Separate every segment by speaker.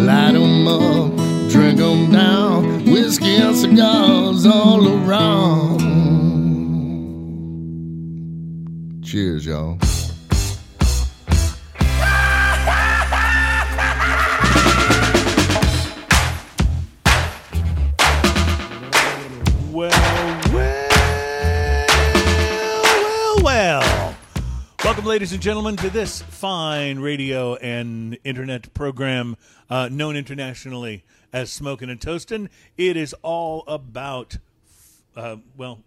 Speaker 1: 'em up, drink 'em down, whiskey and cigars all around. Cheers, y'all.
Speaker 2: Well, well, well, well. Welcome, ladies and gentlemen, to this fine radio and internet program uh, known internationally as Smoking and Toastin'. It is all about, uh, well,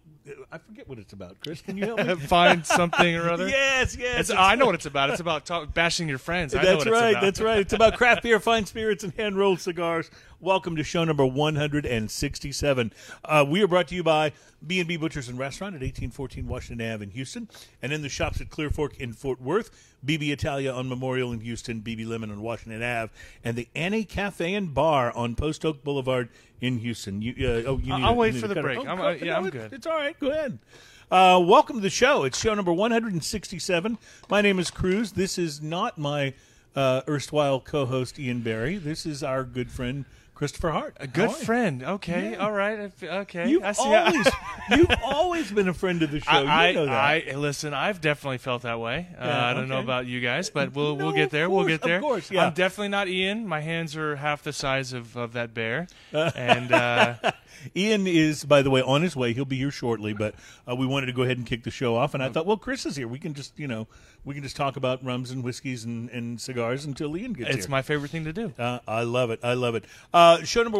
Speaker 2: I forget what it's about. Chris, can you help me?
Speaker 3: Find something or other.
Speaker 2: yes, yes.
Speaker 3: It's, I know what it's about. It's about talk, bashing your friends. I know
Speaker 2: That's
Speaker 3: what
Speaker 2: right.
Speaker 3: It's about.
Speaker 2: That's right. It's about craft beer, fine spirits, and hand rolled cigars. Welcome to show number 167. Uh, we are brought to you by B&B Butchers and Restaurant at 1814 Washington Ave in Houston, and in the shops at Clear Fork in Fort Worth, BB Italia on Memorial in Houston, BB Lemon on Washington Ave, and the Annie Cafe and Bar on Post Oak Boulevard in Houston. You, uh, oh, you need
Speaker 3: I'll
Speaker 2: a-
Speaker 3: wait
Speaker 2: you need
Speaker 3: for
Speaker 2: a
Speaker 3: the
Speaker 2: cutter.
Speaker 3: break.
Speaker 2: Oh,
Speaker 3: I'm- uh,
Speaker 2: coffee.
Speaker 3: yeah, I'm
Speaker 2: No, it-
Speaker 3: good.
Speaker 2: It's all right. Go ahead. Uh, welcome to the show. It's show number 167. My name is Cruz. This is not my uh, erstwhile co host, Ian Barry. This is our good friend, Christopher Hart.
Speaker 3: A good friend. Okay. All right. I f- Okay.
Speaker 2: You've
Speaker 3: I see. how-
Speaker 2: always, you've always been a friend of the show.
Speaker 3: I,
Speaker 2: you know that.
Speaker 3: I, I listen. I've definitely felt that way.
Speaker 2: Yeah,
Speaker 3: uh, I don't know
Speaker 2: okay.
Speaker 3: about you guys, but we'll
Speaker 2: No,
Speaker 3: we'll get
Speaker 2: of
Speaker 3: there. we'll
Speaker 2: course,
Speaker 3: get
Speaker 2: of
Speaker 3: there.
Speaker 2: course, yeah.
Speaker 3: I'm definitely not Ian. My hands are half the size of, of that bear, and uh,
Speaker 2: Ian is, by the way, on his way. He'll be here shortly, but uh, we wanted to go ahead and kick the show off.
Speaker 3: Um,
Speaker 2: And I thought, well, Chris is here. We can just, you know, we can just talk about rums and whiskeys and, and cigars until Ian gets here.
Speaker 3: it's my favorite thing to do. Oh,
Speaker 2: Uh, I love it. I love it. Uh, show number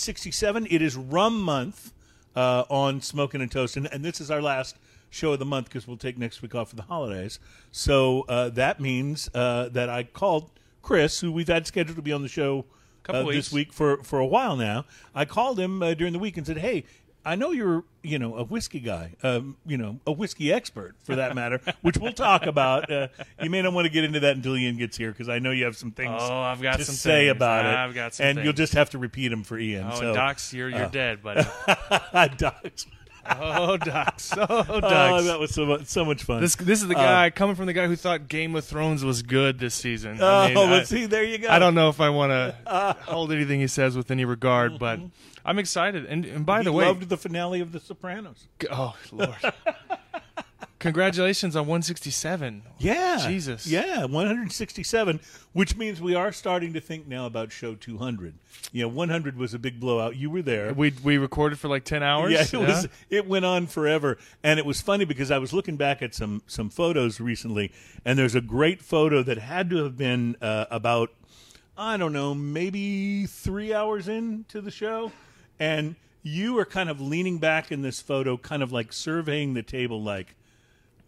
Speaker 2: 167. It is Rum Month uh, on Smoking and Toasting. And this is our last show of the month because we'll take next week off for the holidays. So uh, that means uh, that I called Chris, who we've had scheduled to be on the show
Speaker 3: Couple
Speaker 2: uh, this
Speaker 3: weeks.
Speaker 2: week for, for a while now. I called him uh, during the week and said, hey, I know you're, you know, a whiskey guy, um, you know, a whiskey expert for that matter, which we'll talk about. Uh, you may not want to get into that until Ian gets here because I know you have some things
Speaker 3: Oh, I've got
Speaker 2: to
Speaker 3: some
Speaker 2: say
Speaker 3: things.
Speaker 2: about it.
Speaker 3: I've got some
Speaker 2: and you'll
Speaker 3: things.
Speaker 2: just have to repeat them for Ian.
Speaker 3: Oh,
Speaker 2: so. uh, Ah,
Speaker 3: and Docs, you're you're dead, buddy.
Speaker 2: Docs.
Speaker 3: Oh, Docs. Oh,
Speaker 2: Oh, Uh,
Speaker 3: Docs.
Speaker 2: that was so much, so much fun.
Speaker 3: this this is the guy coming from the guy who thought Game of Thrones was good this season.
Speaker 2: oh,
Speaker 3: I mean, I-
Speaker 2: let's see. There you go.
Speaker 3: I don't know if I want to hold anything he says with any regard, but I'm excited. And, and by
Speaker 2: He
Speaker 3: the way,
Speaker 2: loved the finale of The Sopranos.
Speaker 3: G- Oh Lord! Congratulations on 167.
Speaker 2: Yeah.
Speaker 3: Jesus.
Speaker 2: Yeah, 167, which means we are starting to think now about show 200. You know, 100 was a big blowout. You were there.
Speaker 3: We we recorded for like 10 hours.
Speaker 2: Yeah, it was. It went on forever, and it was funny because I was looking back at some some photos recently, and there's a great photo that had to have been uh, about I don't know, maybe three hours into the show, and you are kind of leaning back in this photo, kind of like surveying the table, like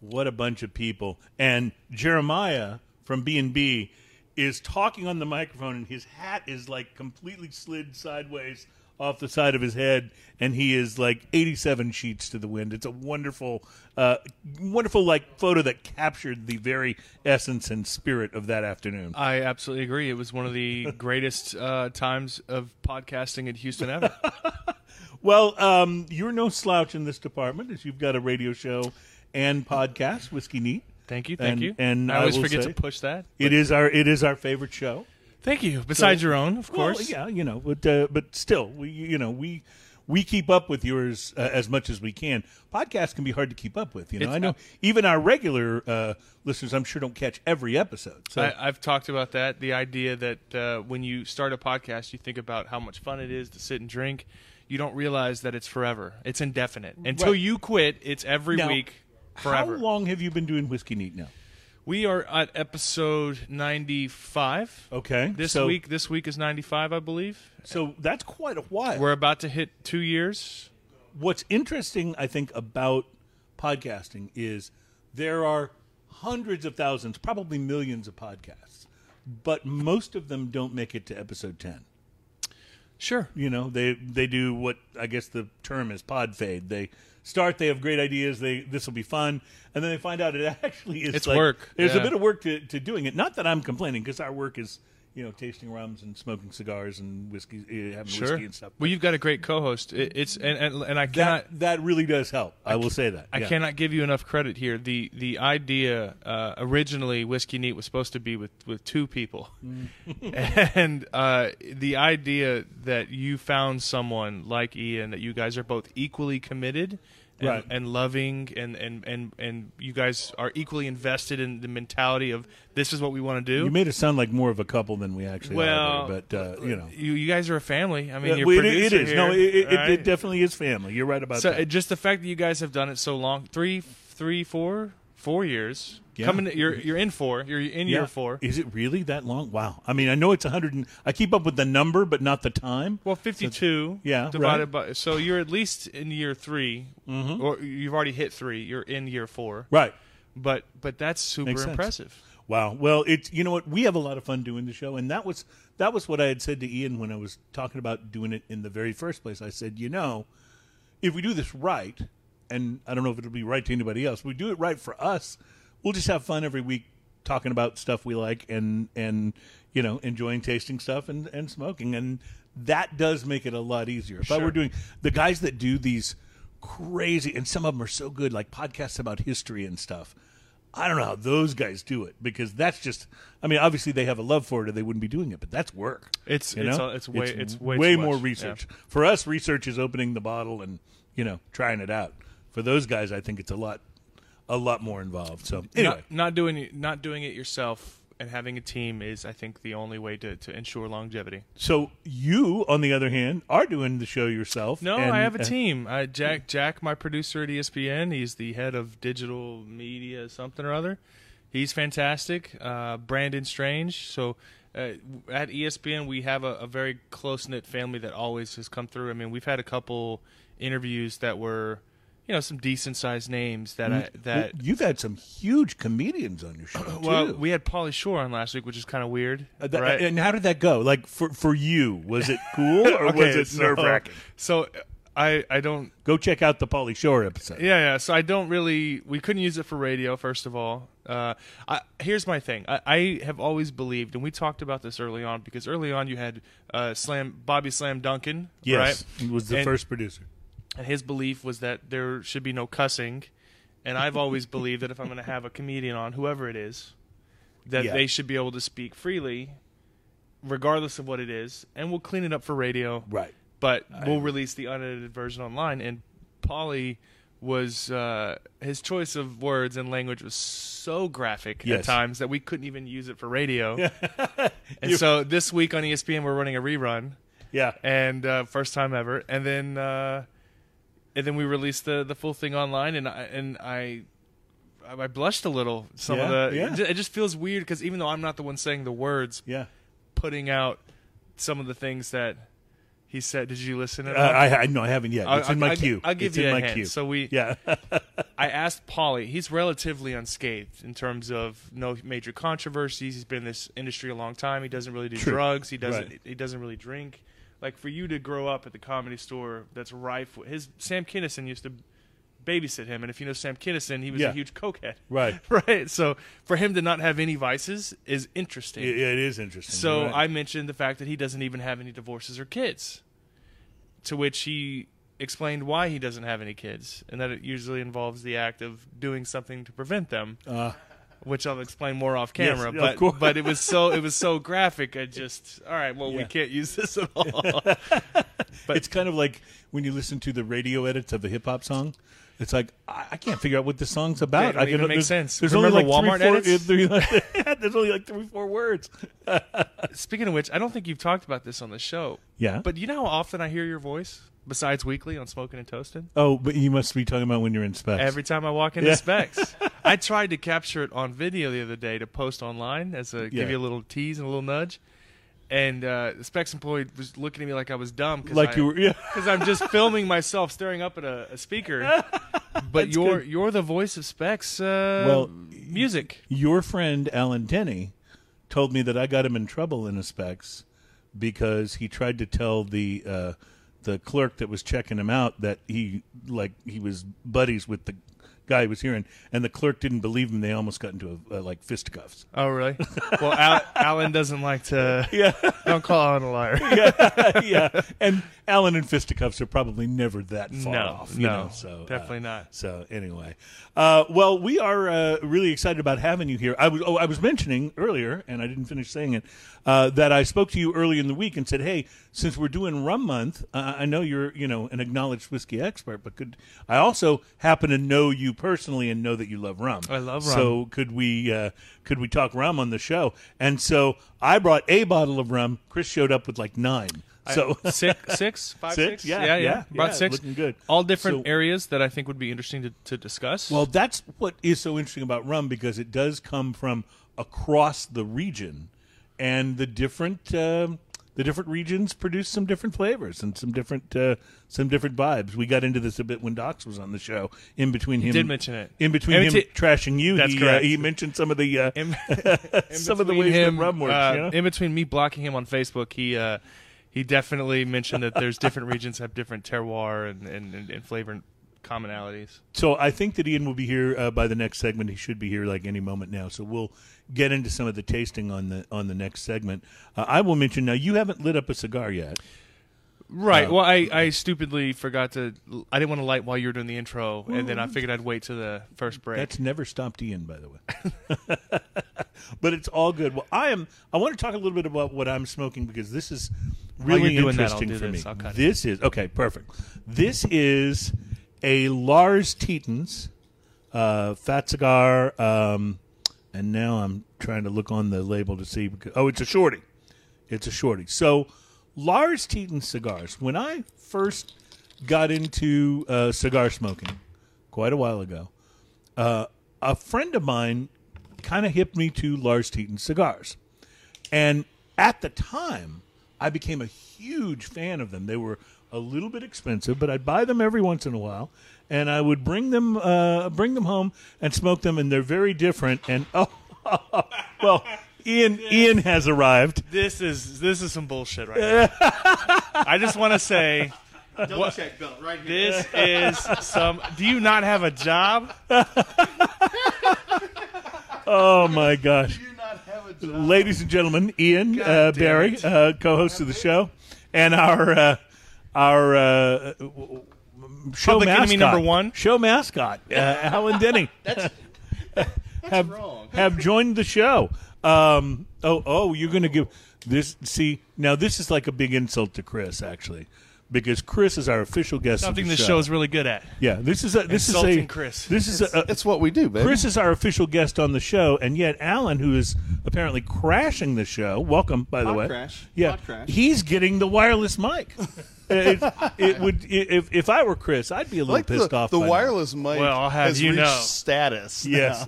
Speaker 2: what a bunch of people and jeremiah from b&b is talking on the microphone and his hat is like completely slid sideways off the side of his head and he is like 87 sheets to the wind it's a wonderful uh, wonderful like photo that captured the very essence and spirit of that afternoon
Speaker 3: I absolutely agree. It was one of the greatest uh, times of podcasting in Houston ever.
Speaker 2: well um, you're no slouch in this department as you've got a radio show and podcast whiskey neat
Speaker 3: Thank you, thank
Speaker 2: And-
Speaker 3: you.
Speaker 2: and I
Speaker 3: I always
Speaker 2: will
Speaker 3: forget
Speaker 2: say-
Speaker 3: to push that.
Speaker 2: it is our it is our favorite show
Speaker 3: Thank you. Besides your own, of course.
Speaker 2: Well, yeah, you know, but uh, but still, we you know we we keep up with yours uh, as much as we can. Podcasts can be hard to keep up with. You know,
Speaker 3: It's-
Speaker 2: I know even our regular uh, listeners, I'm sure, don't catch every episode. So
Speaker 3: I, I've talked about that. The idea that uh, when you start a podcast, you think about how much fun it is to sit and drink. You don't realize that it's forever. It's indefinite until
Speaker 2: Right.
Speaker 3: you quit. It's every
Speaker 2: Now,
Speaker 3: week, forever.
Speaker 2: how long have you been doing whiskey neat now?
Speaker 3: We are at episode 95.
Speaker 2: Okay,
Speaker 3: This
Speaker 2: so-
Speaker 3: week this week is 95, I believe.
Speaker 2: So that's quite a while.
Speaker 3: We're about to hit 2 years.
Speaker 2: What's interesting, I think, about podcasting is there are hundreds of thousands, probably millions of podcasts, but most of them don't make it to episode ten.
Speaker 3: Sure.
Speaker 2: you know they they do what i guess the term is pod fade they start they have great ideas they this will be fun and then they find out it actually is
Speaker 3: It's
Speaker 2: like-
Speaker 3: work,
Speaker 2: there's a
Speaker 3: yeah.
Speaker 2: bit of work to, to doing it not that i'm complaining because our work is you know, tasting rums and smoking cigars and whiskey, eh, having
Speaker 3: Sure.
Speaker 2: whiskey and stuff.
Speaker 3: Well, you've got a great co-host. It, it's and, and and I cannot.
Speaker 2: that that really does help. I, will say that.
Speaker 3: I
Speaker 2: yeah.
Speaker 3: cannot give you enough credit here. The the idea uh, originally whiskey neat was supposed to be with, with two people,
Speaker 2: Mm.
Speaker 3: and uh, the idea that you found someone like Ian that you guys are both equally committed and,
Speaker 2: Right.
Speaker 3: and loving and, and and and you guys are equally invested in the mentality of this is what we want to do.
Speaker 2: You made us sound like more of a couple than we actually
Speaker 3: Well,
Speaker 2: are, there, but uh, you know,
Speaker 3: you, you guys are a family. I mean,
Speaker 2: Yeah,
Speaker 3: your
Speaker 2: well, it- it
Speaker 3: producer
Speaker 2: is. no, it,
Speaker 3: here,
Speaker 2: it,
Speaker 3: right?
Speaker 2: it definitely is family. You're right about
Speaker 3: so
Speaker 2: that.
Speaker 3: uh, just the fact that you guys have done it so long three three four four years
Speaker 2: Yeah.
Speaker 3: coming to- you're you're in four you're in
Speaker 2: Yeah.
Speaker 3: year four
Speaker 2: Is it really that long? Wow. I mean, I know it's 100. And, I keep up with the number, but not the time.
Speaker 3: well 52
Speaker 2: yeah, right. Mm-hmm.
Speaker 3: divided by so you're at least in year 3 or you've already hit three you're in year four
Speaker 2: Right.
Speaker 3: but but that's super
Speaker 2: Makes sense.
Speaker 3: impressive
Speaker 2: Wow. Well, it's you know what we have a lot of fun doing the show, and that was that was what I had said to Ian when I was talking about doing it in the very first place. I said, you know, if we do this right, and I don't know if it'll be right to anybody else, we do it right for us. We'll just have fun every week talking about stuff we like and and you know enjoying tasting stuff and and smoking, and that does make it a lot easier. If I were
Speaker 3: Sure.
Speaker 2: doing the guys that do these crazy, and some of them are so good, like podcasts about history and stuff. I don't know how those guys do it because that's just. I mean, obviously they have a love for it, or they wouldn't be doing it. But that's work.
Speaker 3: It's-
Speaker 2: you
Speaker 3: it's
Speaker 2: know?
Speaker 3: a- it's way- it's way too
Speaker 2: more
Speaker 3: much.
Speaker 2: research for us. Research is opening the bottle and you know trying it out. For those guys, I think it's a lot, a lot more involved. So anyway,
Speaker 3: not, not doing it not doing it yourself and having a team is i think the only way to, to ensure longevity
Speaker 2: so you on the other hand are doing the show yourself.
Speaker 3: No,
Speaker 2: and-
Speaker 3: I have a
Speaker 2: uh,
Speaker 3: team. I, Jack, Jack, my producer at E ESPN, he's the head of digital media, something or other. He's fantastic. Uh, Brandon Strange. So uh, at ESPN, we have a, a very close knit family that always has come through. I mean, we've had a couple interviews that were, you know, some decent sized names
Speaker 2: Mm,
Speaker 3: that I, that.
Speaker 2: Well, you've had some huge comedians on your show.
Speaker 3: Well,
Speaker 2: too.
Speaker 3: we had Pauly Shore on last week, which is kind of weird,
Speaker 2: Uh, that-
Speaker 3: right?
Speaker 2: And how did that go? Like for for you, was it cool or was it
Speaker 3: so-
Speaker 2: nerve wracking?
Speaker 3: So I I don't
Speaker 2: Go check out the Polly Shore episode.
Speaker 3: Yeah, yeah. So I don't really. We couldn't use it for radio, first of all. Uh, I, here's my thing. I, I have always believed, and we talked about this early on, because early on you had uh, Slam Bobby Slam Duncan,
Speaker 2: Yes,
Speaker 3: right?
Speaker 2: he was the
Speaker 3: And-
Speaker 2: first producer.
Speaker 3: and his belief was that there should be no cussing. And I've always believed that if I'm going to have a comedian on, whoever it is, that
Speaker 2: Yeah.
Speaker 3: they should be able to speak freely, regardless of what it is, and we'll clean it up for radio
Speaker 2: Right.
Speaker 3: but we'll release the unedited version online. And Polly was uh, his choice of words and language was so graphic at
Speaker 2: Yes.
Speaker 3: times that we couldn't even use it for radio. and so this week on E ESPN, we're running a rerun,
Speaker 2: Yeah.
Speaker 3: and uh, first time ever. And then uh, and then we released the the full thing online, and I and I. I blushed a little. Some
Speaker 2: Yeah,
Speaker 3: of the
Speaker 2: yeah.
Speaker 3: it ju- it just feels weird because even though I'm not the one saying the words,
Speaker 2: Yeah.
Speaker 3: putting out some of the things that he said. Did you listen at
Speaker 2: Uh,
Speaker 3: all?
Speaker 2: I I- no, I haven't yet.
Speaker 3: I'll-
Speaker 2: It's in my
Speaker 3: I'll-
Speaker 2: queue.
Speaker 3: I'll give
Speaker 2: it's
Speaker 3: you
Speaker 2: in
Speaker 3: a
Speaker 2: my
Speaker 3: hint.
Speaker 2: queue.
Speaker 3: So we-
Speaker 2: yeah,
Speaker 3: I asked Polly. He's relatively unscathed in terms of no major controversies. He's been in this industry a long time. He doesn't really do
Speaker 2: True.
Speaker 3: drugs. He doesn't.
Speaker 2: Right.
Speaker 3: He doesn't really drink. Like for you to grow up at the comedy store, that's rife. with His Sam Kinison used to babysit him, and if you know Sam Kinison, he was
Speaker 2: Yeah.
Speaker 3: a huge cokehead.
Speaker 2: Right.
Speaker 3: right. So for him to not have any vices is interesting.
Speaker 2: it, it is interesting.
Speaker 3: So
Speaker 2: You're
Speaker 3: I
Speaker 2: right.
Speaker 3: mentioned the fact that he doesn't even have any divorces or kids, to which he explained why he doesn't have any kids, and that it usually involves the act of doing something to prevent them.
Speaker 2: Uh.
Speaker 3: which I'll explain more off
Speaker 2: Yes,
Speaker 3: camera,
Speaker 2: of
Speaker 3: but
Speaker 2: course.
Speaker 3: but it was so it was so graphic. I just all right. Well, we
Speaker 2: Yeah.
Speaker 3: can't use this at all. but-
Speaker 2: it's kind of like when you listen to the radio edits of a hip hop song. It's like I, I can't figure out what the song's about.
Speaker 3: They don't
Speaker 2: I
Speaker 3: even
Speaker 2: can,
Speaker 3: make
Speaker 2: there's,
Speaker 3: sense.
Speaker 2: There's
Speaker 3: Remember
Speaker 2: only like
Speaker 3: Walmart edits?
Speaker 2: three, four, there's only like three, four words.
Speaker 3: Speaking of which, I don't think you've talked about this on the show.
Speaker 2: Yeah.
Speaker 3: But you know how often I hear your voice besides weekly on Smoking and Toasting.
Speaker 2: Oh, but you must be talking about when you're in specs.
Speaker 3: Every time I walk into
Speaker 2: Yeah.
Speaker 3: Specs, I tried to capture it on video the other day to post online as a
Speaker 2: Yeah.
Speaker 3: give you a little tease and a little nudge. And uh, the Specs employee was looking at me like I was dumb, cause
Speaker 2: like
Speaker 3: I,
Speaker 2: you were. Yeah.
Speaker 3: because I'm just filming myself staring up at a, a speaker. But you're you're the voice of Specs. Uh,
Speaker 2: Well,
Speaker 3: music.
Speaker 2: Your friend Alan Denny told me that I got him in trouble in a specs because he tried to tell the uh, the clerk that was checking him out that he like he was buddies with the guy he was hearing, and the clerk didn't believe him. They almost got into a, uh, like fisticuffs.
Speaker 3: Oh, really? Well, Al- Alan doesn't like to.
Speaker 2: Yeah,
Speaker 3: Don't call Alan a liar.
Speaker 2: yeah. And Alan and fisticuffs are probably never that far
Speaker 3: No,
Speaker 2: off. you
Speaker 3: no,
Speaker 2: know, so uh,
Speaker 3: definitely not.
Speaker 2: So anyway, uh, well, we are uh, really excited about having you here. I was oh, I was mentioning earlier, and I didn't finish saying it, uh, that I spoke to you early in the week and said, hey, since we're doing Rum Month, uh, I know you're you know an acknowledged whiskey expert, but could I also happen to know you personally and know that you love rum?
Speaker 3: I love
Speaker 2: So so could we uh, could we talk rum on the show? And so I brought a bottle of rum. Chris showed up with like nine. So
Speaker 3: six, six, five,
Speaker 2: Six?
Speaker 3: six?
Speaker 2: Yeah,
Speaker 3: yeah,
Speaker 2: yeah,
Speaker 3: About
Speaker 2: yeah,
Speaker 3: six.
Speaker 2: looking good.
Speaker 3: All different
Speaker 2: So-
Speaker 3: areas that I think would be interesting to, to discuss.
Speaker 2: well, that's what is so interesting about rum because it does come from across the region, and the different um the different regions produce some different flavors and some different uh, some different vibes. We got into this a bit when Docs was on the show. In between him,
Speaker 3: did mention it.
Speaker 2: In between
Speaker 3: And
Speaker 2: him
Speaker 3: it's-
Speaker 2: trashing you,
Speaker 3: That's
Speaker 2: he, uh,
Speaker 3: correct.
Speaker 2: he mentioned some of the uh,
Speaker 3: in,
Speaker 2: some of the
Speaker 3: between
Speaker 2: ways
Speaker 3: him,
Speaker 2: that rum works.
Speaker 3: uh,
Speaker 2: you know?
Speaker 3: In between me blocking him on Facebook, he uh, he definitely mentioned that there's different regions have different terroir and and, and, and flavor commonalities.
Speaker 2: So I think that Ian will be here uh, by the next segment. He should be here like any moment now. So we'll get into some of the tasting on the on the next segment. Uh, I will mention now you haven't lit up a cigar yet.
Speaker 3: Right. well, I, I stupidly forgot to. I didn't want to light while you were doing the intro, and then I figured I'd wait to the first break.
Speaker 2: That's never stopped Ian, by the way. but it's all good. Well, I am. I want to talk a little bit about what I'm smoking because this is
Speaker 3: you're
Speaker 2: really
Speaker 3: doing that, I'll
Speaker 2: interesting
Speaker 3: do
Speaker 2: for
Speaker 3: this.
Speaker 2: me.
Speaker 3: I'll cut it.
Speaker 2: This is okay. Perfect. This is a Lars Tietens uh, fat cigar, um, and now I'm trying to look on the label to see. Because, oh, it's a shorty. It's a shorty. So Lars Teton cigars. When I first got into uh, cigar smoking, quite a while ago, uh, a friend of mine kind of hipped me to Lars Teton cigars, and at the time, I became a huge fan of them. They were a little bit expensive, but I'd buy them every once in a while, and I would bring them uh, bring them home and smoke them, and they're very different. And oh, well. Ian, Ian has arrived.
Speaker 3: This is this is some bullshit right now. I just want to say
Speaker 4: Double check belt right here.
Speaker 3: this is some. Do you not have a job?
Speaker 2: Oh my gosh.
Speaker 4: Do you not have a job?
Speaker 2: Ladies and gentlemen, Ian uh,
Speaker 3: damn
Speaker 2: Barry,
Speaker 3: it.
Speaker 2: uh, co-host of the show, and our uh, our uh, w- w- show
Speaker 3: Public
Speaker 2: mascot,
Speaker 3: enemy number one.
Speaker 2: show mascot, uh, Alan Denny,
Speaker 4: That's,
Speaker 2: have
Speaker 4: wrong.
Speaker 2: have joined the show. Um, oh, oh, you're going to give this. See, now this is like a big insult to Chris, actually, because Chris is our official guest.
Speaker 3: Something
Speaker 2: of the
Speaker 3: this
Speaker 2: show.
Speaker 3: show is really good at.
Speaker 2: yeah. This is a this is a
Speaker 3: Insulting Chris.
Speaker 2: This is a,
Speaker 4: that's what we do, baby.
Speaker 2: Chris is our official guest on the show, and yet Alan, who is apparently crashing the show, welcome by the
Speaker 4: Pod
Speaker 2: way.
Speaker 4: crash.
Speaker 2: Yeah,
Speaker 4: Pod crash.
Speaker 2: he's getting the wireless mic. it, it would if if I were Chris, I'd be a little
Speaker 5: like
Speaker 2: pissed
Speaker 5: the,
Speaker 2: off.
Speaker 5: the
Speaker 2: by now.
Speaker 5: wireless mic
Speaker 3: Well, I'll have
Speaker 5: has
Speaker 3: you
Speaker 5: reached
Speaker 3: know.
Speaker 5: status.
Speaker 2: Yes.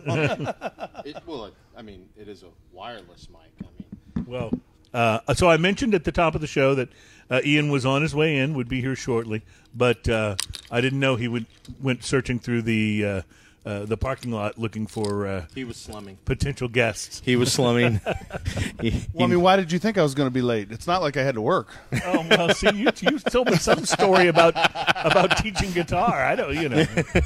Speaker 4: It, well, it, I mean, it is a wireless mic. I mean,
Speaker 2: well, uh, so I mentioned at the top of the show that uh, Ian was on his way in, would be here shortly, but uh, I didn't know he would went searching through the uh, uh, the parking lot looking for uh,
Speaker 4: he was slumming.
Speaker 2: potential guests.
Speaker 4: He was slumming.
Speaker 5: Well, I mean, why did you think I was going to be late? It's not like I had to work.
Speaker 2: Oh well, see, you you told me some story about about teaching guitar. I don't, you know.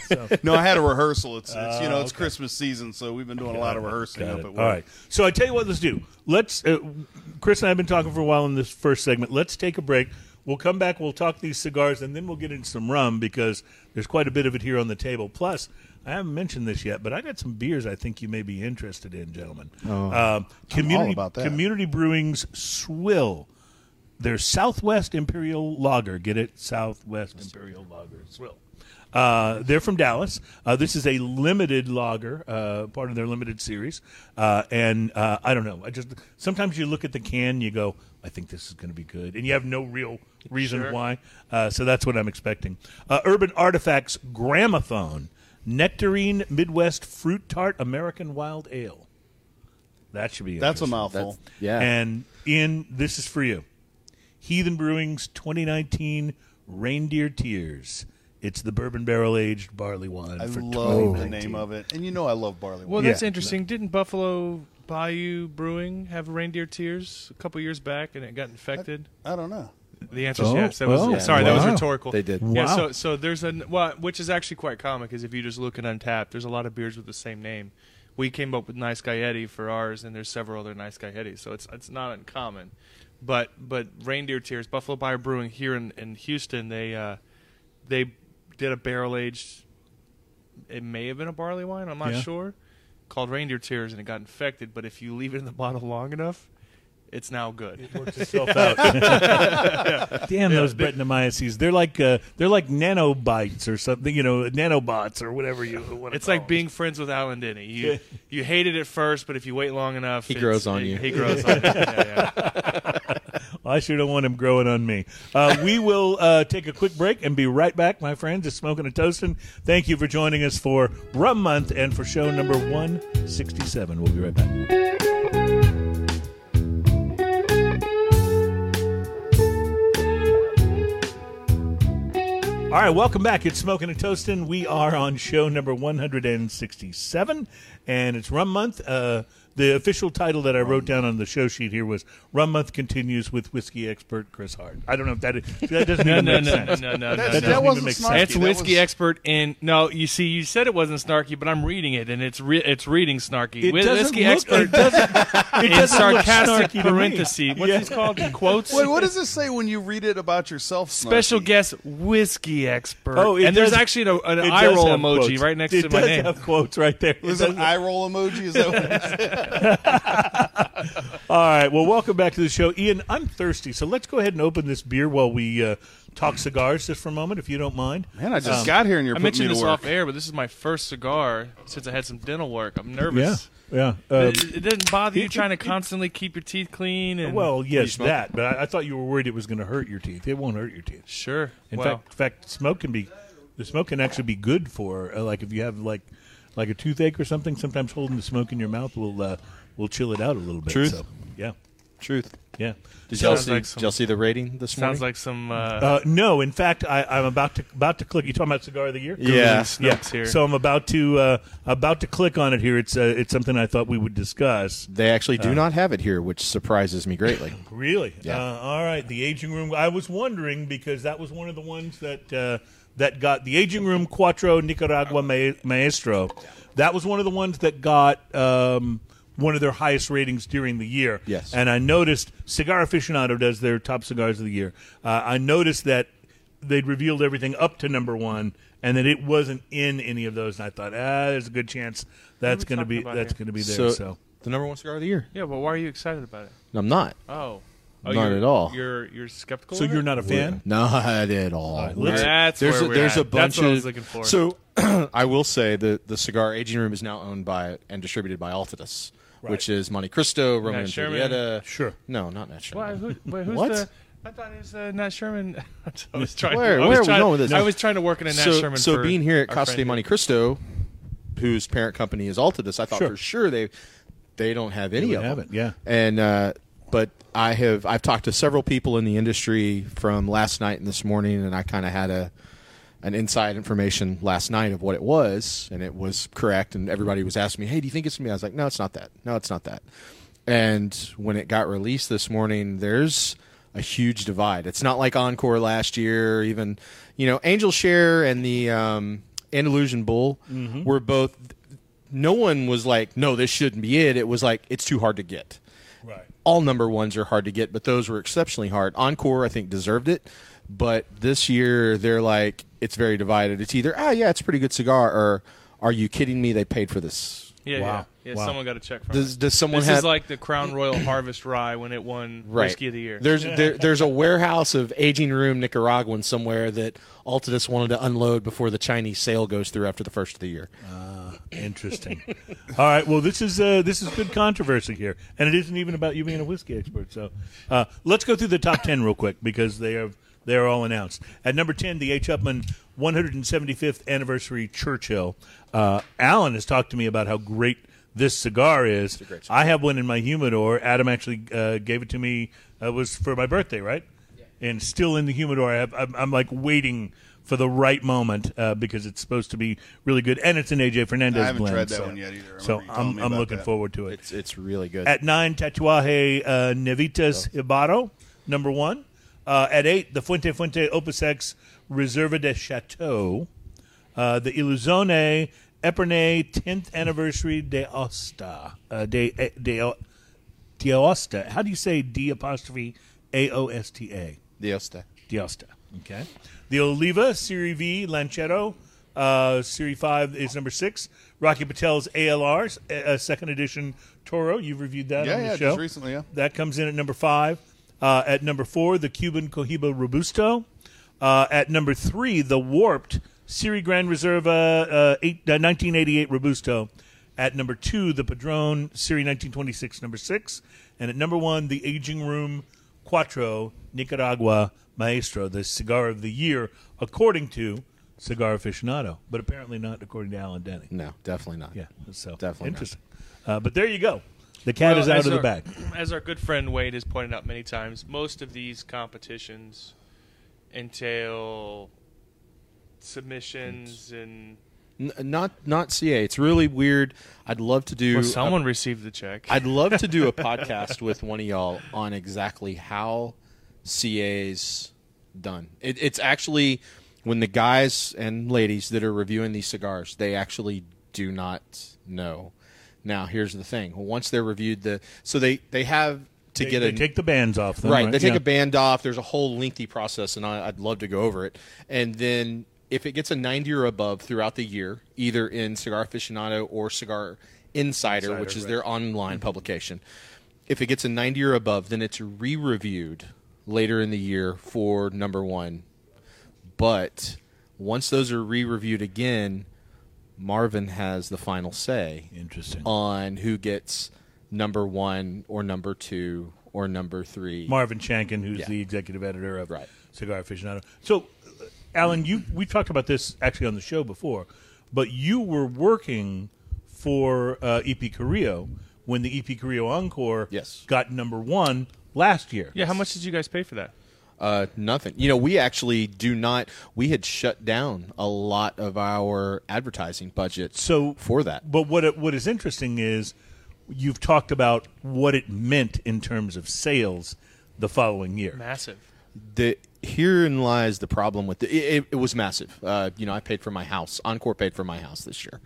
Speaker 2: So.
Speaker 5: No, I had a rehearsal. It's, it's you know, it's Christmas season, so we've been doing a lot of rehearsing
Speaker 2: Oh, Got it.
Speaker 5: up at work.
Speaker 2: All right. So I tell you what, let's do. Let's. Uh, Chris and I have been talking for a while in this first segment. Let's take a break. We'll come back. We'll talk these cigars, and then we'll get into some rum because there's quite a bit of it here on the table. Plus, I haven't mentioned this yet, but I got some beers I think you may be interested in, gentlemen. Oh, community
Speaker 5: about that.
Speaker 2: Community Brewing's Swill. Their Southwest Imperial Lager. Get it? Southwest Imperial Lager. Swill. Uh, they're from Dallas. Uh, this is a limited lager, uh, part of their limited series. Uh, and uh, I don't know. I just sometimes you look at the can, you go, "I think this is going to be good," and you have no real reason why. Uh, so that's what I'm expecting. Uh, Urban Artifacts Gramophone Nectarine Midwest Fruit Tart American Wild Ale. That should be
Speaker 5: That's a
Speaker 2: interesting.
Speaker 5: mouthful.
Speaker 4: That's- yeah.
Speaker 2: And Ian, this is for you. Heathen Brewing's 2019 Reindeer Tears. It's the bourbon barrel aged barley wine
Speaker 5: I
Speaker 2: for
Speaker 5: love the
Speaker 2: 2019.
Speaker 5: name of it, and you know I love barley
Speaker 3: Well,
Speaker 5: wine.
Speaker 3: that's
Speaker 2: Yeah.
Speaker 3: interesting. Didn't Buffalo Bayou Brewing have reindeer tears a couple years back, and it got infected?
Speaker 5: I don't know.
Speaker 3: The answer is
Speaker 6: Oh,
Speaker 3: yes. That was
Speaker 6: oh,
Speaker 3: sorry, that was
Speaker 6: wow.
Speaker 3: rhetorical.
Speaker 6: They did.
Speaker 3: Yeah.
Speaker 2: Wow.
Speaker 3: So so there's a well, which is actually quite comic, is if you just look at Untapped, there's a lot of beers with the same name. We came up with Nice Guy Eddie for ours, and there's several other Nice Guy Eddies, so it's it's not uncommon. But but Reindeer Tears, Buffalo Bayou Brewing here in, in Houston, they uh, they did a barrel aged. It may have been a barley wine. I'm not
Speaker 2: Yeah.
Speaker 3: sure. Called Reindeer Tears, and it got infected. But if you leave it in the bottle long enough, it's now good.
Speaker 2: Works itself out. Damn those Brettanomyces! They're like uh, they're like nanobites or something. You know, nanobots or whatever you want to
Speaker 3: It's like being friends with Alan Denny. You you hate it at first, but if you wait long enough,
Speaker 6: He
Speaker 3: it's-
Speaker 6: grows on
Speaker 3: he-
Speaker 6: you.
Speaker 3: He grows on you. Yeah, yeah.
Speaker 2: I sure don't want him growing on me. Uh, we will uh, take a quick break and be right back, my friends. It's Smoking and Toasting. Thank you for joining us for Rum Month and for show number 167. We'll be right back. All right, welcome back. It's Smoking and Toasting. We are on show number 167, and it's Rum Month. Uh, the official title that I wrote down on the show sheet here was Rum Month Continues with Whiskey Expert Chris Hart. I don't know if that is, that doesn't
Speaker 3: No,
Speaker 2: even
Speaker 3: no,
Speaker 2: make
Speaker 3: no, no,
Speaker 2: sense.
Speaker 3: no, no,
Speaker 2: That
Speaker 5: That,
Speaker 3: no.
Speaker 2: doesn't
Speaker 5: wasn't
Speaker 2: even make
Speaker 5: snarky.
Speaker 2: sense.
Speaker 3: It's
Speaker 5: That
Speaker 3: whiskey
Speaker 5: was-
Speaker 3: expert, and no, you see, you said it wasn't snarky, but I'm reading it, and it's re- it's reading snarky.
Speaker 2: It
Speaker 3: Whi-
Speaker 2: doesn't
Speaker 3: whiskey
Speaker 2: look-
Speaker 3: expert
Speaker 2: It doesn't, it
Speaker 3: in
Speaker 2: doesn't look snarky
Speaker 3: sarcastic
Speaker 2: to me.
Speaker 3: parentheses. What's
Speaker 2: Yeah.
Speaker 3: these called? Quotes.
Speaker 5: Wait, what does it say when you read it about yourself? Snarky?
Speaker 3: Special guest whiskey expert.
Speaker 2: Oh, it
Speaker 3: and there's
Speaker 2: does-
Speaker 3: actually an, an
Speaker 2: It
Speaker 3: eye
Speaker 2: does
Speaker 3: roll
Speaker 2: have
Speaker 3: emoji
Speaker 2: quotes.
Speaker 3: right next
Speaker 2: it
Speaker 3: to my
Speaker 2: does
Speaker 3: name.
Speaker 2: Have quotes right there. It
Speaker 5: There's
Speaker 2: does
Speaker 5: an eye roll emoji. Is that what it is?
Speaker 2: All right. Well, welcome back to the show, Ian. I'm thirsty, so let's go ahead and open this beer while we uh, talk cigars just for a moment, if you don't mind.
Speaker 5: Man, I
Speaker 2: Um,
Speaker 5: just got here and you're
Speaker 3: I
Speaker 5: putting me
Speaker 3: mentioned
Speaker 5: to
Speaker 3: this
Speaker 5: work.
Speaker 3: off air, but this is my first cigar since I had some dental work. I'm nervous.
Speaker 2: yeah. Uh,
Speaker 3: it, it doesn't bother you
Speaker 2: it-
Speaker 3: trying to
Speaker 2: it-
Speaker 3: constantly keep your teeth clean and
Speaker 2: well, yes,
Speaker 5: smoke?
Speaker 2: that. But I, I thought you were worried it was going to hurt your teeth. It won't hurt your teeth.
Speaker 3: sure.
Speaker 2: In
Speaker 3: well,
Speaker 2: fact, in fact, smoke can be the smoke can actually be good for uh, like if you have like like a toothache or something. Sometimes holding the smoke in your mouth will uh, will chill it out a little bit.
Speaker 6: Truth.
Speaker 2: So, yeah.
Speaker 6: Truth.
Speaker 2: Yeah.
Speaker 6: Did
Speaker 3: y'all
Speaker 6: y'all
Speaker 3: Sounds
Speaker 6: see?
Speaker 3: see- like some- did y'all
Speaker 6: y'all see the rating this
Speaker 3: sounds like some uh,
Speaker 2: Uh, no, in fact, I, I'm about to about to click. You talking about cigar of the year?
Speaker 6: Yeah.
Speaker 3: Googling snooks here.
Speaker 2: So I'm about to uh, about to click on it here. It's uh, it's something I thought we would discuss.
Speaker 6: They actually
Speaker 3: Uh,
Speaker 6: do not have it here, which surprises me greatly.
Speaker 2: Really?
Speaker 6: Yeah.
Speaker 2: Uh, all right. The aging room. I was wondering because that was one of the ones that uh, that got the aging room Cuatro Nicaragua Ma- Maestro. That was one of the ones that got um, one of their highest ratings during the year.
Speaker 6: Yes.
Speaker 2: And I noticed Cigar Aficionado does their top cigars of the year. Uh, I noticed that they'd revealed everything up to number one. And that it wasn't in any of those, and I thought, ah, there's a good chance that's
Speaker 3: What are we
Speaker 2: going to be
Speaker 3: talking about
Speaker 2: that's
Speaker 3: here?
Speaker 2: going to be there. so
Speaker 6: the number one cigar of the year.
Speaker 3: yeah, but why are you excited about it?
Speaker 6: I'm not.
Speaker 3: Oh,
Speaker 6: Not at all.
Speaker 3: You're you're skeptical.
Speaker 2: so
Speaker 3: of
Speaker 2: you're
Speaker 3: it?
Speaker 2: not a fan?
Speaker 6: Not at all.
Speaker 2: let's-
Speaker 3: That's
Speaker 6: there's
Speaker 3: where
Speaker 6: a,
Speaker 3: we're
Speaker 6: there's
Speaker 3: at.
Speaker 6: a bunch
Speaker 3: That's what I
Speaker 6: of
Speaker 3: was looking for.
Speaker 6: so I will say the the cigar aging room is now owned by and distributed by Altitas, which is Monte Cristo, Roman
Speaker 3: Nat
Speaker 6: and
Speaker 3: Sherman.
Speaker 6: Julieta.
Speaker 2: Sure.
Speaker 6: no, not Nat
Speaker 3: Why,
Speaker 6: Sherman.
Speaker 3: who, wait, who's
Speaker 6: What?
Speaker 3: the? I thought it was uh, Nat Sherman. I was trying. I
Speaker 6: Where-
Speaker 3: was
Speaker 6: where are we
Speaker 3: trying-
Speaker 6: going with this?
Speaker 3: I was trying to work in a Nat
Speaker 6: So,
Speaker 3: Sherman.
Speaker 6: so
Speaker 3: for
Speaker 6: being here at
Speaker 3: our
Speaker 6: Costa de
Speaker 3: friend
Speaker 6: Monte Cristo, whose parent company is Altitas, I thought
Speaker 2: Sure.
Speaker 6: for sure they they don't have any
Speaker 2: They
Speaker 6: of
Speaker 2: haven't,
Speaker 6: them.
Speaker 2: yeah.
Speaker 6: and uh, but I have I've talked to several people in the industry from last night and this morning, and I kind of had a an inside information last night of what it was, and it was correct. And everybody was asking me, "Hey, do you think it's me?" I was like, "No, it's not that. No, it's not that." And when it got released this morning, there's a huge divide. It's not like Encore last year, even you know, Angel Share and the um, Andalusian Bull were both. No one was like, "No, this shouldn't be it." It was like, "It's too hard to get."
Speaker 2: Right.
Speaker 6: all number ones are hard to get, but those were exceptionally hard. Encore, I think, deserved it, but this year they're like it's very divided. It's either ah yeah, it's a pretty good cigar, or are you kidding me? They paid for this.
Speaker 3: Yeah,
Speaker 2: Wow.
Speaker 3: yeah, yeah.
Speaker 2: Wow.
Speaker 3: Someone got a check from.
Speaker 6: Does
Speaker 3: it.
Speaker 6: does someone
Speaker 3: This
Speaker 6: have
Speaker 3: is like the Crown Royal Harvest Rye when it won
Speaker 6: right.
Speaker 3: Whiskey of the Year.
Speaker 6: There's there, there's a warehouse of aging room Nicaraguan somewhere that Altadis wanted to unload before the Chinese sale goes through after the first of the year.
Speaker 2: Interesting. All right. Well, this is uh, this is good controversy here, and it isn't even about you being a whiskey expert. So uh, let's go through the top ten real quick because they are they are all announced. At number ten, the H. Upman 175th anniversary Churchill. Uh, Alan has talked to me about how great this cigar is. I have one in my humidor. Adam actually uh, gave it to me. Uh, it was for my birthday, right? and still in the humidor. I have, I'm, I'm like waiting for the right moment uh, because it's supposed to be really good, and it's an AJ Fernandez
Speaker 5: I haven't
Speaker 2: blend.
Speaker 5: tried that
Speaker 2: so-
Speaker 5: one yet either. I
Speaker 2: So
Speaker 5: remember you telling
Speaker 2: I'm,
Speaker 5: me
Speaker 2: I'm
Speaker 5: about
Speaker 2: looking
Speaker 5: that.
Speaker 2: forward to it.
Speaker 6: It's it's really good.
Speaker 2: At nine, Tatuaje uh, Nevitas Ibaro, number one. Uh, at 8, the Fuente Fuente Opus X Reserva de Chateau. Uh, the Illusione Epernay 10th Anniversary de Osta. Uh, de, de, O- de Osta. How do you say D apostrophe A O S T A?
Speaker 6: Diosta.
Speaker 2: Diosta. Okay. The Oliva, Serie V, Lancero, uh, Serie 5 is number 6. Rocky Patel's ALR, uh, second edition Toro. You've reviewed that
Speaker 5: Yeah,
Speaker 2: on the
Speaker 5: yeah,
Speaker 2: show.
Speaker 5: just recently, yeah.
Speaker 2: That comes in at number 5. Uh, at number 4, the Cuban Cohiba Robusto. Uh, at number 3, the Warped Serie Grand Reserva uh, eight, uh, 1988 Robusto. At number 2, the Padron Serie 1926, number 6. And at number 1, the Aging Room Cuatro Nicaragua Maestro, the cigar of the year, according to Cigar Aficionado, but apparently not according to Alan Denny.
Speaker 6: No, definitely not.
Speaker 2: Yeah, so
Speaker 6: Definitely not.
Speaker 2: interesting. Uh, but there you go. The cat
Speaker 3: Well,
Speaker 2: is out
Speaker 3: as
Speaker 2: of the
Speaker 3: our-
Speaker 2: bag.
Speaker 3: As our good friend Wade has pointed out many times, most of these competitions entail submissions and
Speaker 6: N- not not CA. It's really weird. I'd love to do.
Speaker 2: uh,
Speaker 3: well, someone received the check.
Speaker 6: I'd love to do a podcast with one of y'all on exactly how CA's done. It, it's actually when the guys and ladies that are reviewing these cigars, they actually do not know. Now, here's the thing: once they're reviewed, the so they they have to
Speaker 2: They,
Speaker 6: get
Speaker 2: they
Speaker 6: a
Speaker 2: take the bands off. Them,
Speaker 6: right.
Speaker 2: right.
Speaker 6: They take
Speaker 2: Yeah.
Speaker 6: a band off. There's a whole lengthy process, and I, I'd love to go over it. And then if it gets a 90 or above throughout the year, either in Cigar Aficionado or Cigar Insider,
Speaker 2: Insider,
Speaker 6: which is
Speaker 2: right.
Speaker 6: their online publication, if it gets a 90 or above, then it's re reviewed later in the year for number one. But once those are re reviewed again, Marvin has the final say
Speaker 2: Interesting.
Speaker 6: on who gets number one or number two or number three.
Speaker 2: Marvin Shankin, who's
Speaker 6: Yeah.
Speaker 2: the executive editor of
Speaker 6: Right.
Speaker 2: Cigar Aficionado. So, uh, Alan, you we talked about this actually on the show before, but you were working for uh, EP Carrillo when the EP Carrillo Encore
Speaker 6: Yes.
Speaker 2: got number one last year.
Speaker 3: yeah, how much did you guys pay for that?
Speaker 6: Uh, nothing. You know, we actually do not. We had shut down a lot of our advertising budget.
Speaker 2: So
Speaker 6: for that,
Speaker 2: But what it, what is interesting is you've talked about what it meant in terms of sales the following year.
Speaker 3: Massive.
Speaker 6: the herein lies the problem with the. It, it, it was massive. Uh, you know, I paid for my house. Encore paid for my house this year.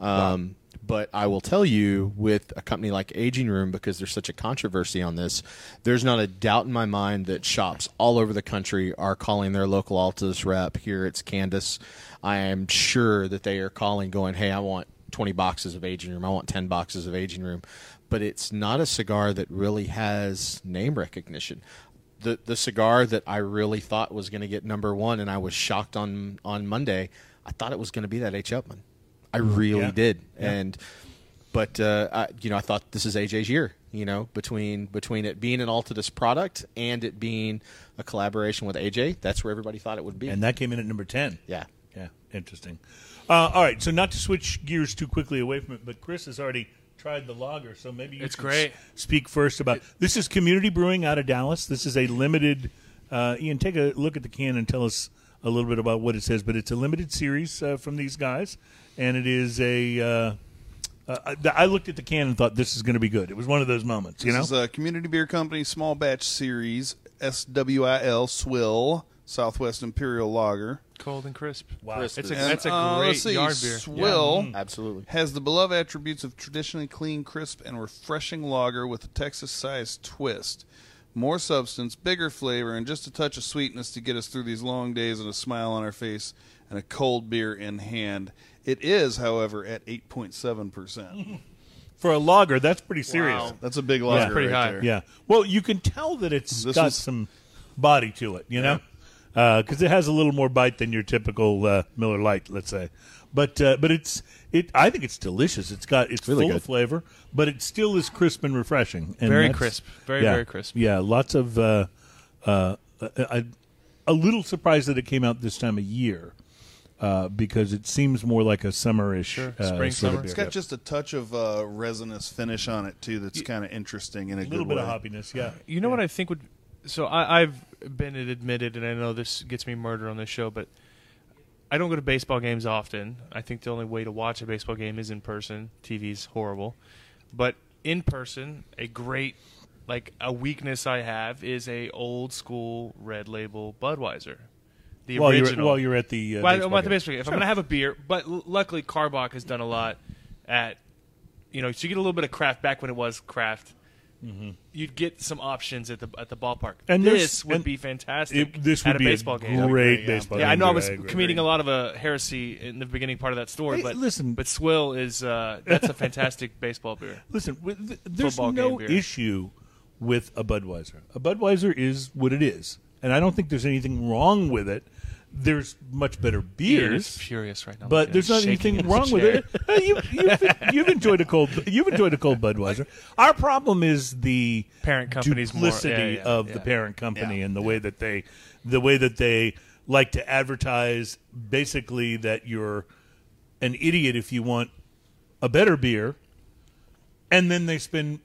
Speaker 6: Um, But I will tell you, with a company like Aging Room, because there's such a controversy on this, there's not a doubt in my mind that shops all over the country are calling their local Altus rep. Here it's Candace. I am sure that they are calling, going, "Hey, I want 20 boxes of Aging Room. I want 10 boxes of Aging Room." But it's not a cigar that really has name recognition the the cigar that I really thought was going to get number one, and I was shocked on on Monday. I thought it was going to be that H. Upman. I really
Speaker 2: Yeah.
Speaker 6: did, and but uh, I, you know I thought this is AJ's year. You know between between it being an Altadis product and it being a collaboration with AJ, that's where everybody thought it would be.
Speaker 2: And that came in at number 10.
Speaker 6: yeah,
Speaker 2: Yeah, interesting. Uh, all right, so not to switch gears too quickly away from it, but Chris has already tried the lager, so maybe you
Speaker 3: It's
Speaker 2: should
Speaker 3: great.
Speaker 2: s- speak first about this is Community Brewing out of Dallas. This is a limited. Uh, Ian, take a look at the can and tell us a little bit about what it says. But it's a limited series uh, from these guys, and it is a. Uh, uh, I- I looked at the can and thought this is going to be good. It was one of those moments, you know.
Speaker 5: This is a community beer company small batch series SWIL Swill Southwest Imperial Lager.
Speaker 3: Cold and crisp.
Speaker 2: wow,
Speaker 4: Chris-
Speaker 3: It's a,
Speaker 5: And,
Speaker 3: that's a
Speaker 5: uh,
Speaker 3: great
Speaker 5: let's see,
Speaker 3: yard beer. mm.
Speaker 5: Swill
Speaker 6: absolutely.
Speaker 5: has the beloved attributes of traditionally clean, crisp, and refreshing lager with a Texas sized twist. More substance, bigger flavor, and just a touch of sweetness to get us through these long days and a smile on our face and a cold beer in hand. It is, however, at 8.7%.
Speaker 2: for a lager, that's pretty serious.
Speaker 3: Wow.
Speaker 5: That's a big lager.
Speaker 3: pretty
Speaker 5: right
Speaker 3: high.
Speaker 5: There.
Speaker 2: Yeah. Well, you can tell that it's
Speaker 5: This
Speaker 2: got
Speaker 5: is-
Speaker 2: some body to it, you know, because it has a little more bite than your typical uh, Miller Lite, let's say. But uh, but it's it. I think it's delicious. It's got it's
Speaker 6: Really
Speaker 2: full of
Speaker 6: good.
Speaker 2: flavor, but it still is crisp and refreshing. And
Speaker 3: Very
Speaker 2: that's-
Speaker 3: crisp. Very,
Speaker 2: yeah.
Speaker 3: very crisp.
Speaker 2: Yeah. Lots of. Uh, uh, I, a little surprised that it came out this time of year. Uh, because it seems more like a summerish
Speaker 3: Sure.
Speaker 2: uh,
Speaker 3: Spring,
Speaker 2: sort
Speaker 3: summer.
Speaker 2: of beer.
Speaker 5: It's got just a touch of uh, resinous finish on it too. That's kind of interesting in
Speaker 2: a
Speaker 5: a,
Speaker 2: little
Speaker 5: good
Speaker 2: bit
Speaker 5: way.
Speaker 2: of hoppiness, yeah.
Speaker 3: You know what I think would. So I, I've been admitted, and I know this gets me murdered on this show, but I don't go to baseball games often. I think the only way to watch a baseball game is in person. TV's horrible, but in person, a great like a weakness I have is a old school red label Budweiser. The
Speaker 2: while
Speaker 3: original.
Speaker 2: you're while you're at the uh,
Speaker 3: Well,
Speaker 2: baseball
Speaker 3: I'm at the
Speaker 2: game.
Speaker 3: baseball game. If I'm going to have a beer, but l- luckily Carbach has done a lot at, you know, so you get a little bit of craft back when it was craft. You'd get some options at the at the ballpark.
Speaker 2: Mm-hmm. And there's-
Speaker 3: this would
Speaker 2: and
Speaker 3: be fantastic.
Speaker 2: It- this
Speaker 3: at
Speaker 2: would
Speaker 3: a
Speaker 2: be
Speaker 3: baseball
Speaker 2: a
Speaker 3: game.
Speaker 2: great
Speaker 4: yeah.
Speaker 2: baseball
Speaker 3: yeah,
Speaker 2: game.
Speaker 3: I know I was
Speaker 2: agree.
Speaker 3: committing a lot of a heresy in the beginning part of that story,
Speaker 2: Hey,
Speaker 3: but
Speaker 2: listen.
Speaker 3: but Swill is uh, that's a fantastic baseball beer.
Speaker 2: Listen, with- th- there's
Speaker 3: Football game
Speaker 2: no
Speaker 3: beer.
Speaker 2: issue with a Budweiser. A Budweiser is what it is, and I don't think there's anything wrong with it. There's much better
Speaker 3: Ian is
Speaker 2: beers,
Speaker 3: furious right now,
Speaker 2: but
Speaker 3: Look at
Speaker 2: there's
Speaker 3: him
Speaker 2: not
Speaker 3: shaking
Speaker 2: anything
Speaker 3: in his
Speaker 2: wrong with
Speaker 3: chair.
Speaker 2: it. Hey, you, you've, you've enjoyed a cold. You've enjoyed a cold Budweiser. Our problem is the
Speaker 3: Parent company's more- yeah,
Speaker 2: duplicity
Speaker 3: yeah,
Speaker 2: of
Speaker 3: yeah.
Speaker 2: the parent company and the way that they, the way that they like to advertise, basically that you're an idiot if you want a better beer, and then they spend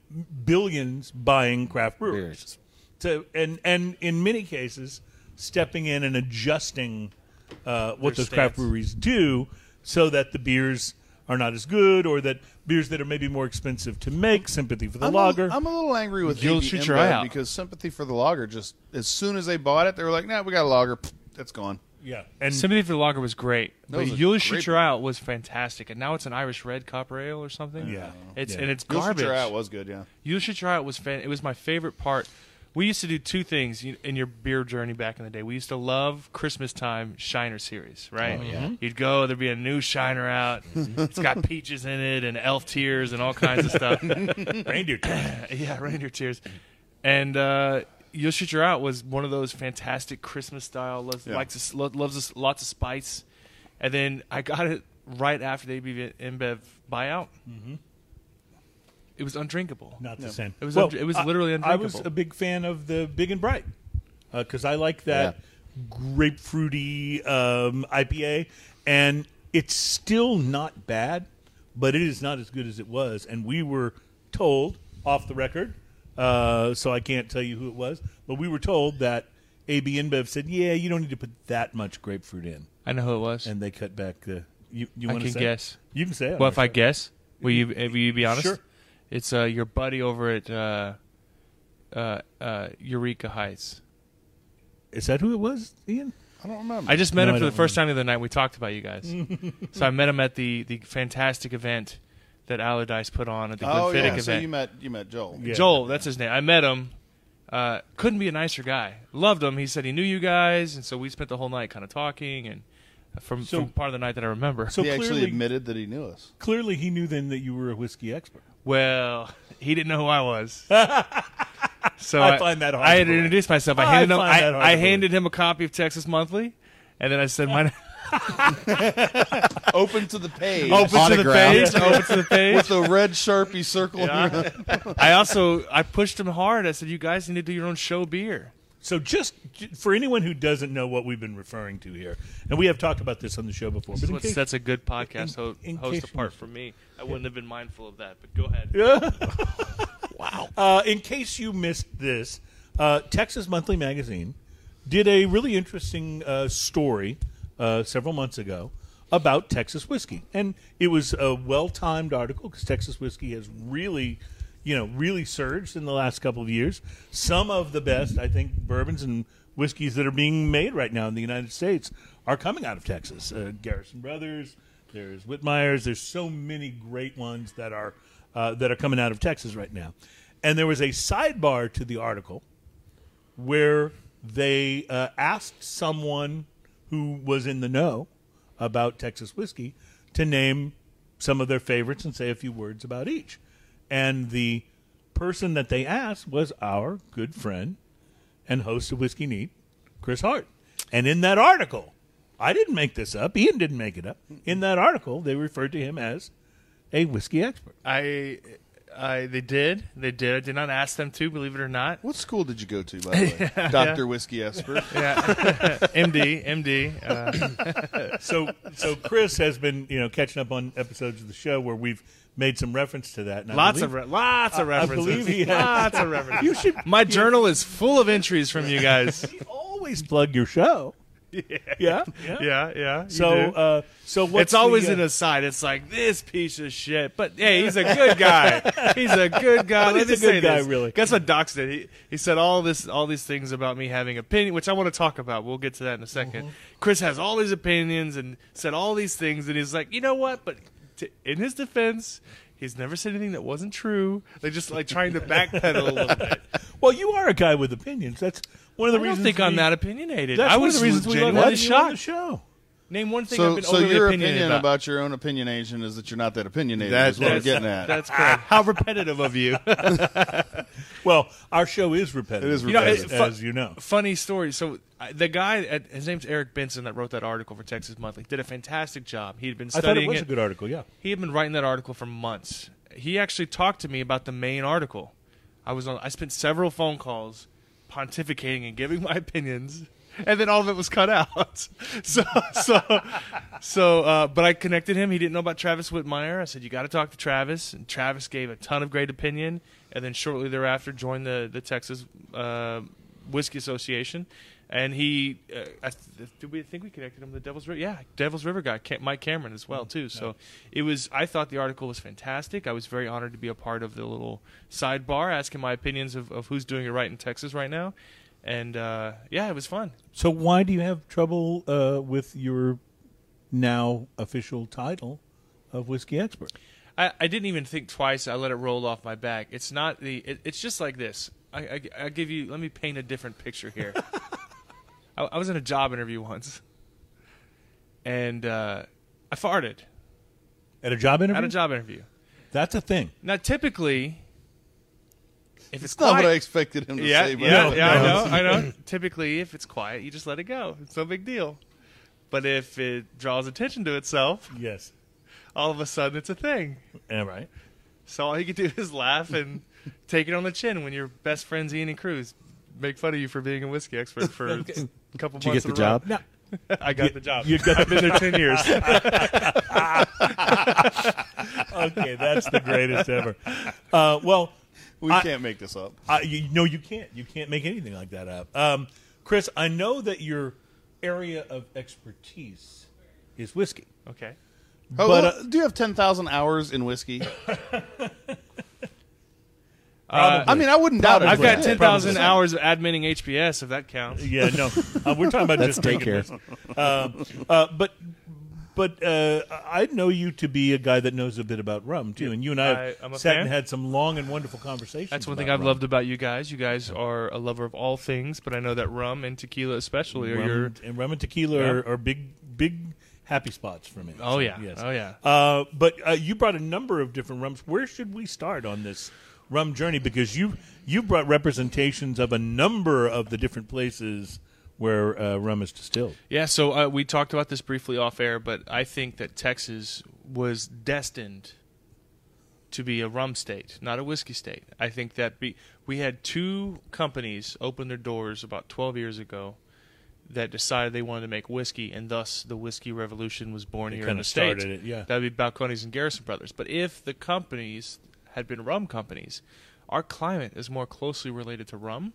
Speaker 2: billions buying craft brewers. So and and in many cases, stepping in and adjusting uh, what
Speaker 3: Their
Speaker 2: those craft
Speaker 3: stance.
Speaker 2: breweries do, so that the beers are not as good, or that beers that are maybe more expensive to make. Sympathy for the
Speaker 5: I'm
Speaker 2: lager.
Speaker 5: A, I'm a little angry with
Speaker 3: You'll
Speaker 5: AB
Speaker 3: shoot your
Speaker 5: InBev
Speaker 3: eye out.
Speaker 5: because sympathy for the lager just as soon as they bought it, they were like, "Nah, we got a lager. Pfft, That's gone."
Speaker 2: yeah, and
Speaker 3: Sympathy for Mm. the Lager was great.
Speaker 5: was a
Speaker 3: But You'll Shoot
Speaker 5: great
Speaker 3: Your
Speaker 5: beer.
Speaker 3: Eye Out was fantastic, and now it's an Irish Red Copper Ale or something.
Speaker 2: Yeah.
Speaker 3: it's
Speaker 2: Yeah.
Speaker 3: and it's
Speaker 5: You'll
Speaker 3: garbage.
Speaker 5: Shoot Your Eye Out was good, yeah.
Speaker 3: You'll Shoot Your Eye Out was fan. It was my favorite part. We used to do two things you- in your beer journey back in the day. We used to love Christmas time Shiner series,
Speaker 2: Oh,
Speaker 3: right? You'd go, there'd be a new Shiner out. it's got peaches in it and elf tears and all kinds of stuff.
Speaker 2: reindeer. taste.
Speaker 3: yeah, reindeer tears. And uh, You'll Shoot Your Out was one of those fantastic Christmas style, loves, likes, lo- loves lots of spice. And then I got it right after the ABV InBev buyout. Mm-hmm. It was undrinkable.
Speaker 2: Not the same.
Speaker 3: It was un- it was literally
Speaker 2: I, I was
Speaker 3: undrinkable.
Speaker 2: a big fan of the Big and Bright because I like that grapefruity um, IPA, and it's still not bad, but it is not as good as it was. And we were told off the record, uh, so I can't tell you who it was, but we were told that AB InBev said, "Yeah, you don't need to put that much grapefruit in,"
Speaker 3: I know who it was.
Speaker 2: and they cut back the. You, you
Speaker 3: I
Speaker 2: want to
Speaker 3: can
Speaker 2: say?
Speaker 3: guess.
Speaker 2: You can say it.
Speaker 3: well, if I guess, will you, uh, will you be honest?
Speaker 2: Mm-hmm. Sure.
Speaker 3: It's uh, your buddy over at uh, uh, uh, Eureka Heights.
Speaker 2: is that who it was, Ian?
Speaker 5: I don't remember.
Speaker 3: I just met
Speaker 2: No,
Speaker 3: him
Speaker 2: I
Speaker 3: for the
Speaker 2: don't
Speaker 3: first time the other night. We talked about you guys. so I met him at the, the fantastic event that Allardyce put on at the
Speaker 5: oh
Speaker 3: Glenfiddich
Speaker 5: yeah,
Speaker 3: event.
Speaker 5: so you met you met Joel.
Speaker 2: Yeah.
Speaker 3: Joel, that's his name. I met him. Uh, couldn't be a nicer guy. Loved him. He said he knew you guys, and so we spent the whole night kind of talking and uh, from,
Speaker 2: So-
Speaker 3: from part of the night that I remember.
Speaker 2: So
Speaker 5: he actually
Speaker 2: clearly,
Speaker 5: admitted that he knew us.
Speaker 2: clearly he knew then that you were a whiskey expert.
Speaker 3: Well, he didn't know who I was. so
Speaker 2: I find that hard
Speaker 3: I
Speaker 2: to
Speaker 3: had
Speaker 2: believe. Oh,
Speaker 3: introduced myself. I
Speaker 2: I
Speaker 3: handed him.
Speaker 2: find that hard
Speaker 3: I, I
Speaker 2: to believe.
Speaker 3: handed him a copy of Texas Monthly, and then I said, "My
Speaker 5: Open to the page
Speaker 3: open to the page.
Speaker 6: Autographed.
Speaker 3: Open to the page."
Speaker 5: with a red sharpie circle.
Speaker 3: Yeah. I also I pushed him hard. I said, "You guys need to do your own show beer."
Speaker 2: So just j- for anyone who doesn't know what we've been referring to here, and we have talked about this on the show before, but in
Speaker 3: What
Speaker 2: case-
Speaker 3: sets a good podcast
Speaker 2: in-
Speaker 3: ho-
Speaker 2: in
Speaker 3: host
Speaker 2: case-
Speaker 3: apart from me. I wouldn't have been mindful of that, but go ahead.
Speaker 2: uh, in case you missed this, uh, Texas Monthly Magazine did a really interesting uh, story uh, several months ago about Texas whiskey, and it was a well-timed article because Texas whiskey has really, you know, really surged in the last couple of years. Some of the best, I think, bourbons and whiskeys that are being made right now in the United States are coming out of Texas. Uh, Garrison Brothers, there's Whitmeyer's. There's so many great ones that are uh, that are coming out of Texas right now. And there was a sidebar to the article where they uh, asked someone who was in the know about Texas whiskey to name some of their favorites and say a few words about each. And the person that they asked was our good friend and host of Whiskey Neat, Chris Hart. And in that article, I didn't make this up. Ian didn't make it up. In that article, they referred to him as a whiskey expert.
Speaker 3: I, I they did, they did. I did not ask them to, believe it or not.
Speaker 5: What school did you go to, by the way? Doctor Whiskey Esper.
Speaker 3: Yeah, MD, MD. Uh,
Speaker 2: so so Chris has been you know catching up on episodes of the show where we've made some reference to that. and I
Speaker 3: lots
Speaker 2: believe-
Speaker 3: of re- lots of references.
Speaker 2: believe he has.
Speaker 3: lots of references.
Speaker 2: you should
Speaker 3: My journal is full of entries from you guys.
Speaker 2: always plug your show. Yeah, yeah.
Speaker 3: Yeah, yeah. you
Speaker 2: So,
Speaker 3: do.
Speaker 2: uh, so what's
Speaker 3: it's always
Speaker 2: the, uh,
Speaker 3: an aside. It's like this piece of shit. But hey, he's a good guy. he's a good guy. Let
Speaker 2: he's
Speaker 3: me
Speaker 2: a good
Speaker 3: say
Speaker 2: guy,
Speaker 3: this.
Speaker 2: really.
Speaker 3: That's what Docs did. He, he said all this, all these things about me having opinion, which I want to talk about. We'll get to that in a 2nd
Speaker 2: Mm-hmm.
Speaker 3: Chris has all these opinions and said all these things, and he's like, you know what? But t- in his defense. He's never said anything that wasn't true. They're just like trying to backpedal a little bit.
Speaker 2: well, you are a guy with opinions. That's one of the
Speaker 3: I don't
Speaker 2: reasons.
Speaker 3: think
Speaker 2: we,
Speaker 3: I'm that opinionated.
Speaker 2: That's
Speaker 3: I
Speaker 2: one of
Speaker 3: was
Speaker 2: the reasons we love
Speaker 3: genuinely
Speaker 2: having you on the
Speaker 3: shocked.
Speaker 2: show.
Speaker 3: Name one thing I've
Speaker 5: So,
Speaker 3: been
Speaker 5: so
Speaker 3: overly
Speaker 5: your
Speaker 3: opinionated
Speaker 5: opinion about. your own opinionation is that you're not that opinionated.
Speaker 6: That-
Speaker 5: is what we're
Speaker 6: that's-
Speaker 5: getting at.
Speaker 3: That's correct. How repetitive of you.
Speaker 2: Well, our show is repetitive.
Speaker 5: It is
Speaker 2: you know,
Speaker 5: repetitive.
Speaker 2: as,
Speaker 3: Fu-
Speaker 2: as you know.
Speaker 3: Funny story. So I- the guy, at, his name's Eric Benson, that wrote that article for Texas Monthly, did a fantastic job. He had been
Speaker 2: I thought it
Speaker 3: studying
Speaker 2: was a good article. Yeah.
Speaker 3: He had been writing that article for months. He actually talked to me about the main article. I was on. I spent several phone calls, pontificating and giving my opinions, and then all of it was cut out. So so so. Uh, but I connected him. He didn't know about Travis Whitmire. I said you got to talk to Travis, and Travis gave a ton of great opinion. And then shortly thereafter, joined the the Texas uh, Whiskey Association. And he, uh, I th- did we think we connected him to the Devil's River? Yeah, Devil's River guy, Ca- Mike Cameron as well too. So it was. I thought the article was fantastic. I was very honored to be a part of the little sidebar, asking my opinions of, of who's doing it right in Texas right now. And uh, yeah, it was fun.
Speaker 2: So why do you have trouble uh, with your now official title of whiskey expert?
Speaker 3: I, I didn't even think twice. I let it roll off my back. It's not the. It, it's just like this. I, I I give you. Let me paint a different picture here. I, I was in a job interview once, and uh, I farted
Speaker 2: At a job interview?
Speaker 3: at a job interview.
Speaker 2: That's a thing.
Speaker 3: Now, typically, if it's,
Speaker 5: It's not
Speaker 3: quiet,
Speaker 5: what I expected him to
Speaker 3: yeah,
Speaker 5: say. But
Speaker 3: yeah,
Speaker 2: No,
Speaker 3: yeah,
Speaker 2: no.
Speaker 3: I know, I know. typically, if it's quiet, you just let it go. It's no big deal. But if it draws attention to itself,
Speaker 2: Yes.
Speaker 3: all of a sudden, it's a thing.
Speaker 2: All right.
Speaker 3: So all you can do is laugh and take it on the chin when your best friends Ian and Cruz make fun of you for being a whiskey expert for a couple
Speaker 6: Did
Speaker 3: months.
Speaker 6: you get
Speaker 3: in a
Speaker 6: the
Speaker 3: row.
Speaker 6: job?
Speaker 2: Now,
Speaker 3: I got the job.
Speaker 2: you got
Speaker 3: I've been there ten years.
Speaker 2: okay, that's the greatest ever. Uh, well,
Speaker 5: we
Speaker 2: I-
Speaker 5: can't make this up.
Speaker 2: I, you, no, you can't. You can't make anything like that up. Um, Chris, I know that your area of expertise is whiskey.
Speaker 3: okay.
Speaker 5: How-
Speaker 2: But, uh,
Speaker 5: do you have ten thousand hours in whiskey?
Speaker 3: Uh,
Speaker 5: I mean, I wouldn't doubt it.
Speaker 3: I've
Speaker 5: but-
Speaker 3: got
Speaker 2: Probably.
Speaker 3: ten thousand
Speaker 2: Probably.
Speaker 3: hours of adminning HBS, if that counts.
Speaker 2: Yeah, no, uh, we're talking about
Speaker 6: That's
Speaker 2: just drinking
Speaker 6: daycare.
Speaker 2: whiskey. Um, uh, but but uh, I know you to be a guy that knows a bit about rum too, and you and I have
Speaker 3: I- I'm a
Speaker 2: sat
Speaker 3: fan.
Speaker 2: and had some long and wonderful conversations.
Speaker 3: That's one thing
Speaker 2: about
Speaker 3: I've
Speaker 2: rum.
Speaker 3: loved about you guys. You guys are a lover of all things, but I know that rum and tequila, especially, are
Speaker 2: Rum
Speaker 3: your
Speaker 2: and, and rum and tequila
Speaker 3: Yeah.
Speaker 2: are, are big big happy spots for me.
Speaker 3: Oh,
Speaker 2: So,
Speaker 3: yeah.
Speaker 2: yes.
Speaker 3: Oh, yeah.
Speaker 2: Uh, but uh, you brought a number of different rums. Where should we start on this rum journey? Because you you brought representations of a number of the different places where uh, rum is distilled.
Speaker 3: Yeah, so uh, we talked about this briefly off air, but I think that Texas was destined to be a rum state, not a whiskey state. I think that be, we had two companies open their doors about 12 years ago that decided they wanted to make whiskey, and thus the whiskey revolution was born here in
Speaker 2: kinda
Speaker 3: the state.
Speaker 2: started it, yeah.
Speaker 3: That would be Balcones and Garrison Brothers. But if the companies had been rum companies, our climate is more closely related to rum,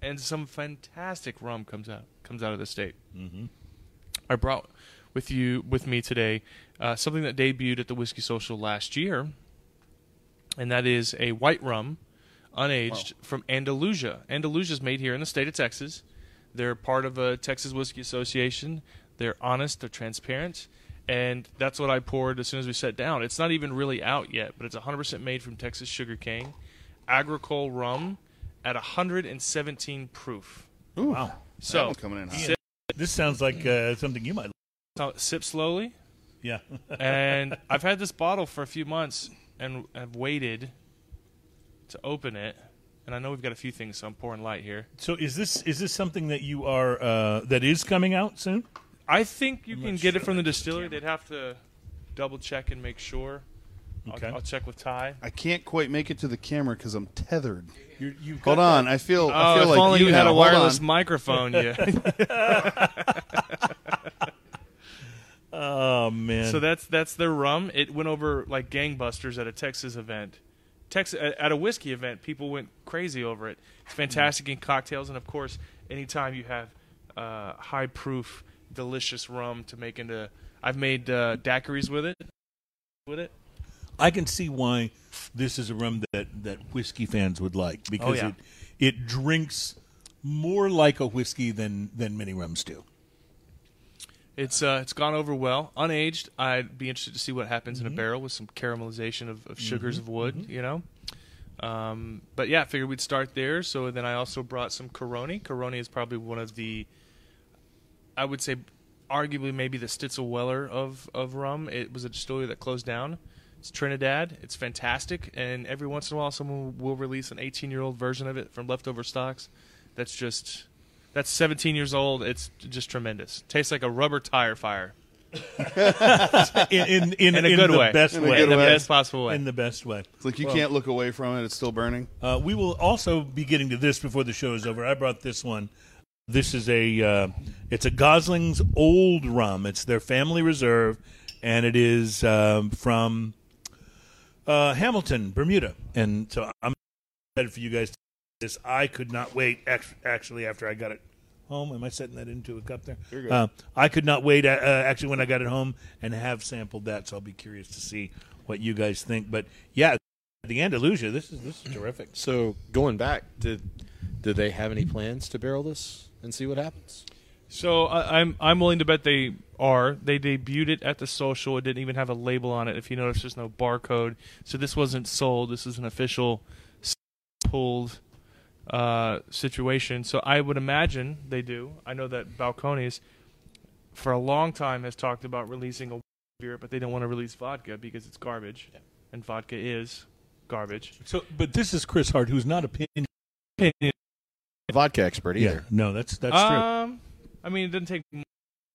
Speaker 3: and some fantastic rum comes out comes out of the state. I brought with you with me today uh, something that debuted at the Whiskey Social last year, and that is a white rum, unaged from Andalusia. Andalusia is made here in the state of Texas. They're part of a Texas Whiskey Association. They're honest. They're transparent. And that's what I poured as soon as we sat down. It's not even really out yet, but it's 100% made from Texas sugarcane, agricole rum at 117 proof.
Speaker 5: Ooh,
Speaker 2: Wow.
Speaker 5: that
Speaker 3: So
Speaker 5: one's coming in hot.
Speaker 3: Sit-
Speaker 2: This sounds like uh, something you might.
Speaker 3: so sip slowly.
Speaker 2: Yeah.
Speaker 3: and I've had this bottle for a few months and I've waited to open it. And I know we've got a few things, so I'm pouring light here.
Speaker 2: so is this is this something that you are uh, that is coming out soon?
Speaker 3: I think you can
Speaker 2: not
Speaker 3: get
Speaker 2: sure
Speaker 3: it from the distillery. They'd have to double check and make sure. I'll-
Speaker 2: Okay.
Speaker 3: I'll, check with Ty.
Speaker 5: I can't quite make it to the camera because I'm tethered.
Speaker 2: You're, you've
Speaker 5: Hold
Speaker 2: got
Speaker 5: on, I feel. I
Speaker 3: Oh,
Speaker 5: feel
Speaker 3: if
Speaker 5: like
Speaker 3: only you, had a
Speaker 5: now. Hold
Speaker 3: wireless
Speaker 5: on.
Speaker 3: microphone. Yeah.
Speaker 2: that- Oh man.
Speaker 3: So that's that's their rum. It went over like gangbusters at a Texas event. Texas at at a whiskey event, people went crazy over it. It's fantastic in cocktails, and of course, anytime you have uh, high proof, delicious rum to make into. I've made uh, daiquiris with it. With it,
Speaker 2: I can see why this is a rum that, that whiskey fans would like because
Speaker 3: Oh, yeah.
Speaker 2: it it drinks more like a whiskey than than many rums do.
Speaker 3: It's uh, it's gone over well, unaged. I'd be interested to see what happens in a barrel with some caramelization of, of sugars of wood, you know. Um, but yeah, I figured we'd start there. So then I also brought some Coroni. Coroni is probably one of the, I would say, arguably maybe the Stitzel Weller of of rum. It was a distillery that closed down. It's Trinidad. It's fantastic, and every once in a while, someone will release an 18 year old version of it from leftover stocks. That's just that's 17 years old. It's just tremendous. Tastes like a rubber tire fire
Speaker 2: In in in,
Speaker 3: in a good
Speaker 2: the
Speaker 3: way,
Speaker 2: best
Speaker 3: in,
Speaker 2: way.
Speaker 3: the best possible way.
Speaker 2: In the best way.
Speaker 5: It's like you can't look away from it; it's still burning.
Speaker 2: Uh, we will also be getting to this before the show is over. I brought this one. This is a uh, it's a Gosling's Old Rum. It's their family reserve, and it is um, from uh, Hamilton, Bermuda. And so I'm excited for you guys. To this I could not wait. act- Actually, after I got it home, am I setting that into a cup there? Uh, I could not wait. Uh, uh, actually, when I got it home and have sampled that, so I'll be curious to see what you guys think. But yeah, the Andalusia. This is this is terrific.
Speaker 6: So going back, did do they have any plans to barrel this and see what happens?
Speaker 3: So I, I'm I'm willing to bet they are. They debuted it at the social. It didn't even have a label on it. If you notice, there's no barcode. So this wasn't sold. This is an official s- pulled uh, situation. So I would imagine they do. I know that Balcones for a long time has talked about releasing a beer, but they don't want to release vodka because it's garbage, and vodka is garbage.
Speaker 2: So, but this is Chris Hart, who's not a opinion.
Speaker 6: Vodka expert either.
Speaker 2: no, that's that's
Speaker 3: um, I mean, it didn't take m-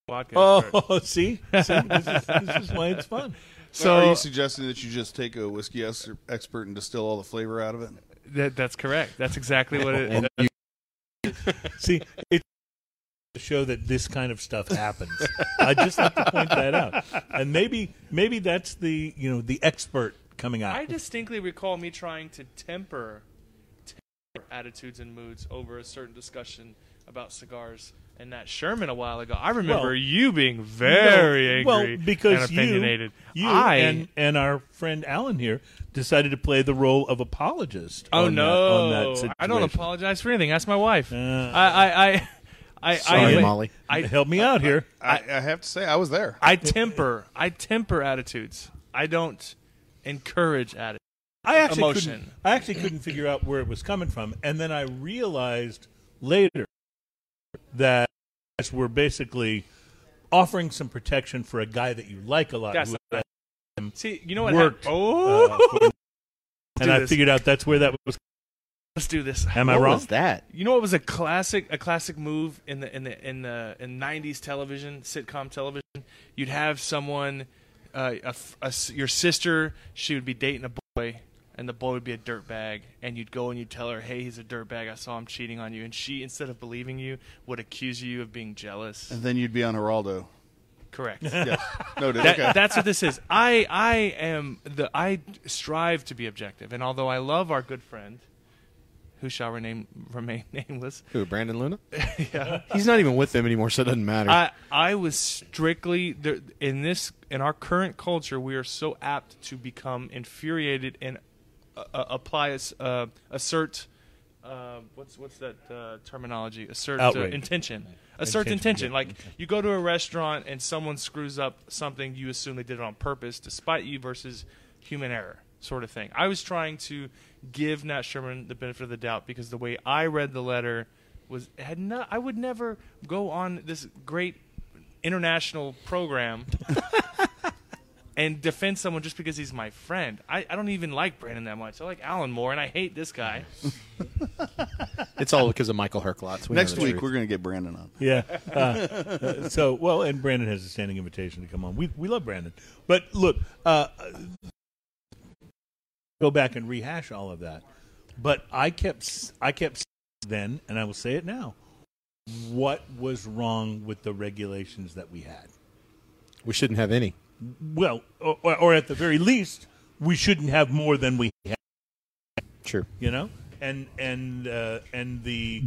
Speaker 3: vodka.
Speaker 2: true. Oh, see, see this, is, this is why it's fun.
Speaker 5: So, are
Speaker 3: so
Speaker 5: you suggesting that you just take a whiskey es- expert and distill all the flavor out of it?
Speaker 3: that, that's correct. That's exactly what it.
Speaker 6: And you,
Speaker 2: See, it's to show that this kind of stuff happens. I just like to point that out, and maybe maybe that's the you know the expert coming out.
Speaker 3: I distinctly recall me trying to temper, temper attitudes and moods over a certain discussion about cigars and Nat Sherman a while ago. I remember
Speaker 2: Well,
Speaker 3: you being very
Speaker 2: No,
Speaker 3: angry
Speaker 2: well, because
Speaker 3: and opinionated.
Speaker 2: You, you
Speaker 3: I
Speaker 2: and and our friend Alan here decided to play the role of apologist.
Speaker 3: oh
Speaker 2: on that-
Speaker 3: no,
Speaker 2: on that situation.
Speaker 3: I don't apologize for anything. Ask my wife.
Speaker 2: Uh.
Speaker 3: I I I I,
Speaker 6: Sorry,
Speaker 3: I,
Speaker 6: Molly.
Speaker 3: I,
Speaker 2: Help me out here.
Speaker 5: I, I have to say, I was there.
Speaker 3: I temper I temper attitudes. I don't encourage attitudes.
Speaker 2: I actually
Speaker 3: emotion.
Speaker 2: couldn't. I actually couldn't figure out where it was coming from, and then I realized later that guys we're basically offering some protection for a guy that you like a lot.
Speaker 3: That's
Speaker 2: who-
Speaker 3: See, you know what?
Speaker 2: Worked,
Speaker 3: hap-
Speaker 2: uh,
Speaker 3: oh,
Speaker 2: for- and
Speaker 3: do
Speaker 2: I
Speaker 3: this.
Speaker 2: figured out that's where that was.
Speaker 3: let's do this.
Speaker 2: Am I
Speaker 6: what
Speaker 2: wrong?
Speaker 6: was that?
Speaker 3: You know what was a classic a classic move in the in the in the in '90s television sitcom television? You'd have someone, uh, a f- a s- your sister, she would be dating a boy, and the boy would be a dirtbag, and you'd go and you'd tell her, "Hey, he's a dirtbag. I saw him cheating on you," and she, instead of believing you, would accuse you of being jealous.
Speaker 5: And then you'd be on Geraldo.
Speaker 3: Correct.
Speaker 5: Yes. Noted.
Speaker 3: That,
Speaker 5: okay.
Speaker 3: That's what this is. I I am the I strive to be objective, and although I love our good friend, who shall remain remain nameless,
Speaker 6: Who, Brandon Luna? yeah. He's not even with them anymore, so it doesn't matter.
Speaker 3: I I was strictly there, in this in our current culture. We are so apt to become infuriated and uh, uh, apply us uh, assert uh, what's what's that uh, terminology? Assert uh,
Speaker 2: Outrage.
Speaker 3: intention. Assert
Speaker 2: Intention,
Speaker 3: intention.
Speaker 2: yeah.
Speaker 3: Like you go to a restaurant and someone screws up something, you assume they did it on purpose, despite you versus human error sort of thing. I was trying to give Nat Sherman the benefit of the doubt because the way I read the letter was had not. I would never go on this great international program and defend someone just because he's my friend. I, I don't even like Brandon that much. I like Alan more, and I hate this guy.
Speaker 6: it's all because of Michael Herklotz. We know
Speaker 5: Next
Speaker 6: the
Speaker 5: week,
Speaker 6: truth.
Speaker 5: we're going to get Brandon on.
Speaker 2: Yeah. Uh, uh, so well, and Brandon has a standing invitation to come on. We we love Brandon, but look, uh, go back and rehash all of that. But I kept s- I kept s- then, and I will say it now. What was wrong with the regulations that we had?
Speaker 6: we shouldn't have any.
Speaker 2: Well, or, or- or at the very least, we shouldn't have more than we have.
Speaker 6: Sure.
Speaker 2: You know, and and uh, and the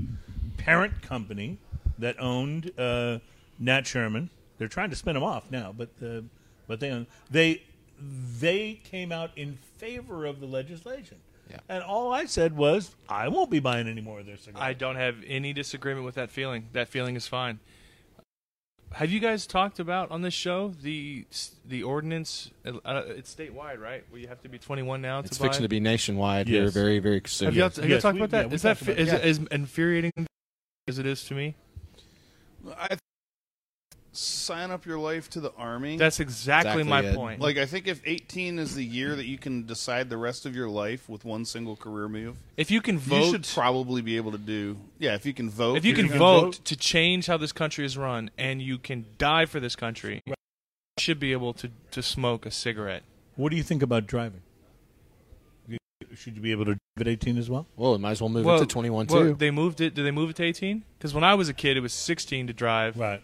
Speaker 2: parent company that owned uh, Nat Sherman. They're trying to spin him off now, but uh, but they own, they they came out in favor of the legislation.
Speaker 6: Yeah.
Speaker 2: And all I said was, I won't be buying any more of their cigars.
Speaker 3: I don't have any disagreement with that feeling. That feeling is fine. Have you guys talked about on this show the the ordinance? Uh, it's statewide, right? Where you have to be 21 now
Speaker 6: It's
Speaker 3: to buy.
Speaker 6: fixing to be nationwide
Speaker 2: Yes.
Speaker 6: here very, very soon.
Speaker 3: have you, have you
Speaker 2: Yes,
Speaker 3: talked
Speaker 2: we-
Speaker 3: about that?
Speaker 2: yeah, we
Speaker 3: Is that
Speaker 2: talked
Speaker 3: fi-
Speaker 2: about
Speaker 3: is,
Speaker 2: that.
Speaker 3: is infuriating as it is to me?
Speaker 5: I sign up your life to the army.
Speaker 3: That's exactly,
Speaker 6: Exactly
Speaker 3: my
Speaker 6: it.
Speaker 3: point.
Speaker 5: like I think if 18 is the year that you can decide the rest of your life with one single career move,
Speaker 3: if you can vote,
Speaker 5: you should probably be able to do. Yeah, if you can vote,
Speaker 3: if you can
Speaker 5: gonna
Speaker 3: vote, to change how this country is run, and you can die for this country, you should be able to to smoke a cigarette.
Speaker 2: What do you think about driving? You- Should you be able to drive at 18 as well?
Speaker 6: well, it might as well move it to 21
Speaker 3: well,
Speaker 6: too.
Speaker 3: They moved it. Did they move it to 18? Because when I was a kid, it was 16 to drive.
Speaker 2: Right.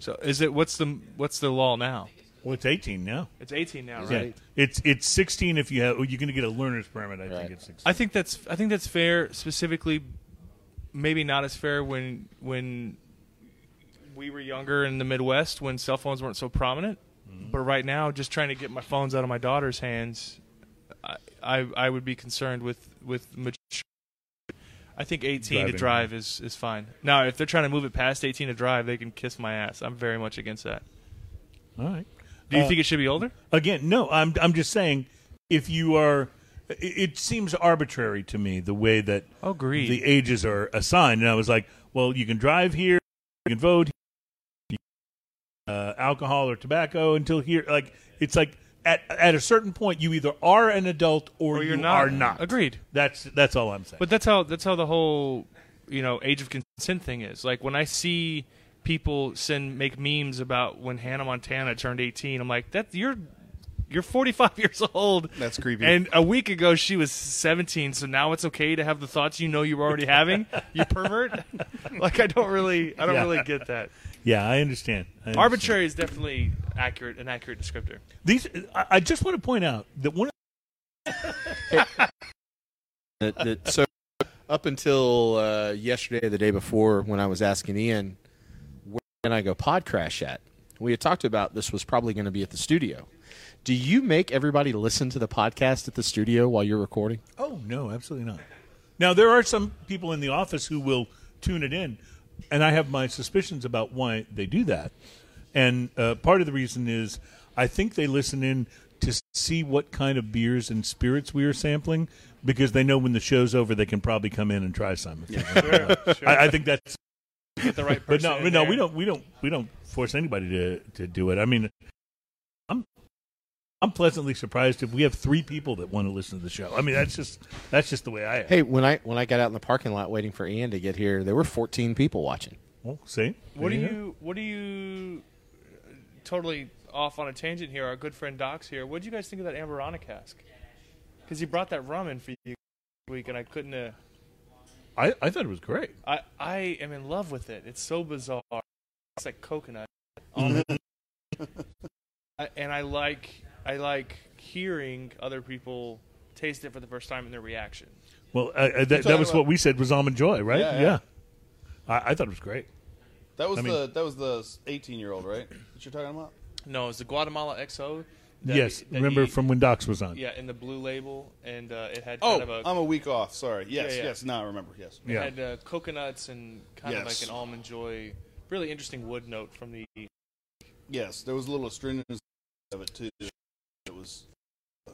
Speaker 3: So is it what's the what's the law now?
Speaker 2: Well, it's 18 now.
Speaker 3: It's 18 now, right?
Speaker 2: Yeah. It's it's 16 if you have. You're going to get a learner's permit. I
Speaker 6: Right.
Speaker 2: think it's 16.
Speaker 3: I think that's I think that's fair. Specifically, maybe not as fair when when we were younger in the Midwest when cell phones weren't so prominent.
Speaker 2: Mm-hmm.
Speaker 3: But right now, just trying to get my phones out of my daughter's hands, I I, I would be concerned with with. Mature. I think 18
Speaker 2: Driving.
Speaker 3: to drive is is fine. Now, if they're trying to move it past 18 to drive, they can kiss my ass. I'm very much against that.
Speaker 2: All right.
Speaker 3: Do you
Speaker 2: Uh,
Speaker 3: think it should be older?
Speaker 2: Again, no. I'm I'm just saying, if you are, it, it seems arbitrary to me the way that
Speaker 3: Agreed.
Speaker 2: the ages are assigned. And I was like, well, you can drive here, you can vote, you can, uh, alcohol or tobacco until here. Like it's like at at a certain point, you either are an adult or, you are not.
Speaker 3: Agreed.
Speaker 2: That's that's all I'm saying.
Speaker 3: But that's how that's how the whole you know age of consent thing is. Like when I see people send make memes about when Hannah Montana turned 18, I'm like, that you're you're 45 years old.
Speaker 5: That's creepy.
Speaker 3: And a week ago she was 17, so now it's okay to have the thoughts you know you're already having. You pervert. like I don't really I don't
Speaker 2: Yeah.
Speaker 3: really get that.
Speaker 2: yeah, I understand. I understand.
Speaker 3: Arbitrary is definitely accurate an accurate descriptor.
Speaker 2: These I, I just want to point out that one.
Speaker 6: that, that- so up until uh, yesterday or the day before when I was asking Ian where can I go pod crash at we had talked about this was probably going to be at the studio do you make everybody listen to the podcast at the studio while you're recording
Speaker 2: Oh no, absolutely not. Now there are some people in the office who will tune it in, and I have my suspicions about why they do that. And uh, part of the reason is I think they listen in to see what kind of beers and spirits we are sampling because they know when the show's over they can probably come in and try some. I, I think that's.
Speaker 3: Get the right
Speaker 2: But
Speaker 3: person.
Speaker 2: no,
Speaker 3: in
Speaker 2: no,
Speaker 3: there.
Speaker 2: we don't, we don't, we don't force anybody to to do it. I mean, I'm I'm pleasantly surprised if we have three people that want to listen to the show. I mean, that's just that's just the way I am.
Speaker 6: hey when I when I got out in the parking lot waiting for Ian to get here there were 14 people watching
Speaker 2: Well, Oh, see,
Speaker 3: What do
Speaker 2: There go.
Speaker 3: you? What do you? Totally off on a tangent here. Our good friend Doc's here. What do you guys think of that Amberana cask? Because he brought that rum in for you this week, and I couldn't. Uh,
Speaker 2: I, I thought it was great.
Speaker 3: I I am in love with it. It's so bizarre. It's like coconut. Almond. I, and I like I like hearing other people taste it for the first time and their reaction.
Speaker 2: Well, uh, uh, that, that
Speaker 4: talking
Speaker 2: was
Speaker 4: about-
Speaker 2: what we said was almond joy, right?
Speaker 5: Yeah, yeah.
Speaker 2: I, I thought it was great.
Speaker 5: That was
Speaker 2: I mean-
Speaker 5: the that was the 18 year old, right? That you're talking about?
Speaker 3: No, it's the Guatemala XO. that-
Speaker 2: yes,
Speaker 3: that
Speaker 2: remember
Speaker 3: he-
Speaker 2: from when Docs was on.
Speaker 3: yeah, in the blue label, and uh, it had
Speaker 5: Oh,
Speaker 3: kind of a
Speaker 5: I'm a week off. Sorry. Yes,
Speaker 3: Yeah, yeah.
Speaker 5: yes. Now I remember. Yes.
Speaker 2: Yeah.
Speaker 3: had uh, coconuts and kind
Speaker 5: Yes.
Speaker 3: of like an almond joy, really interesting wood note from the.
Speaker 5: Yes. There was a little astringency of it too. It was uh,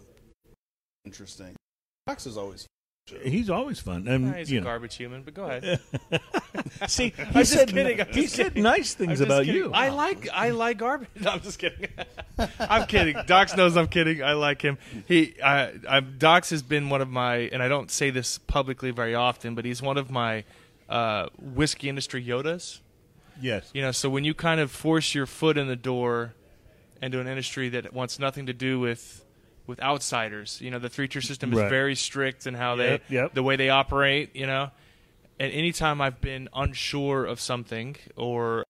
Speaker 5: interesting. Fox is always.
Speaker 2: he's always fun. And
Speaker 3: Ah, he's
Speaker 2: you
Speaker 3: a
Speaker 2: know,
Speaker 3: garbage human, but go ahead.
Speaker 2: see, he
Speaker 3: just
Speaker 2: said
Speaker 3: kidding, I'm
Speaker 2: he
Speaker 3: just
Speaker 2: said
Speaker 3: kidding.
Speaker 2: nice things
Speaker 3: I'm just
Speaker 2: about
Speaker 3: kidding.
Speaker 2: you.
Speaker 3: I like I like garbage. No, I'm just kidding. I'm kidding. Docs knows I'm kidding. I like him. He I I Docs has been one of my and I don't say this publicly very often, but he's one of my uh, whiskey industry Yodas.
Speaker 2: yes,
Speaker 3: You know, so when you kind of force your foot in the door into an industry that wants nothing to do with with outsiders, you know, the three tier system is
Speaker 2: Right.
Speaker 3: very strict in how
Speaker 2: Yep,
Speaker 3: they
Speaker 2: yep.
Speaker 3: the way they operate, you know. And anytime I've been unsure of something or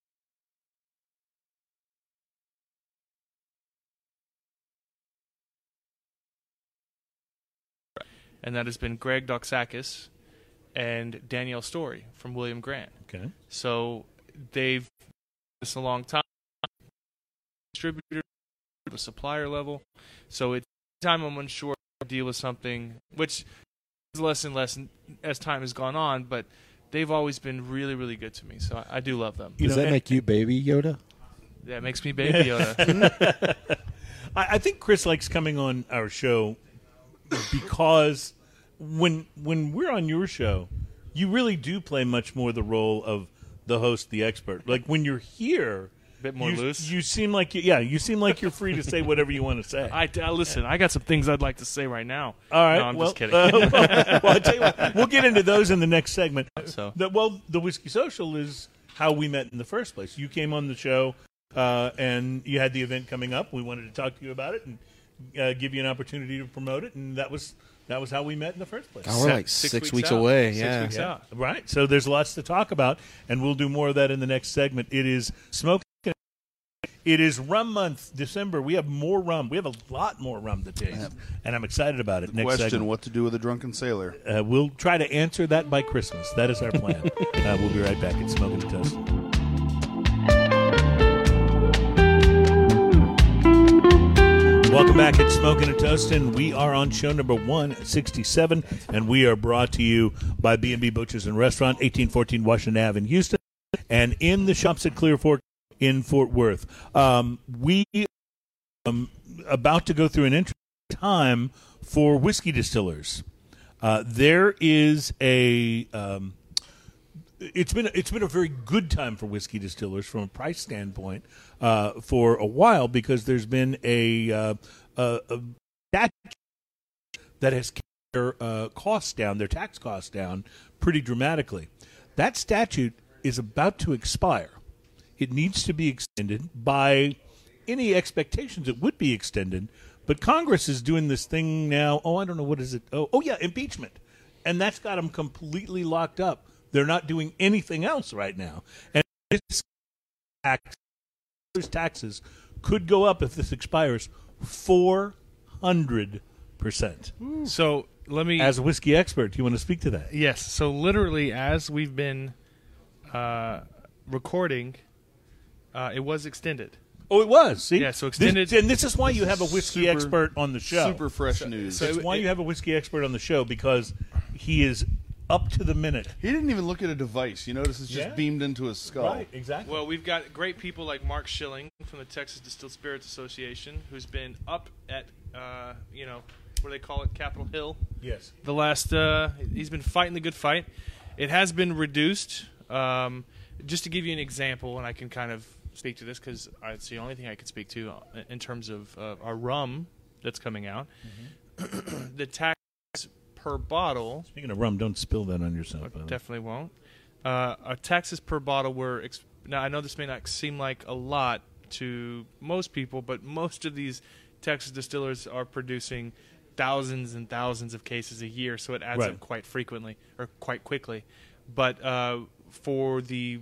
Speaker 3: and that has been Greg Doxakis and Danielle Story from William Grant.
Speaker 2: okay.
Speaker 3: So they've this a long time. Distributor, the supplier level. So it's time I'm unsure I'll deal with something, which is less and less as time has gone on. But they've always been really, really good to me. So I, I do love them.
Speaker 2: You
Speaker 6: Does
Speaker 2: know,
Speaker 6: that
Speaker 2: and-
Speaker 6: make you baby Yoda?
Speaker 3: That makes me baby Yoda.
Speaker 2: I, I think Chris likes coming on our show because when when we're on your show, you really do play much more the role of the host, the expert. Like when you're here,
Speaker 3: Bit more
Speaker 2: you,
Speaker 3: loose.
Speaker 2: You seem like you, yeah, you seem like you're free to say whatever you want to say.
Speaker 3: I, I- listen. I got some things I'd like to say right now.
Speaker 2: All right.
Speaker 3: No, I'm
Speaker 2: well,
Speaker 3: just kidding.
Speaker 2: uh, well, I tell you what, we'll get into those in the next segment.
Speaker 3: So-
Speaker 2: The- well, the whiskey social is how we met in the first place. You came on the show, uh, and you had the event coming up. We wanted to talk to you about it and uh, give you an opportunity to promote it, and that was that was how we met in the first place.
Speaker 6: Oh, we're like
Speaker 3: six
Speaker 6: six,
Speaker 3: weeks
Speaker 6: weeks,
Speaker 3: out.
Speaker 6: away.
Speaker 3: Six
Speaker 6: yeah.
Speaker 3: weeks out.
Speaker 2: Yeah. Right. So there's lots to talk about, and we'll do more of that in the next segment. It is smoke. It is rum month, December. We have more rum. We have a lot more rum to taste, and I'm excited about it. next
Speaker 5: Question:
Speaker 2: segment.
Speaker 5: What to do with a drunken sailor?
Speaker 2: Uh, we'll try to answer that by Christmas. That is our plan. uh, we'll be right back at Smoking with Us. Welcome back at Smoking and Toasting. We are on show number 167, and we are brought to you by B&B Butchers and Restaurant, 1814 Washington Ave in Houston, and in the shops at Clear Fork in Fort Worth. Um, we um about to go through an interesting time for whiskey distillers. Uh, there is a um, it's been it's been a very good time for whiskey distillers from a price standpoint uh, for a while because there's been a uh, a, a that that has kept their uh, costs down, their tax costs down pretty dramatically. That statute is about to expire. It needs to be extended by any expectations it would be extended. But Congress is doing this thing now. Oh, I don't know what is it. Oh, oh yeah, impeachment, and that's got them completely locked up. They're not doing anything else right now, and this tax those taxes could go up if this expires 400%. Hmm.
Speaker 3: So let me
Speaker 2: As a whiskey expert, do you want to speak to that?
Speaker 3: Yes. So literally, as we've been uh, recording, uh, it was extended.
Speaker 2: Oh, it was. See?
Speaker 3: Yeah, so
Speaker 2: This-
Speaker 3: extended-
Speaker 2: and this is why you have a whiskey
Speaker 5: Super-
Speaker 2: expert on the show.
Speaker 5: Super fresh news.
Speaker 2: That's why you have a whiskey expert on the show because he is up to the minute.
Speaker 5: he didn't even look at a device. You notice it's just
Speaker 2: Yeah.
Speaker 5: beamed into his skull.
Speaker 2: exactly.
Speaker 3: Well, we've got great people like Mark Schilling from the Texas Distilled Spirits Association, who's been up at uh, you know what do they call it, Capitol Hill.
Speaker 2: yes.
Speaker 3: The last uh, he's been fighting the good fight. It has been reduced. Um, just to give you an example, and I can kind of speak to this because it's the only thing I could speak to in terms of uh, our rum that's coming out. the tax per bottle
Speaker 2: Speaking of rum, don't spill that on yourself. by the way.
Speaker 3: definitely won't. Uh, our taxes per bottle were. Ex- now I know this may not seem like a lot to most people, but most of these Texas distillers are producing thousands and thousands of cases a year, so it adds
Speaker 2: Right.
Speaker 3: up quite frequently or quite quickly. But uh, for the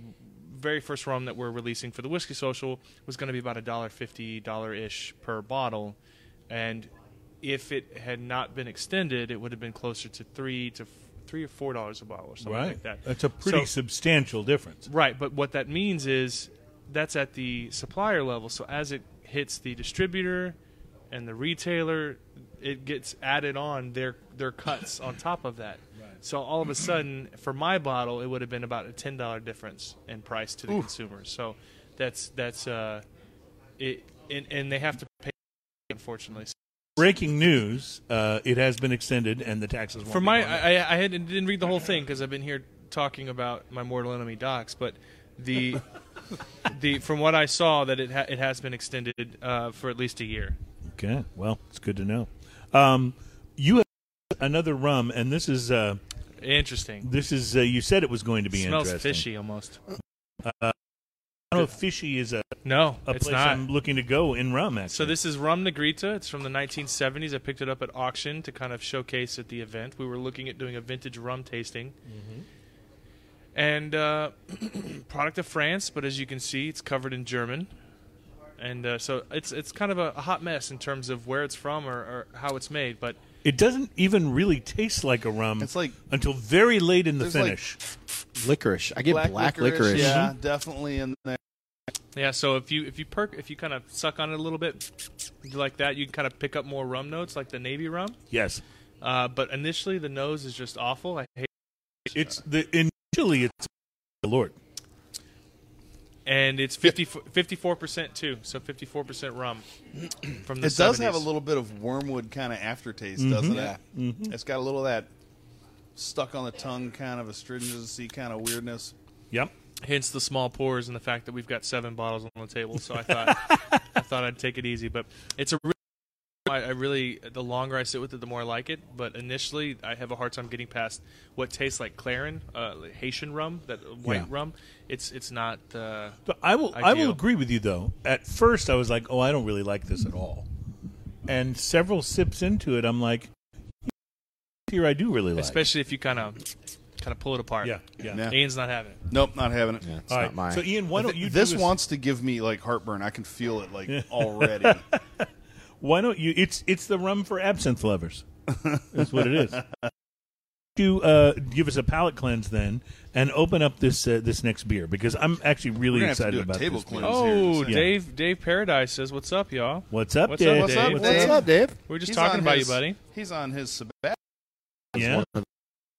Speaker 3: very first rum that we're releasing for the whiskey social was going to be about a dollar fifty dollar ish per bottle, and if it had not been extended, it would have been closer to three to f- three or four dollars a bottle or something
Speaker 2: Right.
Speaker 3: like that.
Speaker 2: That's a pretty
Speaker 3: So-
Speaker 2: substantial difference.
Speaker 3: right, but what that means is that's at the supplier level. So as it hits the distributor and the retailer, it gets added on their their cuts on top of that. So all of a sudden, for my bottle, it would have been about a ten dollar difference in price to the consumer. So that's that's uh, it, and, and they have to pay unfortunately.
Speaker 2: Breaking news: uh, It has been extended, and the taxes. Won't
Speaker 3: For
Speaker 2: be
Speaker 3: my,
Speaker 2: going up.
Speaker 3: I, I I hadn't, didn't read the whole thing because I've been here talking about my mortal enemy docs, but the the from what I saw that it ha- it has been extended uh, for at least a year.
Speaker 2: Okay. Well, it's good to know. Um, you have another rum, and this is uh,
Speaker 3: Interesting.
Speaker 2: this is uh, you said it was going to be
Speaker 3: Smells
Speaker 2: interesting. Uh,
Speaker 3: fishy almost.
Speaker 2: I don't know if fishy is a,
Speaker 3: No,
Speaker 2: a
Speaker 3: it's
Speaker 2: place
Speaker 3: not.
Speaker 2: I'm looking to go in rum. Actually,
Speaker 3: So this is rum Negrita. It's from the 1970s. I picked it up at auction to kind of showcase at the event. We were looking at doing a vintage rum tasting. And uh, product of France, but as you can see, it's covered in German. And uh, so it's it's kind of a, a hot mess in terms of where it's from or, or how it's made. But
Speaker 2: it doesn't even really taste like a rum.
Speaker 5: It's like-
Speaker 2: until very late in the
Speaker 5: There's like
Speaker 2: finish.
Speaker 6: licorice. I get black, licorice. Mm-hmm.
Speaker 5: Yeah, definitely in there.
Speaker 3: Yeah, so if you if you perk if you kind of suck on it a little bit like that, you can kind of pick up more rum notes like the navy rum.
Speaker 2: Yes.
Speaker 3: Uh, but initially, the nose is just awful. I hate,
Speaker 2: It's the initially it's the Lord.
Speaker 3: and it's 54 percent too. So fifty four percent rum from the.
Speaker 5: It does have a
Speaker 3: 70s.
Speaker 5: little bit of wormwood kind of aftertaste,
Speaker 6: Mm-hmm.
Speaker 5: doesn't it? It's got a little of that stuck on the tongue kind of astringency kind of weirdness.
Speaker 2: Yep.
Speaker 3: Hence the small pours and the fact that we've got seven bottles on the table. So I thought I thought I'd take it easy, but it's a. Really, I, I really the longer I sit with it, the more I like it. But initially, I have a hard time getting past what tastes like Clarin, uh, Haitian rum, that white
Speaker 2: Yeah.
Speaker 3: rum. It's it's not. Uh,
Speaker 2: But I will I will
Speaker 3: Ideal.
Speaker 2: agree with you though. At first I was like, "Oh, I don't really like this at all." And several sips into it, I'm like, "Here I do really like."
Speaker 3: especially if you kind of kind of pull it apart.
Speaker 2: yeah, yeah.
Speaker 5: Yeah.
Speaker 3: Ian's not having it.
Speaker 5: Nope, not having it.
Speaker 6: Yeah, it's
Speaker 2: All
Speaker 6: not
Speaker 2: right.
Speaker 6: my.
Speaker 2: So Ian, why don't you do
Speaker 5: this
Speaker 2: us-
Speaker 5: wants to give me like heartburn. I can feel it like already.
Speaker 2: Why don't you? It's it's the rum for absinthe lovers. That's what it is. You uh, give us a palate cleanse then, and open up this uh, this next beer because I'm actually really
Speaker 5: We're gonna have to
Speaker 2: excited
Speaker 5: do a
Speaker 2: about
Speaker 5: table
Speaker 2: this. beer.
Speaker 5: cleanse. It's here in a
Speaker 3: Oh,
Speaker 5: second.
Speaker 3: Dave Dave Paradise says, "What's up, y'all?
Speaker 2: What's up,
Speaker 3: What's up,
Speaker 2: Dave?
Speaker 3: what's up,
Speaker 2: What's
Speaker 5: Dave?
Speaker 6: What's up, Dave?
Speaker 3: We're just
Speaker 5: He's
Speaker 3: talking
Speaker 5: on
Speaker 3: about
Speaker 5: his-
Speaker 3: you, buddy."
Speaker 5: He's on his sabbatical.
Speaker 2: Yeah,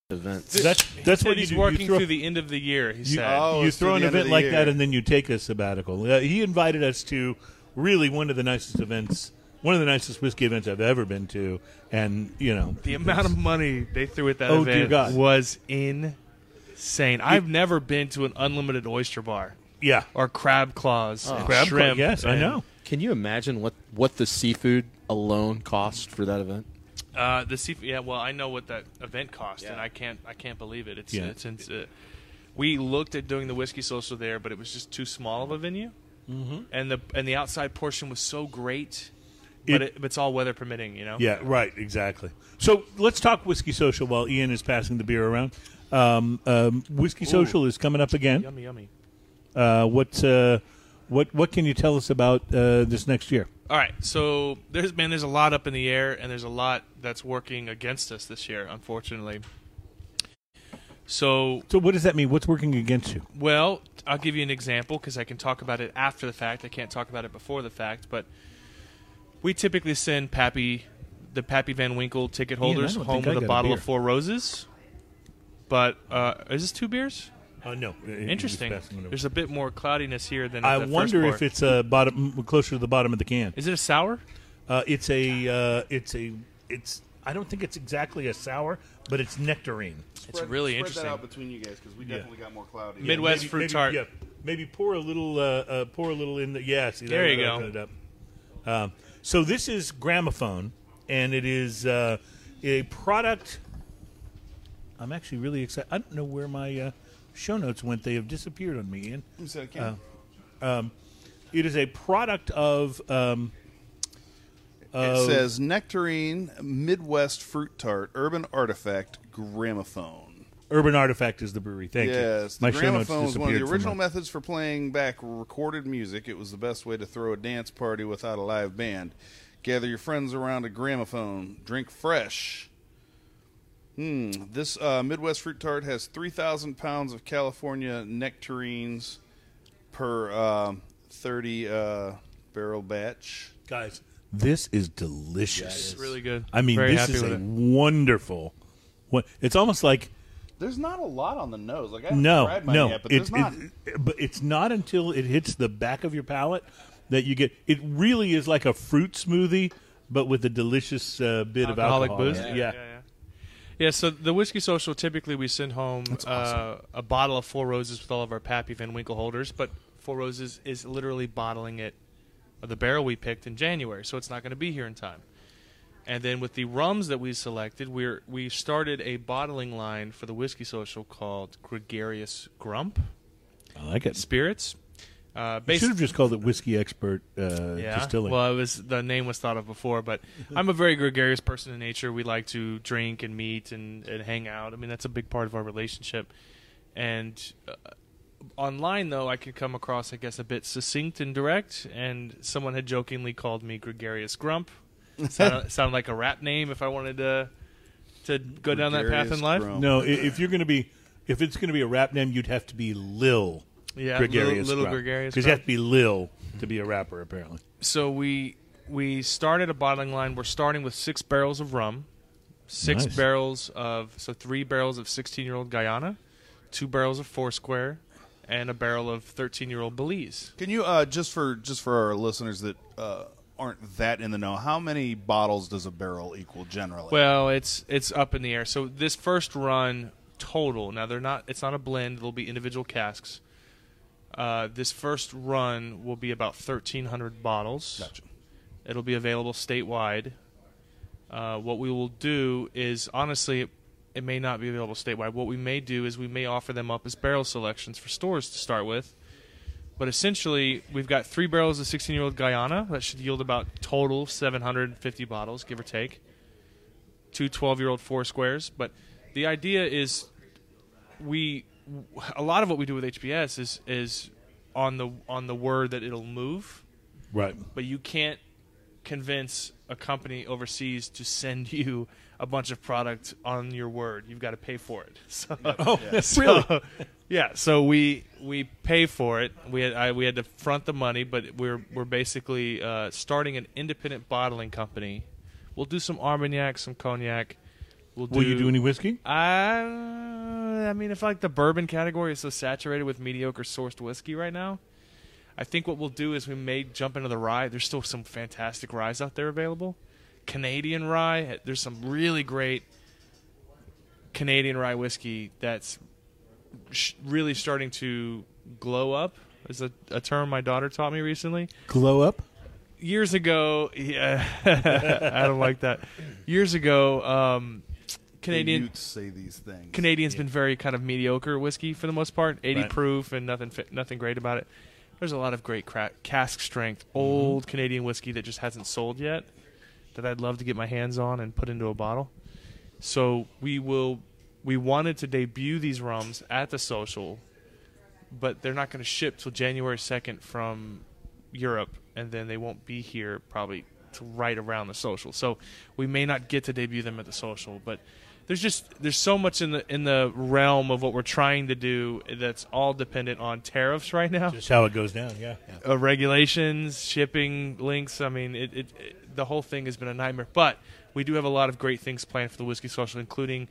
Speaker 6: Events.
Speaker 2: that's that's what
Speaker 3: he's
Speaker 2: you do. You
Speaker 3: working
Speaker 2: throw-
Speaker 3: through the end of the year. He
Speaker 2: You,
Speaker 3: said,
Speaker 5: Oh,
Speaker 2: you
Speaker 5: it's
Speaker 2: throw
Speaker 5: to
Speaker 2: an
Speaker 5: the end of
Speaker 2: event
Speaker 5: the
Speaker 2: like
Speaker 5: year.
Speaker 2: that, and then you take a sabbatical. Uh, he invited us to really one of the nicest events, one of the nicest whiskey events I've ever been to, and you know
Speaker 3: "The amount of money they threw at that
Speaker 2: Oh, dear
Speaker 3: event
Speaker 2: God.
Speaker 3: was insane. I've never been to an unlimited oyster bar
Speaker 2: yeah,
Speaker 3: or crab claws, and
Speaker 2: Crab claw,
Speaker 3: shrimp.
Speaker 2: Yes, I
Speaker 3: and,
Speaker 2: know.
Speaker 6: Can you imagine what what the seafood alone cost for that event?
Speaker 3: Uh, the seafood. Yeah, well, I know what that event cost, and
Speaker 4: Yeah.
Speaker 3: I can't. I can't believe it. It's.
Speaker 2: Yeah.
Speaker 3: It's. it's uh, we looked at doing the whiskey social there, but it was just too small of a venue, mm-hmm. and the and the outside portion was so great,
Speaker 2: It-
Speaker 3: but it, it's all weather permitting, you know.
Speaker 2: Yeah, right, exactly. So let's talk Whiskey Social while Ian is passing the beer around. Um, um, Whiskey Social is coming up again.
Speaker 3: Yummy, yummy.
Speaker 2: Uh, what, uh, what, what can you tell us about uh, this next year?
Speaker 3: All right, so there's man, there's a lot up in the air, and there's a lot that's working against us this year, unfortunately. So,
Speaker 2: So, what does that mean? What's working against you?
Speaker 3: well, I'll give you an example because I can talk about it after the fact. I can't talk about it before the fact, but we typically send Pappy, the Pappy Van Winkle ticket holders,
Speaker 2: don't
Speaker 3: home
Speaker 2: think I
Speaker 3: with
Speaker 2: got
Speaker 3: a
Speaker 2: a
Speaker 3: bottle of
Speaker 2: beer.
Speaker 3: Four Roses. But uh, is this two beers?
Speaker 2: Uh, no,
Speaker 3: Interesting. There's a bit more cloudiness here than
Speaker 2: I
Speaker 3: at the first
Speaker 2: wonder
Speaker 3: pour.
Speaker 2: if it's uh, bottom m- closer to the bottom of the can.
Speaker 3: is it a sour.
Speaker 2: Uh, it's a, uh, it's a, it's. I don't think it's exactly a sour, but it's nectarine.
Speaker 3: It's really interesting.
Speaker 5: between you guys because we
Speaker 2: definitely
Speaker 5: got more cloudy.
Speaker 3: Midwest fruit
Speaker 2: maybe,
Speaker 3: tart.
Speaker 2: Yeah, maybe pour a little, uh, uh, pour a little in the. Yeah, see, that
Speaker 3: There you
Speaker 2: would
Speaker 3: go.
Speaker 2: open It up. Um, so this is gramophone, and it is uh, a product. I'm actually really excited. I don't know where my uh, show notes went. They have disappeared on me, Ian.
Speaker 6: Oh.
Speaker 2: It is a product of. Um,
Speaker 5: It says nectarine Midwest fruit tart urban artifact gramophone.
Speaker 2: Urban Artifact is the brewery. Thank you.
Speaker 5: Yes, the
Speaker 2: my show notes
Speaker 5: gramophone was one of
Speaker 2: disappeared
Speaker 5: the
Speaker 2: from
Speaker 5: original
Speaker 2: my-
Speaker 5: methods for playing back recorded music. It was the best way to throw a dance party without a live band. Gather your friends around a gramophone, drink fresh. Hmm. This uh, Midwest fruit tart has three thousand pounds of California nectarines per uh, thirty uh, barrel batch.
Speaker 2: Guys, this is delicious.
Speaker 3: It's really good.
Speaker 2: I mean,
Speaker 3: Very
Speaker 2: this
Speaker 3: happy
Speaker 2: is
Speaker 3: with
Speaker 2: a
Speaker 3: it.
Speaker 2: wonderful. What, it's almost like
Speaker 5: There's not a lot on the nose. Like I haven't
Speaker 2: No,
Speaker 5: tried mine
Speaker 2: no,
Speaker 5: yet, but
Speaker 2: it's
Speaker 5: there's not.
Speaker 2: it- but it's not until it hits the back of your palate that you get. It really is like a fruit smoothie, but with a delicious uh, bit
Speaker 3: Alcoholic
Speaker 2: of alcohol. in
Speaker 3: booze?
Speaker 2: it. Yeah.
Speaker 3: yeah, yeah. Yeah, so the whiskey social typically we send home uh, a bottle of Four Roses with all of our Pappy Van Winkle holders, but Four Roses is literally bottling it of the barrel we picked in January, so it's not going to be here in time. And then with the rums that we selected, we're we started a bottling line for the whiskey social called Gregarious Grump
Speaker 2: I like it.
Speaker 3: Spirits. Uh,
Speaker 2: You
Speaker 3: based-
Speaker 2: should have just called it whiskey expert uh, distilling.
Speaker 3: well, it was the name was thought of before, but I'm a very gregarious person in nature. We like to drink and meet and, and hang out. I mean, that's a big part of our relationship. And uh, online, though, I could come across, I guess, a bit succinct and direct. And someone had jokingly called me Gregarious Grump. Sounded, sounded like a rap name if I wanted to to go down that path in
Speaker 5: Gregarious
Speaker 3: life.
Speaker 5: Grump.
Speaker 2: no, i- if you're going to be, if it's going to be a rap name, you'd have to be Lil.
Speaker 3: Yeah,
Speaker 2: gregarious
Speaker 3: Lil- Little Gregarious
Speaker 2: Because you
Speaker 3: Grub.
Speaker 2: have to be Lil to be a rapper, apparently.
Speaker 3: so we we started a bottling line. We're starting with six barrels of rum, six
Speaker 2: Nice.
Speaker 3: barrels of so three barrels of sixteen year old Guyana, two barrels of Foursquare, and a barrel of thirteen year old Belize.
Speaker 5: Can you uh, just for just for our listeners that uh, aren't that in the know, how many bottles does a barrel equal generally?
Speaker 3: Well, it's it's up in the air. So this first run total. Now they're not. It's not a blend. It'll be individual casks. Uh, this first run will be about thirteen hundred bottles.
Speaker 5: Gotcha.
Speaker 3: It'll be available statewide. Uh, what we will do is, honestly, it, it may not be available statewide. What we may do is we may offer them up as barrel selections for stores to start with. But essentially, we've got three barrels of 16 year old Guyana. That should yield about total 750 bottles, give or take. Two 12 year old four squares. But the idea is we a lot of what we do with HBS is is on the on the word that it'll move
Speaker 2: Right.
Speaker 3: but you can't convince a company overseas to send you a bunch of product on your word. You've got to pay for it. So,
Speaker 2: Oh, really?
Speaker 3: so- yeah. So we we pay for it. We had I, we had to front the money, but we're we're basically uh, starting an independent bottling company. We'll do some armagnac, some cognac. We'll do,
Speaker 2: Will you do any whiskey?
Speaker 3: I, I mean, if like the bourbon category is so saturated with mediocre sourced whiskey right now, I think what we'll do is we may jump into the rye. There's still some fantastic ryes out there available. Canadian rye. eh, There's some really great Canadian rye whiskey that's sh- really starting to glow up. Is a, a term my daughter taught me recently
Speaker 2: Glow up?
Speaker 3: years ago, yeah, I don't like that. Years ago, um, Canadian
Speaker 5: You'd say these things.
Speaker 3: Canadian's been very kind of mediocre whiskey for the most part, 80
Speaker 2: Right.
Speaker 3: proof and nothing fi- nothing great about it. There's a lot of great cra- cask strength old Canadian whiskey that just hasn't sold yet that I'd love to get my hands on and put into a bottle. So we will we wanted to debut these rums at the social, but they're not going to ship till January 2nd from Europe and then they won't be here probably to right around the social. So we may not get to debut them at the social, but there's just there's so much in the in the realm of what we're trying to do that's all dependent on tariffs right now
Speaker 2: Just how it goes down, yeah.
Speaker 3: uh, regulations, shipping links. I mean, it, it, it the whole thing has been a nightmare. But we do have a lot of great things planned for the whiskey social, including,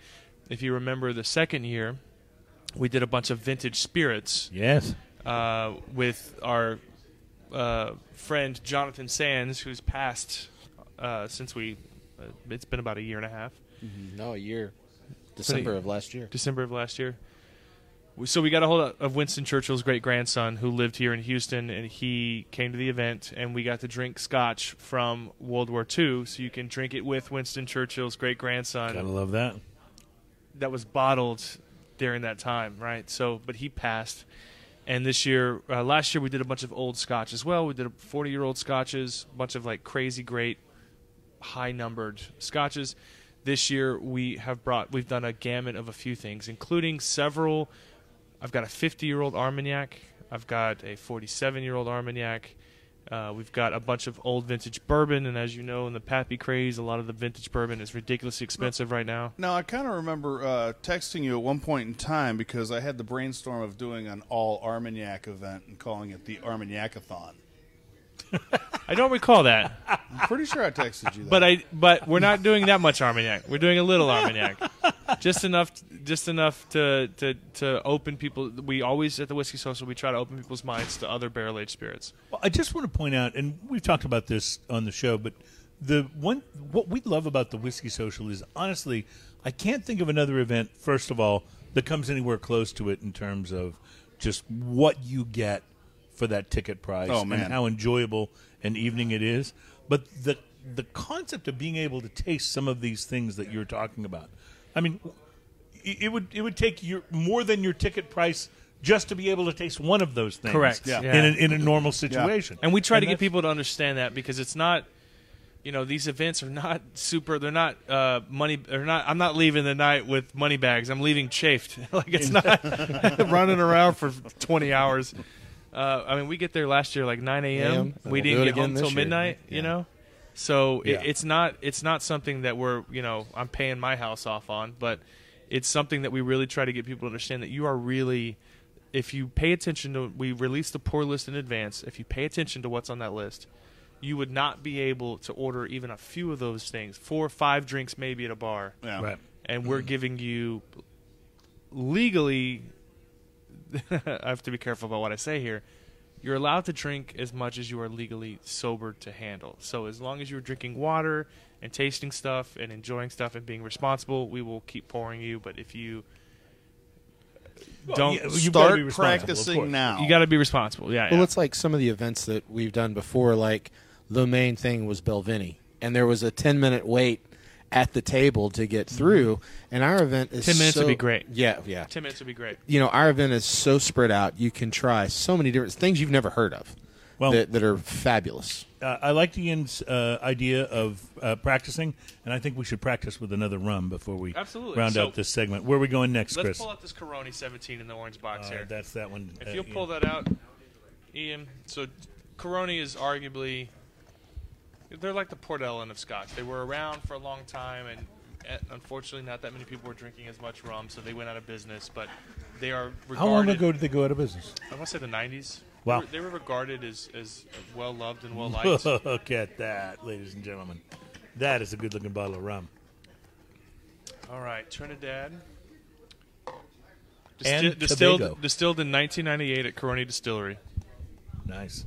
Speaker 3: if you remember, the second year, we did a bunch of vintage spirits
Speaker 2: Yes.
Speaker 3: uh, with our uh, friend Jonathan Sands, who's passed uh, since we. Uh, it's been about a year and a half.
Speaker 6: No, a year. December of last year.
Speaker 3: December of last year. We- So we got a hold of Winston Churchill's great grandson who lived here in Houston, and he came to the event, and we got to drink scotch from World War II. So you can drink it with Winston Churchill's great
Speaker 2: Gotta
Speaker 3: grandson
Speaker 2: love that.
Speaker 3: that was bottled during that time, right? So, but he passed. And this year, uh, last year we did a bunch of old scotch as well. We did 40 year old scotches, a bunch of like crazy great high numbered scotches. This year we have brought we've done a gamut of a few things, including several. I've got a 50 year old Armagnac. I've got a 47 year old Armagnac. Uh, we've got a bunch of old vintage bourbon, and as you know, in the Pappy craze, a lot of the vintage bourbon is ridiculously expensive right now.
Speaker 5: Now I kind of remember uh, texting you at one point in time because I had the brainstorm of doing an all Armagnac event and calling it the Armagnacathon.
Speaker 3: I don't recall that,
Speaker 5: I'm pretty sure I texted you that.
Speaker 3: but I but we're not doing that much Armagnac. We're doing a little Armagnac, just enough just enough to to to open people. We always at the whiskey social we try to open people's minds to other barrel aged spirits.
Speaker 2: Well, I just want to point out, and we've talked about this on the show, but the one what we love about the whiskey social is honestly, I can't think of another event. First of all, that comes anywhere close to it in terms of just what you get for that ticket price
Speaker 5: Oh,
Speaker 2: and
Speaker 5: man.
Speaker 2: how enjoyable an evening it is. But the the concept of being able to taste some of these things that you're talking about, I mean, it it would it would take your more than your ticket price just to be able to taste one of those things.
Speaker 3: Correct. Yeah.
Speaker 2: In, an, in a normal situation.
Speaker 3: And we try to get people to understand that because it's not, you know, these events are not super. They're not uh, money. They're not. I'm not leaving the night with money bags. I'm leaving chafed. like it's not running around for 20 hours. Uh, I mean, we get there last year like 9 a.m.
Speaker 6: A.M., and
Speaker 3: We
Speaker 6: we'll
Speaker 3: didn't
Speaker 6: do it
Speaker 3: get
Speaker 6: again
Speaker 3: home
Speaker 6: this
Speaker 3: till
Speaker 6: year.
Speaker 3: midnight. You
Speaker 6: Yeah.
Speaker 3: know, so
Speaker 2: Yeah.
Speaker 3: it, it's not. It's not something that we're. You know, I'm paying my house off on, but. it's something that we really try to get people to understand that you are really if you pay attention to we release the pour list in advance if you pay attention to what's on that list you would not be able to order even a few of those things four or five drinks maybe at a bar
Speaker 2: Yeah.
Speaker 3: Right. and we're giving you legally I have to be careful about what I say here. You're allowed to drink as much as you are legally sober to handle. So as long as you're drinking water and tasting stuff and enjoying stuff and being responsible, we will keep pouring you. But if you don't,
Speaker 2: yeah,
Speaker 3: you,
Speaker 2: you've gotta be responsible,
Speaker 5: Start
Speaker 2: of course.
Speaker 5: practicing now.
Speaker 3: got to be responsible. Yeah.
Speaker 6: Well,
Speaker 3: yeah.
Speaker 6: it's like some of the events that we've done before. Like the main thing was Belvini, and there was a ten minute wait at the table to get through. And our event is
Speaker 3: 10 minutes would
Speaker 6: so-
Speaker 3: be great.
Speaker 6: Yeah, yeah.
Speaker 3: Ten minutes would be great.
Speaker 6: You know, our event is so spread out. You can try so many different things you've never heard of.
Speaker 2: Well-
Speaker 6: that, that are fabulous.
Speaker 2: Uh, I like Ian's uh, idea of uh, practicing, and I think we should practice with another rum before we
Speaker 3: Absolutely.
Speaker 2: round
Speaker 3: So-
Speaker 2: out this segment. Where are we going next,
Speaker 3: Let's
Speaker 2: Chris?
Speaker 3: pull out this Caroni 17 in the orange box
Speaker 2: Uh,
Speaker 3: here.
Speaker 2: that's that one.
Speaker 3: If you'll pull that out, Ian. So, Coroni is arguably they're like the Port Ellen of Scotch. They were around for a long time, and eh, unfortunately, not that many people were drinking as much rum, so they went out of business. But they are regarded,
Speaker 2: How long ago did they go out of business?
Speaker 3: I want to say the 90s.
Speaker 2: Wow.
Speaker 3: They were, they were regarded as as well loved and well liked.
Speaker 2: Look at that, ladies and gentlemen. That is a good looking bottle of rum.
Speaker 3: All right, Trinidad.
Speaker 2: And
Speaker 3: Disti- distilled,
Speaker 2: Tobago.
Speaker 3: distilled in 1998 at Coroni Distillery.
Speaker 2: Nice.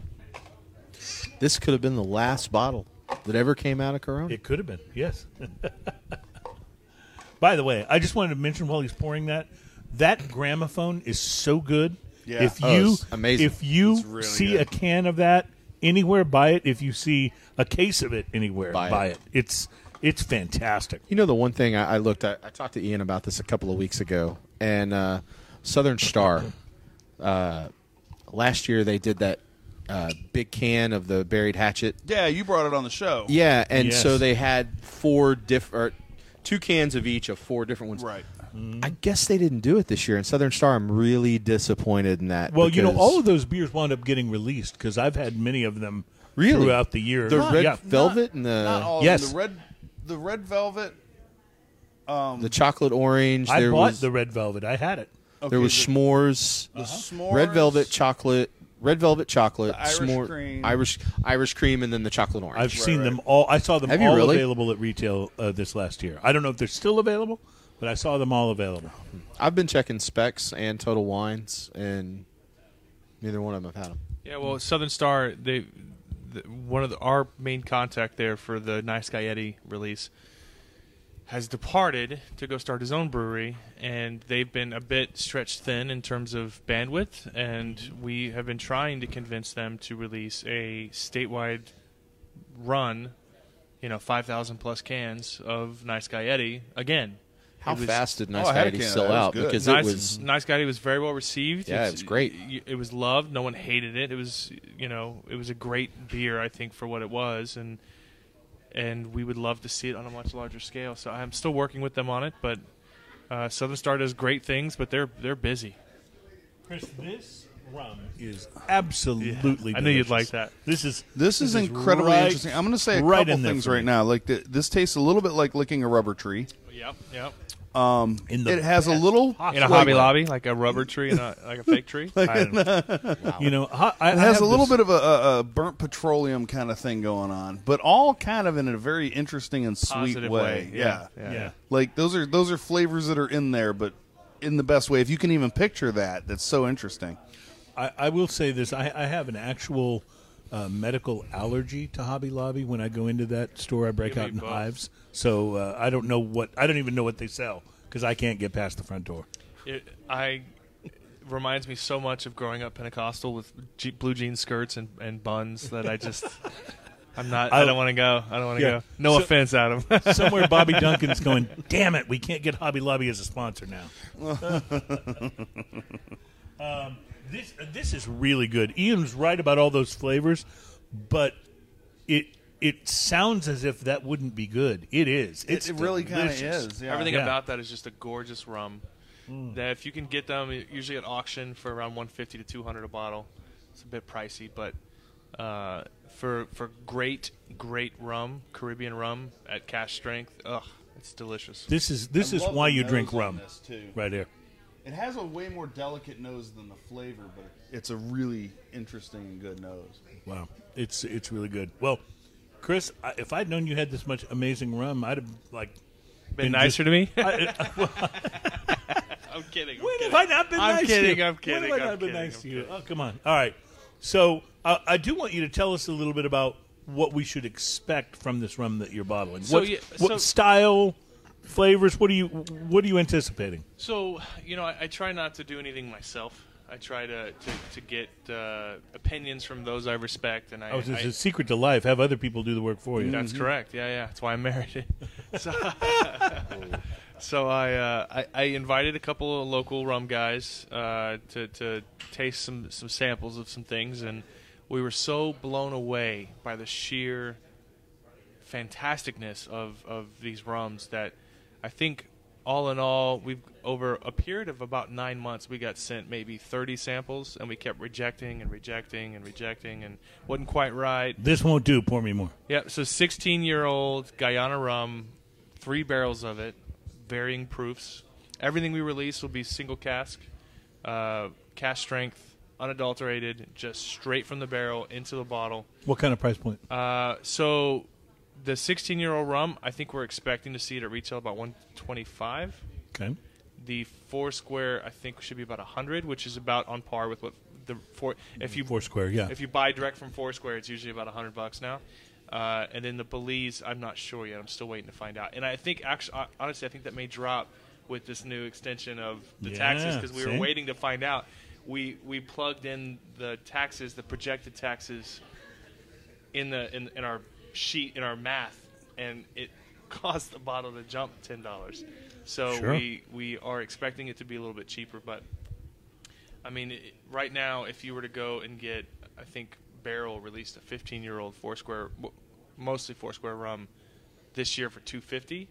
Speaker 6: This could have been the last bottle that ever came out of Corona.
Speaker 2: It could have been, yes. By the way, I just wanted to mention while he's pouring that, that gramophone is so good.
Speaker 5: Yeah.
Speaker 2: If you
Speaker 6: Oh, it's amazing.
Speaker 2: if you
Speaker 5: really
Speaker 2: see
Speaker 5: good.
Speaker 2: a can of that anywhere, buy it. If you see a case of it anywhere,
Speaker 6: Buy
Speaker 2: buy,
Speaker 6: it.
Speaker 2: it. It's it's fantastic.
Speaker 6: You know, the one thing I, I looked at, I talked to Ian about this a couple of weeks ago, and uh, Southern Star, uh, last year they did that uh, big can of the buried hatchet.
Speaker 5: Yeah, you brought it on the show.
Speaker 6: Yeah, and
Speaker 2: Yes.
Speaker 6: so they had four different, two cans of each of four different ones.
Speaker 5: Right.
Speaker 6: I guess they didn't do it this year. In Southern Star, I'm really disappointed in that.
Speaker 2: Well, you know,
Speaker 6: because
Speaker 2: all of those beers wound up getting released because I've had many of them
Speaker 6: Really?
Speaker 2: throughout the year.
Speaker 6: the red
Speaker 2: yeah.
Speaker 6: velvet and
Speaker 5: Not all
Speaker 6: the
Speaker 5: of
Speaker 2: Uh,
Speaker 5: them.
Speaker 2: Yes.
Speaker 5: The red, the red velvet.
Speaker 6: the chocolate orange.
Speaker 2: I
Speaker 6: there
Speaker 2: bought
Speaker 6: was,
Speaker 2: the Uh-huh. red velvet. I had it.
Speaker 5: Okay,
Speaker 6: there was
Speaker 5: the,
Speaker 6: s'mores.
Speaker 5: the s'mores.
Speaker 6: Red velvet chocolate. Red velvet chocolate.
Speaker 5: The Irish
Speaker 6: s'more-
Speaker 5: cream.
Speaker 6: Irish Irish cream, and then the chocolate orange.
Speaker 2: I've seen them all. I saw them
Speaker 6: Have you
Speaker 2: all
Speaker 6: really?
Speaker 2: available at retail uh, this last year. I don't know if they're still available, but I saw them all available.
Speaker 6: I've been checking specs and total wines, and neither one of them have had them.
Speaker 3: Yeah, well, Southern Star, they the, one of the, our main contact there for the Nice Guy Eddie release has departed to go start his own brewery, and they've been a bit stretched thin in terms of bandwidth, and we have been trying to convince them to release a statewide run, you know, five thousand plus cans of Nice Guy Eddie again.
Speaker 6: How
Speaker 3: It was-
Speaker 6: fast did Nice
Speaker 5: Oh, I had
Speaker 6: Guy
Speaker 5: a
Speaker 6: Eddie
Speaker 5: can of
Speaker 6: sell
Speaker 5: that. It was
Speaker 6: out?
Speaker 5: good.
Speaker 6: Because
Speaker 3: nice,
Speaker 6: it was
Speaker 3: nice guy. He was very well received.
Speaker 6: Yeah, it was great.
Speaker 3: y- It was loved. No one hated it. It was you know it was a great beer. I think for what it was, and and we would love to see it on a much larger scale. So I'm still working with them on it, but uh, Southern Star does great things, but they're they're busy.
Speaker 2: Chris, this rum is absolutely.
Speaker 3: I knew you'd
Speaker 2: delicious.
Speaker 3: like that.
Speaker 2: This is
Speaker 5: This is incredibly
Speaker 2: right-
Speaker 5: interesting. I'm going to say a
Speaker 2: right in
Speaker 5: couple
Speaker 2: there
Speaker 5: things
Speaker 2: for me.
Speaker 5: right now. Like the, this tastes a little bit like licking a rubber tree.
Speaker 3: Yep, yep.
Speaker 2: In the
Speaker 5: It has a little.
Speaker 2: possible-
Speaker 3: In a
Speaker 2: Like-
Speaker 3: Hobby Lobby, like a rubber tree and a, like a fake tree.
Speaker 2: I don't- you know, I, I,
Speaker 5: It has a little bit of a, a, a burnt petroleum kind of thing going on, but all kind of in a very interesting and sweet
Speaker 3: Positive way,
Speaker 5: Yeah.
Speaker 3: yeah,
Speaker 2: Yeah.
Speaker 5: like those are those are flavors that are in there, but in the best way. If you can even picture that, that's so interesting.
Speaker 2: I, I will say this: I, I have an actual uh, medical allergy to Hobby Lobby. When I go into that store, I break
Speaker 3: Give me
Speaker 2: out in
Speaker 3: both.
Speaker 2: hives. So uh, I don't know what I don't even know what they sell because I can't get past the front door.
Speaker 3: It, I it reminds me so much of growing up Pentecostal with je- blue jean skirts and, and buns that I just I'm not I,
Speaker 2: I-
Speaker 3: don't want to go. I don't want to
Speaker 2: Yeah.
Speaker 3: go. No
Speaker 2: So-
Speaker 3: offense, Adam.
Speaker 2: Somewhere, Bobby Duncan's going. Damn it, we can't get Hobby Lobby as a sponsor now. um, this this is really good. Ian's right about all those flavors, but it it sounds as if that wouldn't be good. It is. It's
Speaker 5: kinda
Speaker 2: delicious.
Speaker 5: Yeah.
Speaker 3: Everything
Speaker 2: Yeah. Mm.
Speaker 3: about that is just a gorgeous rum. That if you can get them usually at auction for around 150 to 200 a bottle. It's a bit pricey, but uh, for for great great rum, Caribbean rum at cash strength, ugh, It's delicious.
Speaker 2: This is this
Speaker 5: I
Speaker 2: is
Speaker 5: love
Speaker 2: why
Speaker 5: the
Speaker 2: you drink
Speaker 5: nose on
Speaker 2: rum,
Speaker 5: this, too.
Speaker 2: right here.
Speaker 5: It has a way more delicate nose than the flavor, but it's a really interesting and good nose.
Speaker 2: Wow, it's it's really good. Well, Chris, I, if I'd known you had this much amazing rum, I'd have like
Speaker 3: Been nicer to me. I'm kidding.
Speaker 2: When have I not been
Speaker 3: I'm
Speaker 2: nice to
Speaker 3: kidding,
Speaker 2: you?
Speaker 3: I'm kidding,
Speaker 2: When have I
Speaker 3: I'm
Speaker 2: not been
Speaker 3: kidding,
Speaker 2: nice
Speaker 3: I'm
Speaker 2: to you?
Speaker 3: kidding.
Speaker 2: Oh, come on. All right. So uh, I do want you to tell us a little bit about what we should expect from this rum that you're bottling.
Speaker 3: So,
Speaker 2: what
Speaker 3: yeah, so-
Speaker 2: what style, flavors? What are you What are you anticipating?
Speaker 3: So you know, I, I try not to do anything myself. I try to to, to get uh, opinions from those I respect, and I.
Speaker 2: Oh, it's
Speaker 3: I-
Speaker 2: a secret to life. Have other people do the work for you.
Speaker 3: That's correct. Yeah, yeah. That's why I married it. So, so I, uh, I I invited a couple of local rum guys uh, to to taste some some samples of some things, and we were so blown away by the sheer fantasticness of of these rums that I think. All in all, we've over a period of about nine months, we got sent maybe 30 samples, and we kept rejecting and rejecting and rejecting, and wasn't quite right.
Speaker 2: This won't do. Pour me more.
Speaker 3: Yeah, so 16 year old Guyana rum, three barrels of it, varying proofs. Everything we release will be single cask, uh, cask strength, unadulterated, just straight from the barrel into the bottle.
Speaker 2: What kind of price point?
Speaker 3: Uh, so the 16 year old rum, I think we're expecting to see it at retail about 125.
Speaker 2: Okay.
Speaker 3: The four square, I think, should be about 100, which is about on par with what the four. If you
Speaker 2: Four square. Yeah.
Speaker 3: if you buy direct from Foursquare, it's usually about hundred bucks now. Uh, and then the Belize, I'm not sure yet. I'm still waiting to find out. And I think, actually, honestly, I think that may drop with this new extension of the
Speaker 2: Yeah,
Speaker 3: taxes because we
Speaker 2: see?
Speaker 3: were waiting to find out. We we plugged in the taxes, the projected taxes, in the in, in our sheet in our math, and it caused the bottle to jump ten dollars. So
Speaker 2: Sure.
Speaker 3: we we are expecting it to be a little bit cheaper, but I mean, it, right now, if you were to go and get, I think Barrel released a 15-year-old Foursquare, w- mostly Foursquare rum, this year for 250,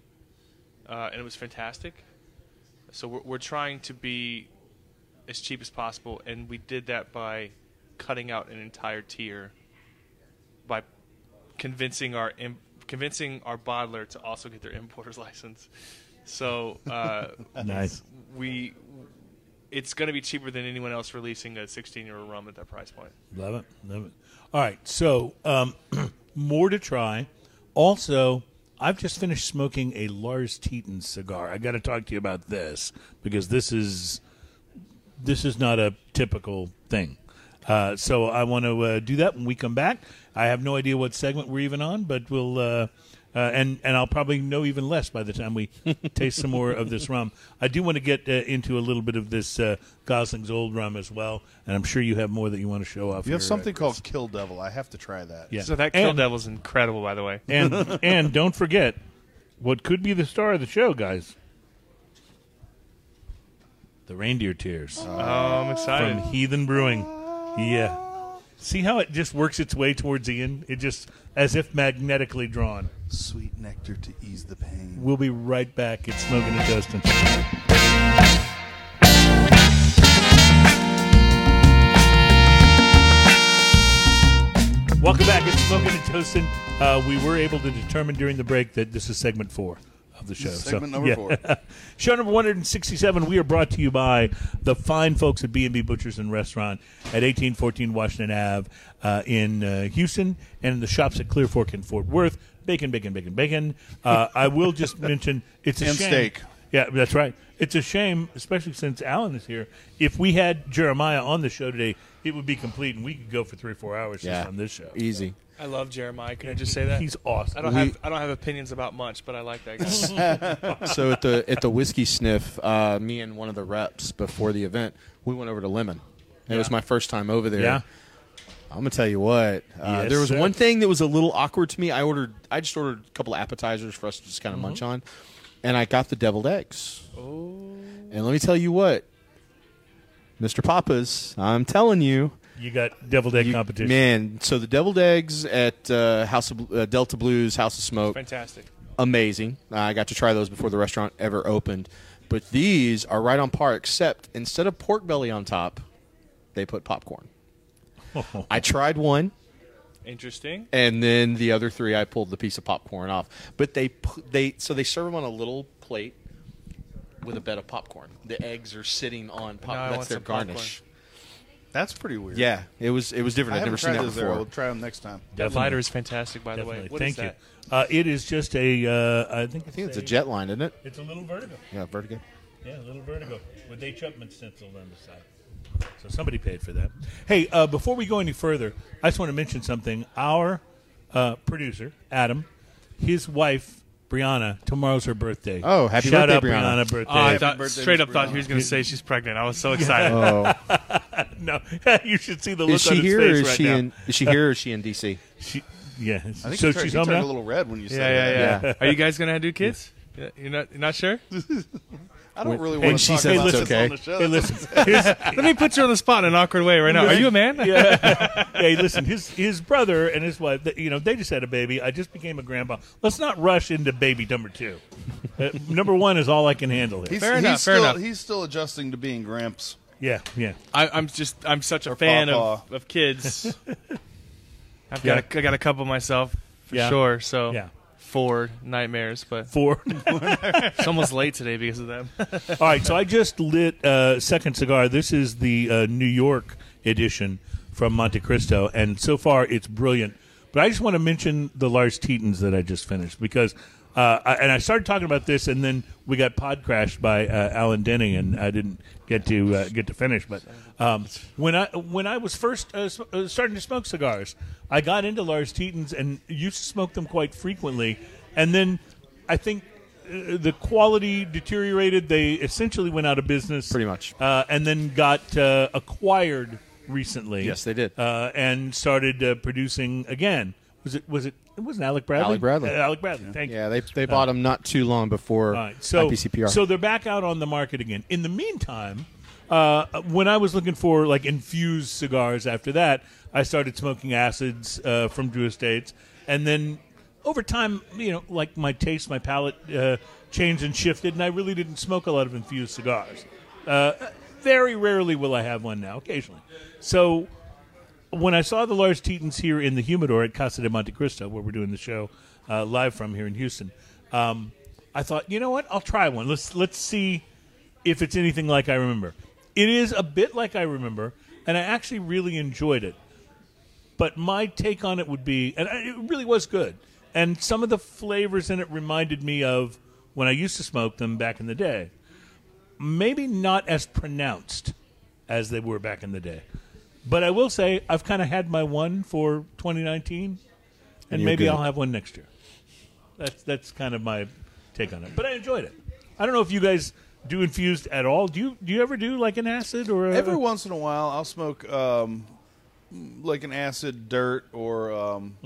Speaker 3: uh, and it was fantastic. So we're, we're trying to be as cheap as possible, and we did that by cutting out an entire tier by convincing our Im- convincing our bottler to also get their importer's license. So uh,
Speaker 2: Nice.
Speaker 3: we it's going to be cheaper than anyone else releasing a 16 year old rum at that price point.
Speaker 2: Love it. Love it. All right. So, um, more to try. Also, I've just finished smoking a Lars Teton cigar. I got to talk to you about this because this is this is not a typical thing. Uh, so I want to uh, do that when we come back. I have no idea what segment we're even on, but we'll uh, uh, and and I'll probably know even less by the time we taste some more of this rum. I do want to get uh, into a little bit of this uh, Gosling's old rum as well, and I'm sure you have more that you want to show off.
Speaker 7: You have
Speaker 2: here, uh,
Speaker 7: something called Kill Devil. I have to try that.
Speaker 2: yeah.
Speaker 3: So that Kill
Speaker 2: And-
Speaker 3: Devil's incredible, by the way.
Speaker 2: and and don't forget what could be the star of the show, guys. The reindeer tears
Speaker 3: Oh, I'm excited.
Speaker 2: from Heathen Brewing. Yeah. See how it just works its way towards Ian? It just as if magnetically drawn.
Speaker 7: Sweet nectar to ease the pain.
Speaker 2: We'll be right back. It's smoking and Dustin. Welcome back. It's Smoking and Toasting. Uh, we were able to determine during the break that this is segment four of the show.
Speaker 5: Segment
Speaker 2: so,
Speaker 5: number
Speaker 2: yeah.
Speaker 5: four.
Speaker 2: Show number 167, we are brought to you by the fine folks at B&B Butchers and Restaurant at 1814 Washington Ave uh, in uh, Houston and in the shops at Clear Fork in Fort Worth. Bacon, bacon, bacon, bacon. Uh, I will just mention it's a
Speaker 5: And
Speaker 2: shame.
Speaker 5: steak.
Speaker 2: Yeah, that's right. It's a shame, especially since Alan is here. If we had Jeremiah on the show today, it would be complete and we could go for three, four hours just on this show.
Speaker 6: Easy.
Speaker 3: I love Jeremiah. Can I just say that?
Speaker 2: He's awesome.
Speaker 3: I don't
Speaker 6: We-
Speaker 3: have I don't have opinions about much, but I like that guy.
Speaker 6: so at the at the whiskey sniff, uh, me and one of the reps before the event, we went over to Lemon. It was my first time over there.
Speaker 2: Yeah.
Speaker 6: I'm gonna tell you what. Uh,
Speaker 2: Yes,
Speaker 6: there was
Speaker 2: sir.
Speaker 6: one thing that was a little awkward to me. I ordered, I just ordered a couple of appetizers for us to just kind of munch
Speaker 2: Mm-hmm.
Speaker 6: on, and I got the deviled eggs. Oh. And let me tell you what, Mr. Papas, I'm telling you,
Speaker 2: You got deviled egg
Speaker 6: you-
Speaker 2: competition.
Speaker 6: man. So the deviled eggs at uh, House of, uh, Delta Blues, House of Smoke,
Speaker 3: Fantastic.
Speaker 6: amazing. I got to try those before the restaurant ever opened. But these are right on par, except instead of pork belly on top, they put popcorn. I tried one.
Speaker 3: Interesting.
Speaker 6: and then the other three I pulled the piece of popcorn off. But they pu- they so they serve them on a little plate with a bed of popcorn. The eggs are sitting on
Speaker 3: Now I
Speaker 6: popcorn. That's
Speaker 3: want
Speaker 6: their
Speaker 3: some popcorn.
Speaker 6: garnish.
Speaker 7: That's pretty weird.
Speaker 6: Yeah, it was it was
Speaker 7: I
Speaker 6: different. I've
Speaker 7: haven't
Speaker 6: never seen
Speaker 7: tried
Speaker 6: that
Speaker 7: those there.
Speaker 6: before.
Speaker 7: We'll try them next time.
Speaker 3: That lighter is fantastic, by the way.
Speaker 2: Definitely.
Speaker 3: What is
Speaker 2: Thank
Speaker 3: that?
Speaker 2: you. Uh, it is just a. Uh, I think.
Speaker 6: I think it's a jet line, isn't it?
Speaker 2: It's a little vertigo.
Speaker 6: Yeah, vertigo.
Speaker 2: Yeah, a little vertigo with Dave Chapman stenciled on the side. So somebody paid for that. Hey, uh, before we go any further, I just want to mention something. Our uh, producer Adam, his wife Brianna. Tomorrow's her birthday.
Speaker 6: Oh, happy
Speaker 2: Shout
Speaker 6: birthday,
Speaker 2: out Brianna!
Speaker 6: Brianna.
Speaker 2: birthday.
Speaker 3: Oh, I
Speaker 7: Happy
Speaker 3: thought,
Speaker 7: birthday,
Speaker 3: straight
Speaker 7: Miss
Speaker 3: up thought he
Speaker 7: Brianna.
Speaker 3: was going to say she's pregnant. I was so excited.
Speaker 6: Oh,
Speaker 2: no, you should see the look
Speaker 6: is
Speaker 2: on
Speaker 6: she
Speaker 2: his
Speaker 6: here? Or
Speaker 2: face
Speaker 6: is
Speaker 2: right
Speaker 6: she
Speaker 2: now.
Speaker 6: in? Is she here? Or is she in DC?
Speaker 2: She, yeah.
Speaker 7: I think
Speaker 2: so
Speaker 7: you tried,
Speaker 2: she's
Speaker 7: you
Speaker 2: home
Speaker 7: turned
Speaker 2: now.
Speaker 7: a little red when you said
Speaker 3: yeah, yeah,
Speaker 7: that.
Speaker 3: yeah,
Speaker 6: Yeah.
Speaker 3: Are you guys going to do kids? Yeah, You're not, you're not sure?
Speaker 7: I don't really
Speaker 2: Hey,
Speaker 7: want to
Speaker 6: she
Speaker 7: talk
Speaker 6: said
Speaker 7: about
Speaker 6: it's
Speaker 7: this
Speaker 6: okay.
Speaker 7: on the show.
Speaker 2: Hey, listen. His,
Speaker 3: Let me put you on the spot in an awkward way right now. Are you a man?
Speaker 2: yeah. hey, listen, his his brother and his wife, th- you know, they just had a baby. I just became a grandpa. Let's not rush into baby number two. Uh, number one is all I can handle here.
Speaker 7: He's,
Speaker 3: Fair
Speaker 7: he's
Speaker 3: enough, fair
Speaker 7: still,
Speaker 3: enough.
Speaker 7: He's still adjusting to being gramps.
Speaker 2: Yeah, yeah.
Speaker 3: I, I'm just I'm such a fan of,
Speaker 7: pawpaw.
Speaker 3: of kids. I've
Speaker 2: Yeah.
Speaker 3: got a, I got a couple myself for
Speaker 2: Yeah.
Speaker 3: sure. So
Speaker 2: Yeah.
Speaker 3: four nightmares, but
Speaker 2: Four.
Speaker 3: someone's late today because of them.
Speaker 2: all right, so I just lit uh, Second Cigar. This is the uh, New York edition from Monte Cristo, and so far it's brilliant. But I just want to mention the Lars Teatons that I just finished because, uh, I, and I started talking about this, and then we got pod crashed by uh, Alan Denning, and I didn't get to uh, get to finish. But um, when I when I was first uh, s- uh, starting to smoke cigars, I got into Lars Teatons and used to smoke them quite frequently, and then I think uh, the quality deteriorated. They essentially went out of business,
Speaker 6: Pretty much.
Speaker 2: uh, and then got uh, acquired recently.
Speaker 6: Yes, they did.
Speaker 2: uh, and started uh, producing again. Was it? Was it? It wasn't Alec Bradley.
Speaker 6: Alec Bradley.
Speaker 2: Uh, Alec Bradley. Thank you.
Speaker 6: Yeah, they they bought them not too long before
Speaker 2: All right, so
Speaker 6: IPCPR.
Speaker 2: so they're back out on the market again. In the meantime, uh, when I was looking for like infused cigars, after that, I started smoking acids uh, from Drew Estates, and then over time, you know, like my taste, my palate uh, changed and shifted, and I really didn't smoke a lot of infused cigars. Uh, very rarely will I have one now. Occasionally, so when I saw the Lars Teatons here in the humidor at Casa de Monte Cristo, where we're doing the show uh, live from here in Houston, um, I thought, you know what? I'll try one. Let's let's see if it's anything like I remember. It is a bit like I remember, and I actually really enjoyed it. But my take on it would be, and I, it really was good. And some of the flavors in it reminded me of when I used to smoke them back in the day. Maybe not as pronounced as they were back in the day. But I will say I've kind of had my one for 2019, and,
Speaker 6: you're
Speaker 2: maybe
Speaker 6: good.
Speaker 2: I'll have one next year. That's that's kind of my take on it. But I enjoyed it. I don't know if you guys do infused at all. Do you do you ever do like an acid or a,
Speaker 7: Every once in a while, I'll smoke um, like an acid dirt or um,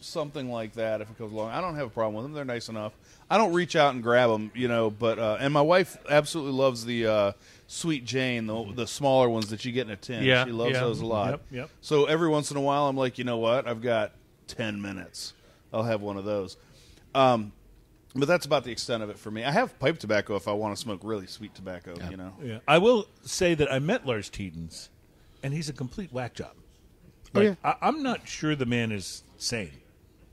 Speaker 7: something like that if it comes along. I don't have a problem with them; they're nice enough. I don't reach out and grab them, you know. But uh, and my wife absolutely loves the uh, Sweet Jane, the the smaller ones that you get in a tin.
Speaker 3: Yeah,
Speaker 7: she loves
Speaker 3: yeah.
Speaker 7: those a lot.
Speaker 2: Yep, yep.
Speaker 7: So every once in a while, I'm like, you know what? I've got ten minutes. I'll have one of those. Um, but that's about the extent of it for me. I have pipe tobacco if I want to smoke really sweet tobacco. You know.
Speaker 2: Yeah. I will say that I met Lars Teedens, and he's a complete whack job. Like, I, I'm not sure the man is sane.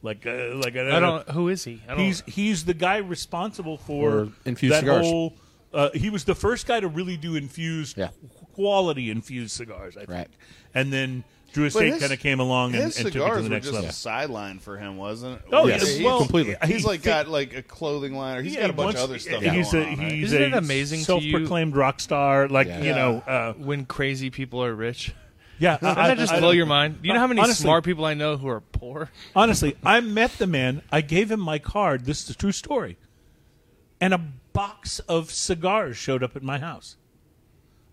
Speaker 2: Like, uh, like I don't,
Speaker 3: I don't. Who is he? I don't.
Speaker 2: He's he's the guy responsible for
Speaker 6: Or infused
Speaker 2: that
Speaker 6: cigars.
Speaker 2: whole. Uh, he was the first guy to really do infused
Speaker 6: Yeah.
Speaker 2: qu- quality infused cigars, I think.
Speaker 6: Right.
Speaker 2: And then Drew
Speaker 7: But
Speaker 2: Estate
Speaker 7: his-
Speaker 2: kind of came along and,
Speaker 7: his
Speaker 2: and took it
Speaker 7: cigars
Speaker 2: to the
Speaker 7: were
Speaker 2: next
Speaker 7: just
Speaker 2: level.
Speaker 7: a sideline for him, wasn't it?
Speaker 2: Oh,
Speaker 7: Yeah,
Speaker 6: yes,
Speaker 7: he's,
Speaker 2: well,
Speaker 6: completely.
Speaker 7: he's like
Speaker 2: got.
Speaker 7: got like a clothing line, or he's
Speaker 2: Yeah,
Speaker 7: got a bunch
Speaker 2: once-
Speaker 7: of other stuff.
Speaker 2: yeah, He's
Speaker 7: going
Speaker 2: a
Speaker 7: on, right?
Speaker 2: he's
Speaker 3: Isn't
Speaker 2: a
Speaker 3: it amazing to you-
Speaker 2: self-proclaimed rock star. Like
Speaker 6: Yeah.
Speaker 2: you know, uh,
Speaker 3: when crazy people are rich.
Speaker 2: yeah. I,
Speaker 3: Doesn't that just
Speaker 2: I-
Speaker 3: blow your mind? You know how many
Speaker 2: Honestly-
Speaker 3: smart people I know who are poor?
Speaker 2: Honestly, I met the man. I gave him my card. This is a true story. And a box of cigars showed up at my house.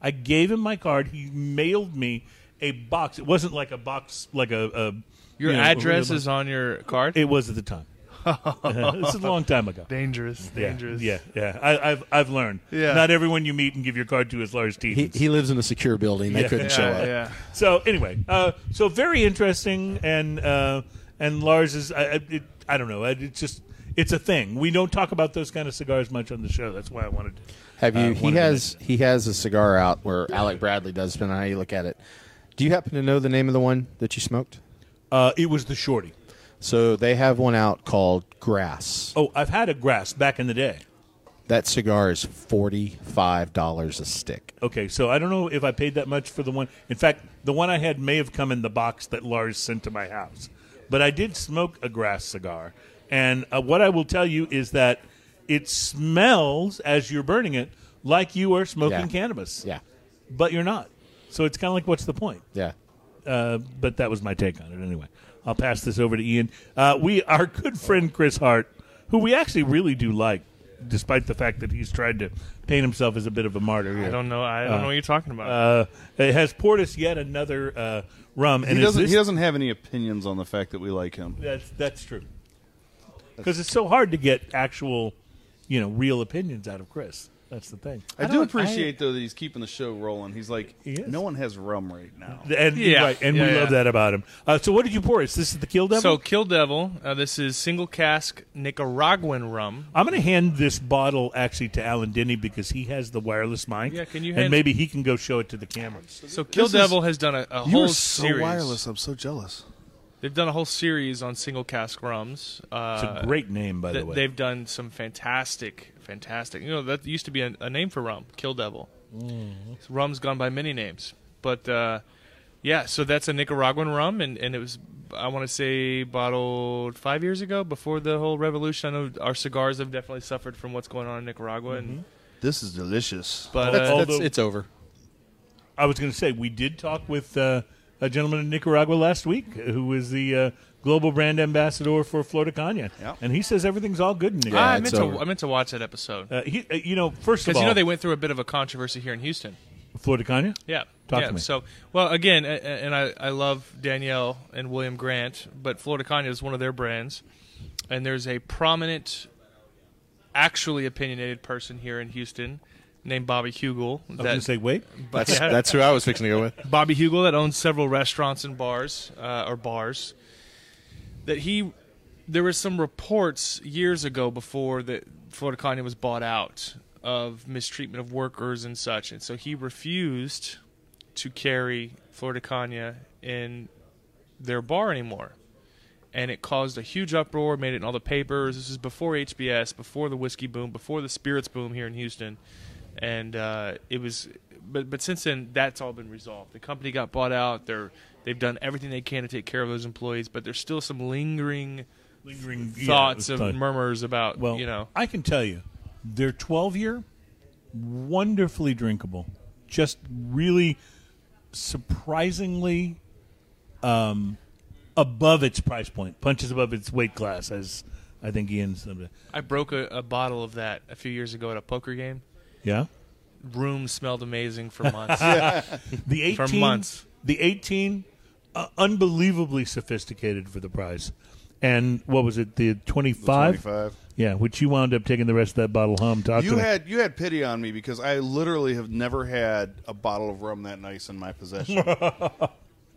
Speaker 2: I gave him my card. He mailed me a box. It wasn't like a box, like a, a
Speaker 3: Your
Speaker 2: you know,
Speaker 3: address
Speaker 2: a-
Speaker 3: is on your card.
Speaker 2: It was at the time. this is a long time ago.
Speaker 3: dangerous.
Speaker 2: Yeah,
Speaker 3: Dangerous.
Speaker 2: Yeah, yeah. I, I've I've learned.
Speaker 3: Yeah.
Speaker 2: Not everyone you meet and give your card to is Lars
Speaker 6: he,
Speaker 2: Stevens.
Speaker 6: he lives in a secure building. They
Speaker 2: Yeah.
Speaker 6: couldn't
Speaker 3: Yeah,
Speaker 6: show up.
Speaker 3: yeah.
Speaker 2: So anyway, uh, so very interesting, and uh, and Lars is I, I, it, I don't know. I- It's just it's a thing. We don't talk about those kind of cigars much on the show. That's why I wanted. to.
Speaker 6: Have you?
Speaker 2: Uh,
Speaker 6: he
Speaker 2: one of the
Speaker 6: has he has a cigar out where Alec Bradley does, depending on how you look at it. Do you happen to know the name of the one that you smoked?
Speaker 2: Uh, it was the shorty.
Speaker 6: So they have one out called Grass.
Speaker 2: Oh, I've had a grass back in the day.
Speaker 6: That cigar is $45 a stick.
Speaker 2: Okay, so I don't know if I paid that much for the one. In fact, the one I had may have come in the box that Lars sent to my house. But I did smoke a grass cigar. And uh, what I will tell you is that it smells as you're burning it like you are smoking
Speaker 6: Yeah.
Speaker 2: cannabis.
Speaker 6: Yeah.
Speaker 2: But you're not. So it's kind of like, what's the point?
Speaker 6: Yeah.
Speaker 2: Uh, but that was my take on it anyway. I'll pass this over to Ian. Uh, we, our good friend Chris Hart, who we actually really do like, despite the fact that he's tried to paint himself as a bit of a martyr.
Speaker 3: I
Speaker 2: here
Speaker 3: don't know. I don't know what you're talking about.
Speaker 2: uh, it has poured us yet another uh, rum, and
Speaker 5: He
Speaker 2: is
Speaker 5: doesn't,
Speaker 2: this-
Speaker 5: he doesn't have any opinions on the fact that we like him.
Speaker 2: that's that's true. Because it's so hard to get actual, you know, real opinions out of Chris. That's the thing.
Speaker 5: I, do
Speaker 3: don't-
Speaker 5: appreciate though that he's keeping the show rolling. He's like,
Speaker 2: He is.
Speaker 5: no one has rum right now.
Speaker 2: And
Speaker 3: Yeah.
Speaker 2: right, and we
Speaker 3: Yeah,
Speaker 2: love
Speaker 3: yeah.
Speaker 2: that about him. Uh, so, what did you pour? Is this the Kill Devil?
Speaker 3: So Kill Devil, uh, this is single cask Nicaraguan rum.
Speaker 2: I'm going to hand this bottle actually to Alan Denny because he has the wireless mic.
Speaker 3: Yeah, can you
Speaker 2: And
Speaker 3: hand-
Speaker 2: maybe he can go show it to the cameras.
Speaker 3: So Kill
Speaker 5: is-
Speaker 3: Devil has done a, a
Speaker 5: You
Speaker 3: whole
Speaker 5: are so
Speaker 3: series.
Speaker 5: wireless. I'm so jealous.
Speaker 3: They've done a whole series on single cask rums.
Speaker 2: It's
Speaker 3: Uh,
Speaker 2: a great name, by
Speaker 3: th-
Speaker 2: the way.
Speaker 3: They've done some fantastic, fantastic. You know that used to be a, a name for rum, Kill Devil.
Speaker 2: Mm-hmm.
Speaker 3: Rum's gone by many names, but uh, yeah. So that's a Nicaraguan rum, and, and it was I want to say bottled five years ago, before the whole revolution. I know our cigars have definitely suffered from what's going on in Nicaragua,
Speaker 2: Mm-hmm.
Speaker 3: and
Speaker 5: This is delicious.
Speaker 3: but
Speaker 2: That's-
Speaker 3: uh,
Speaker 2: Although-
Speaker 6: it's over.
Speaker 2: I was going to say we did talk with uh, a gentleman in Nicaragua last week who was the uh, global brand ambassador for Florida Cana,
Speaker 5: Yeah.
Speaker 2: and he says everything's all good in
Speaker 6: Yeah,
Speaker 2: Nicaragua.
Speaker 3: I
Speaker 6: it's
Speaker 3: meant to
Speaker 6: over.
Speaker 3: I meant to watch that episode
Speaker 2: Uh, he, uh, you know, first of
Speaker 3: because
Speaker 2: all,
Speaker 3: you know they went through a bit of a controversy here in Houston.
Speaker 2: Florida Cana.
Speaker 3: Yeah.
Speaker 2: Talk to
Speaker 3: yeah.
Speaker 2: me.
Speaker 3: So, well, again, a- a- and I, I love Danielle and William Grant, but Florida Cana is one of their brands. And there's a prominent, actually opinionated person here in Houston named Bobby Hugel.
Speaker 2: I was going to say, wait,
Speaker 6: That's, that's who I was fixing to go with.
Speaker 3: Bobby Hugel that owns several restaurants and bars uh, or bars that he there was some reports years ago before that Florida Cana was bought out of mistreatment of workers and such and so he refused to carry Florida Cana in their bar anymore and it caused a huge uproar made it in all the papers this is before HBS before the whiskey boom before the spirits boom here in Houston and uh, it was but but since then that's all been resolved the company got bought out they're they've done everything they can to take care of those employees but there's still some lingering
Speaker 2: lingering
Speaker 3: thoughts
Speaker 2: yeah,
Speaker 3: and
Speaker 2: thought-
Speaker 3: murmurs about
Speaker 2: Well,
Speaker 3: you know
Speaker 2: I can tell you, their 12 year, wonderfully drinkable, just really surprisingly um, above its price point, punches above its weight class, as I think Ian said.
Speaker 3: i broke a, a bottle of that a few years ago at a poker game
Speaker 2: Yeah.
Speaker 3: room smelled amazing for months
Speaker 2: The 18,
Speaker 3: For months.
Speaker 2: The 18, uh, unbelievably sophisticated for the price. And what was it? The 25? Yeah, which you wound up taking the rest of that bottle home. Talk
Speaker 5: You
Speaker 2: to me.
Speaker 5: had you had pity on me because I literally have never had a bottle of rum that nice in my possession.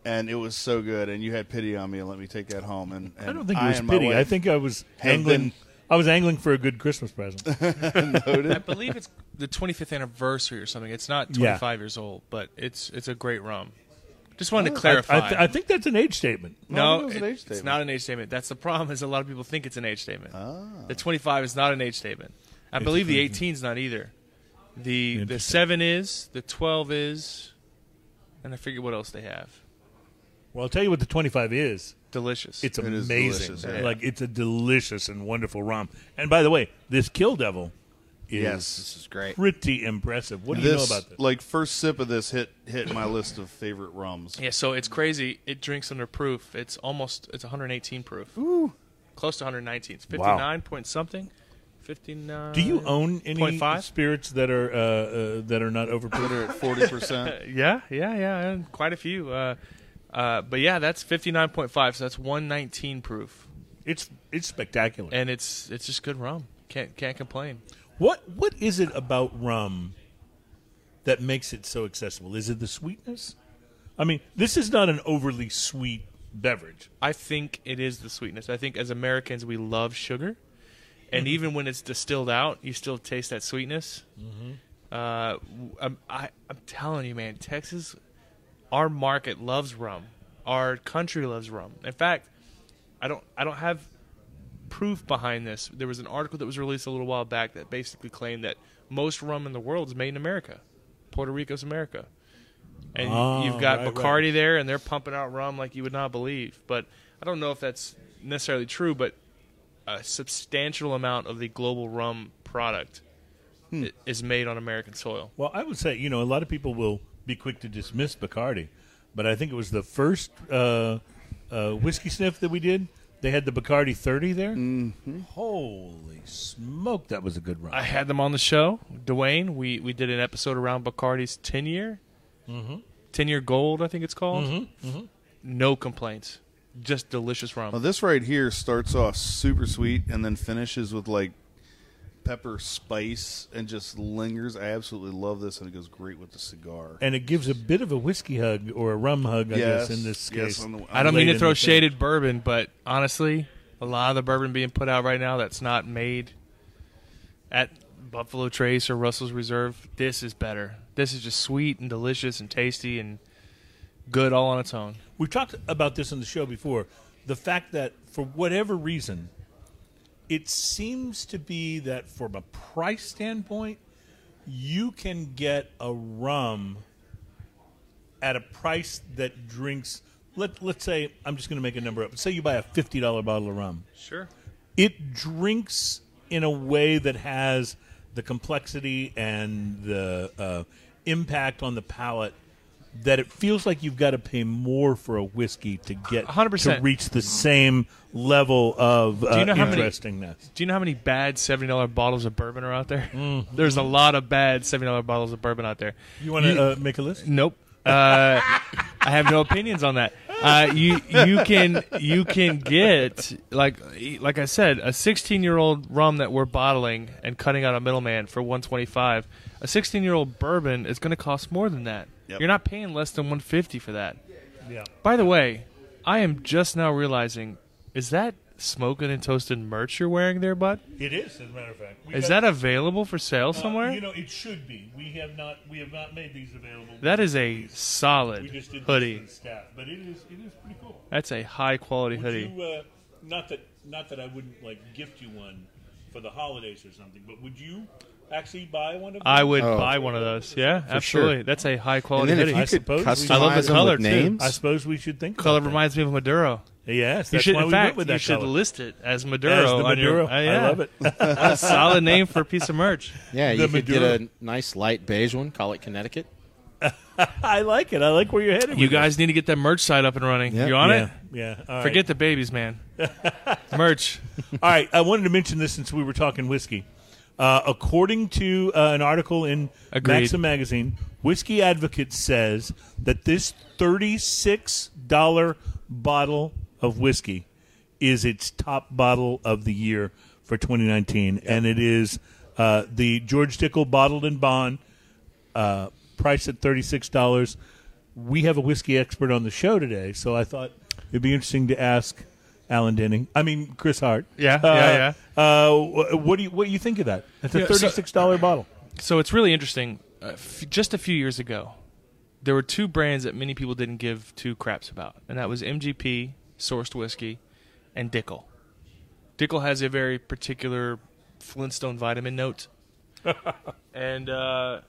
Speaker 5: and it was so good and you had pity on me and let me take that home and, and
Speaker 2: I don't think it was
Speaker 5: and my
Speaker 2: pity. I
Speaker 5: wife
Speaker 2: think I was
Speaker 5: have
Speaker 2: angling.
Speaker 5: been-
Speaker 2: I was angling for a good Christmas present.
Speaker 3: i believe it's the 25th anniversary or something it's not
Speaker 2: Yeah.
Speaker 3: 25 years old but it's it's a great rum just wanted to
Speaker 2: Oh, I,
Speaker 3: clarify
Speaker 2: I th- I think that's an age statement.
Speaker 5: I
Speaker 3: No,
Speaker 5: think it was an
Speaker 3: it-
Speaker 5: age
Speaker 3: it's
Speaker 5: statement.
Speaker 3: not an age statement. That's the problem. Is a lot of people think it's an age statement.
Speaker 5: Ah.
Speaker 3: The 25 is not an age statement. I believe the 18 is not either. The the
Speaker 2: Interesting.
Speaker 3: seven is, the 12 is, and I forget what else they have.
Speaker 2: Well, I'll tell you what the 25 is.
Speaker 3: Delicious.
Speaker 2: It's
Speaker 5: It is
Speaker 2: amazing.
Speaker 5: delicious,
Speaker 3: yeah.
Speaker 2: Like it's a delicious and wonderful rum. And by the way, this Kill Devil is
Speaker 5: Yes, this is great.
Speaker 2: pretty impressive. What do you know
Speaker 5: this
Speaker 2: about this?
Speaker 5: like first sip of this hit hit my list of favorite rums.
Speaker 3: yeah. So it's crazy. It drinks under proof. It's almost it's 118 proof. Close to 119. It's 59 point something. 59.
Speaker 2: Do you own any
Speaker 3: 0.5?
Speaker 2: spirits that are uh, uh, that are not overpriced?
Speaker 5: They're at 40%.
Speaker 3: Yeah, yeah, yeah. and Quite a few. Uh, uh, but yeah, that's 59.5. So that's 119 proof.
Speaker 2: it's it's spectacular.
Speaker 3: and it's it's just good rum. Can't can't complain.
Speaker 2: What what is it about rum that makes it so accessible? Is it the sweetness? I mean, this is not an overly sweet beverage.
Speaker 3: I think it is the sweetness. I think as Americans we love sugar, and even when it's distilled out, you still taste that sweetness. Uh, w- I'm, I, I'm telling you, man, Texas, our market loves rum. Our country loves rum. In fact, I don't I don't have proof behind this. There was an article that was released a little while back that basically claimed that most rum in the world is made in America. Puerto Rico's America. And
Speaker 2: Oh,
Speaker 3: you've got
Speaker 2: right, right.
Speaker 3: Bacardi there and they're pumping out rum like you would not believe. But I don't know if that's necessarily true, but a substantial amount of the global rum product
Speaker 2: Hmm.
Speaker 3: i- is made on American soil.
Speaker 2: Well, I would say you know a lot of people will be quick to dismiss Bacardi, but I think it was the first uh, uh, whiskey sniff that we did. They had the Bacardi 30 there. Mm-hmm. Holy smoke, that was a good run.
Speaker 3: I had them on the show. Dwayne, we, we did an episode around Bacardi's 10 year, 10 year gold, I think it's called. No complaints. Just delicious rum.
Speaker 7: Well, this right here starts off super sweet and then finishes with like pepper spice and just lingers. I absolutely love this and it goes great with the cigar.
Speaker 2: and it gives a bit of a whiskey hug or a rum hug, I
Speaker 7: Yes,
Speaker 2: guess, in this
Speaker 7: yes,
Speaker 2: case.
Speaker 7: on the-
Speaker 3: I don't mean
Speaker 2: Late
Speaker 3: to
Speaker 2: in
Speaker 3: throw
Speaker 2: the thing.
Speaker 3: shaded bourbon, but honestly, a lot of the bourbon being put out right now that's not made at Buffalo Trace or Russell's Reserve, this is better. This is just sweet and delicious and tasty and good all on its own.
Speaker 2: We've talked about this on the show before. The fact that, for whatever reason, it seems to be that from a price standpoint, you can get a rum at a price that drinks. Let, let's say, I'm just going to make a number up. Say you buy a $50 bottle of rum.
Speaker 3: Sure.
Speaker 2: it drinks in a way that has the complexity and the uh, impact on the palate that it feels like you've got to pay more for a whiskey to get
Speaker 3: 100%.
Speaker 2: to reach the same level of uh,
Speaker 3: you know how many-
Speaker 2: interestingness.
Speaker 3: Do you know how many bad seventy dollar bottles of bourbon are out there? There's a lot of bad seventy dollar bottles of bourbon out there.
Speaker 2: you want to uh, make a list?
Speaker 3: Nope. Uh, I have no opinions on that. Uh, you you can you can get like like I said, a 16 year old rum that we're bottling and cutting out a middleman for 125. A 16 year old bourbon is going to cost more than that.
Speaker 7: Yep.
Speaker 3: You're not paying less than 150 for that.
Speaker 2: Yeah.
Speaker 3: By the way, I am just now realizing is that smoking and toasted merch you're wearing there, bud?
Speaker 2: It is, as a matter of fact. We
Speaker 3: Is
Speaker 2: got-
Speaker 3: that available for sale
Speaker 2: uh,
Speaker 3: somewhere?
Speaker 2: you know, it should be. We have not. We have not made these available.
Speaker 3: that is a
Speaker 2: These- We
Speaker 3: solid
Speaker 2: just did This
Speaker 3: hoodie.
Speaker 2: for the staff, but it is. It is pretty cool.
Speaker 3: That's a high quality
Speaker 2: Would
Speaker 3: hoodie.
Speaker 2: you, uh, not that not that I wouldn't like gift you one for the holidays or something, but would you actually buy one of them?
Speaker 3: I would
Speaker 6: Oh.
Speaker 3: buy one of those. Yeah,
Speaker 6: sure.
Speaker 3: absolutely. That's a high quality
Speaker 6: And then
Speaker 3: hoodie.
Speaker 6: if
Speaker 2: I
Speaker 6: you could
Speaker 2: suppose we-
Speaker 6: customize
Speaker 2: I
Speaker 3: love the
Speaker 6: them
Speaker 3: color,
Speaker 6: with
Speaker 3: too.
Speaker 6: names.
Speaker 2: I suppose we should think
Speaker 3: color
Speaker 2: about
Speaker 3: reminds me of Maduro.
Speaker 2: that. Yes,
Speaker 3: You
Speaker 2: that's
Speaker 3: should,
Speaker 2: why
Speaker 3: in
Speaker 2: we
Speaker 3: fact,
Speaker 2: went with
Speaker 3: you
Speaker 2: that
Speaker 3: should
Speaker 2: color.
Speaker 3: list it as Maduro.
Speaker 2: As the
Speaker 3: on
Speaker 2: Maduro,
Speaker 3: your- uh,
Speaker 2: I
Speaker 3: yeah.
Speaker 2: love it.
Speaker 3: That's a solid name for a piece of merch.
Speaker 2: The
Speaker 6: Yeah, you could
Speaker 2: Maduro.
Speaker 6: get a nice light beige one. Call it Connecticut.
Speaker 2: I like it. I like where you're headed.
Speaker 3: You
Speaker 2: with
Speaker 3: guys need to get that merch site up and running.
Speaker 6: Yeah.
Speaker 3: You
Speaker 2: this.
Speaker 3: on
Speaker 2: yeah,
Speaker 3: it?
Speaker 2: yeah. All right.
Speaker 3: Forget the babies, man. merch.
Speaker 2: All right, I wanted to mention this since we were talking whiskey. Uh, according to uh, an article in
Speaker 3: Agreed.
Speaker 2: Maxim magazine, Whiskey Advocate says that this thirty-six dollar bottle of whiskey is its top bottle of the year for 2019, and it is uh, the George Dickel Bottled and Bond, uh, priced at thirty-six dollars. We have a whiskey expert on the show today, so I thought it'd be interesting to ask Alan Denning. I mean Chris Hart.
Speaker 3: Yeah,
Speaker 2: Uh,
Speaker 3: yeah,
Speaker 2: Uh, wh- what do you what do you think of that? It's a
Speaker 3: Yeah, so-
Speaker 2: thirty-six dollar bottle.
Speaker 3: So it's really interesting. Uh, f- just a few years ago, there were two brands that many people didn't give two craps about, and that was MGP sourced whiskey and Dickel. Dickel has a very particular Flintstone vitamin note, and uh,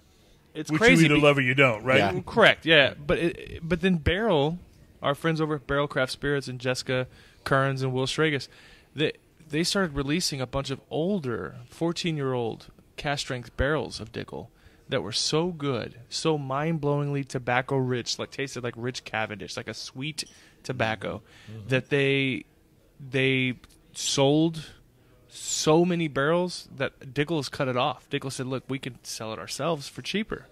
Speaker 3: it's
Speaker 2: Which
Speaker 3: crazy.
Speaker 2: you
Speaker 3: be-
Speaker 2: either love or you don't, right?
Speaker 6: Yeah.
Speaker 3: Correct, yeah. But it, but then Barrel, our friends over at Barrel Craft Spirits and Jessica Kearns and Will Schragus, they they started releasing a bunch of older, fourteen year old cast strength barrels of Dickel that were so good, so mind blowingly tobacco rich, like tasted like rich Cavendish, like a sweet tobacco, that they they sold so many barrels that Dickel's cut it off. Dickel said, "Look, we can sell it ourselves for cheaper."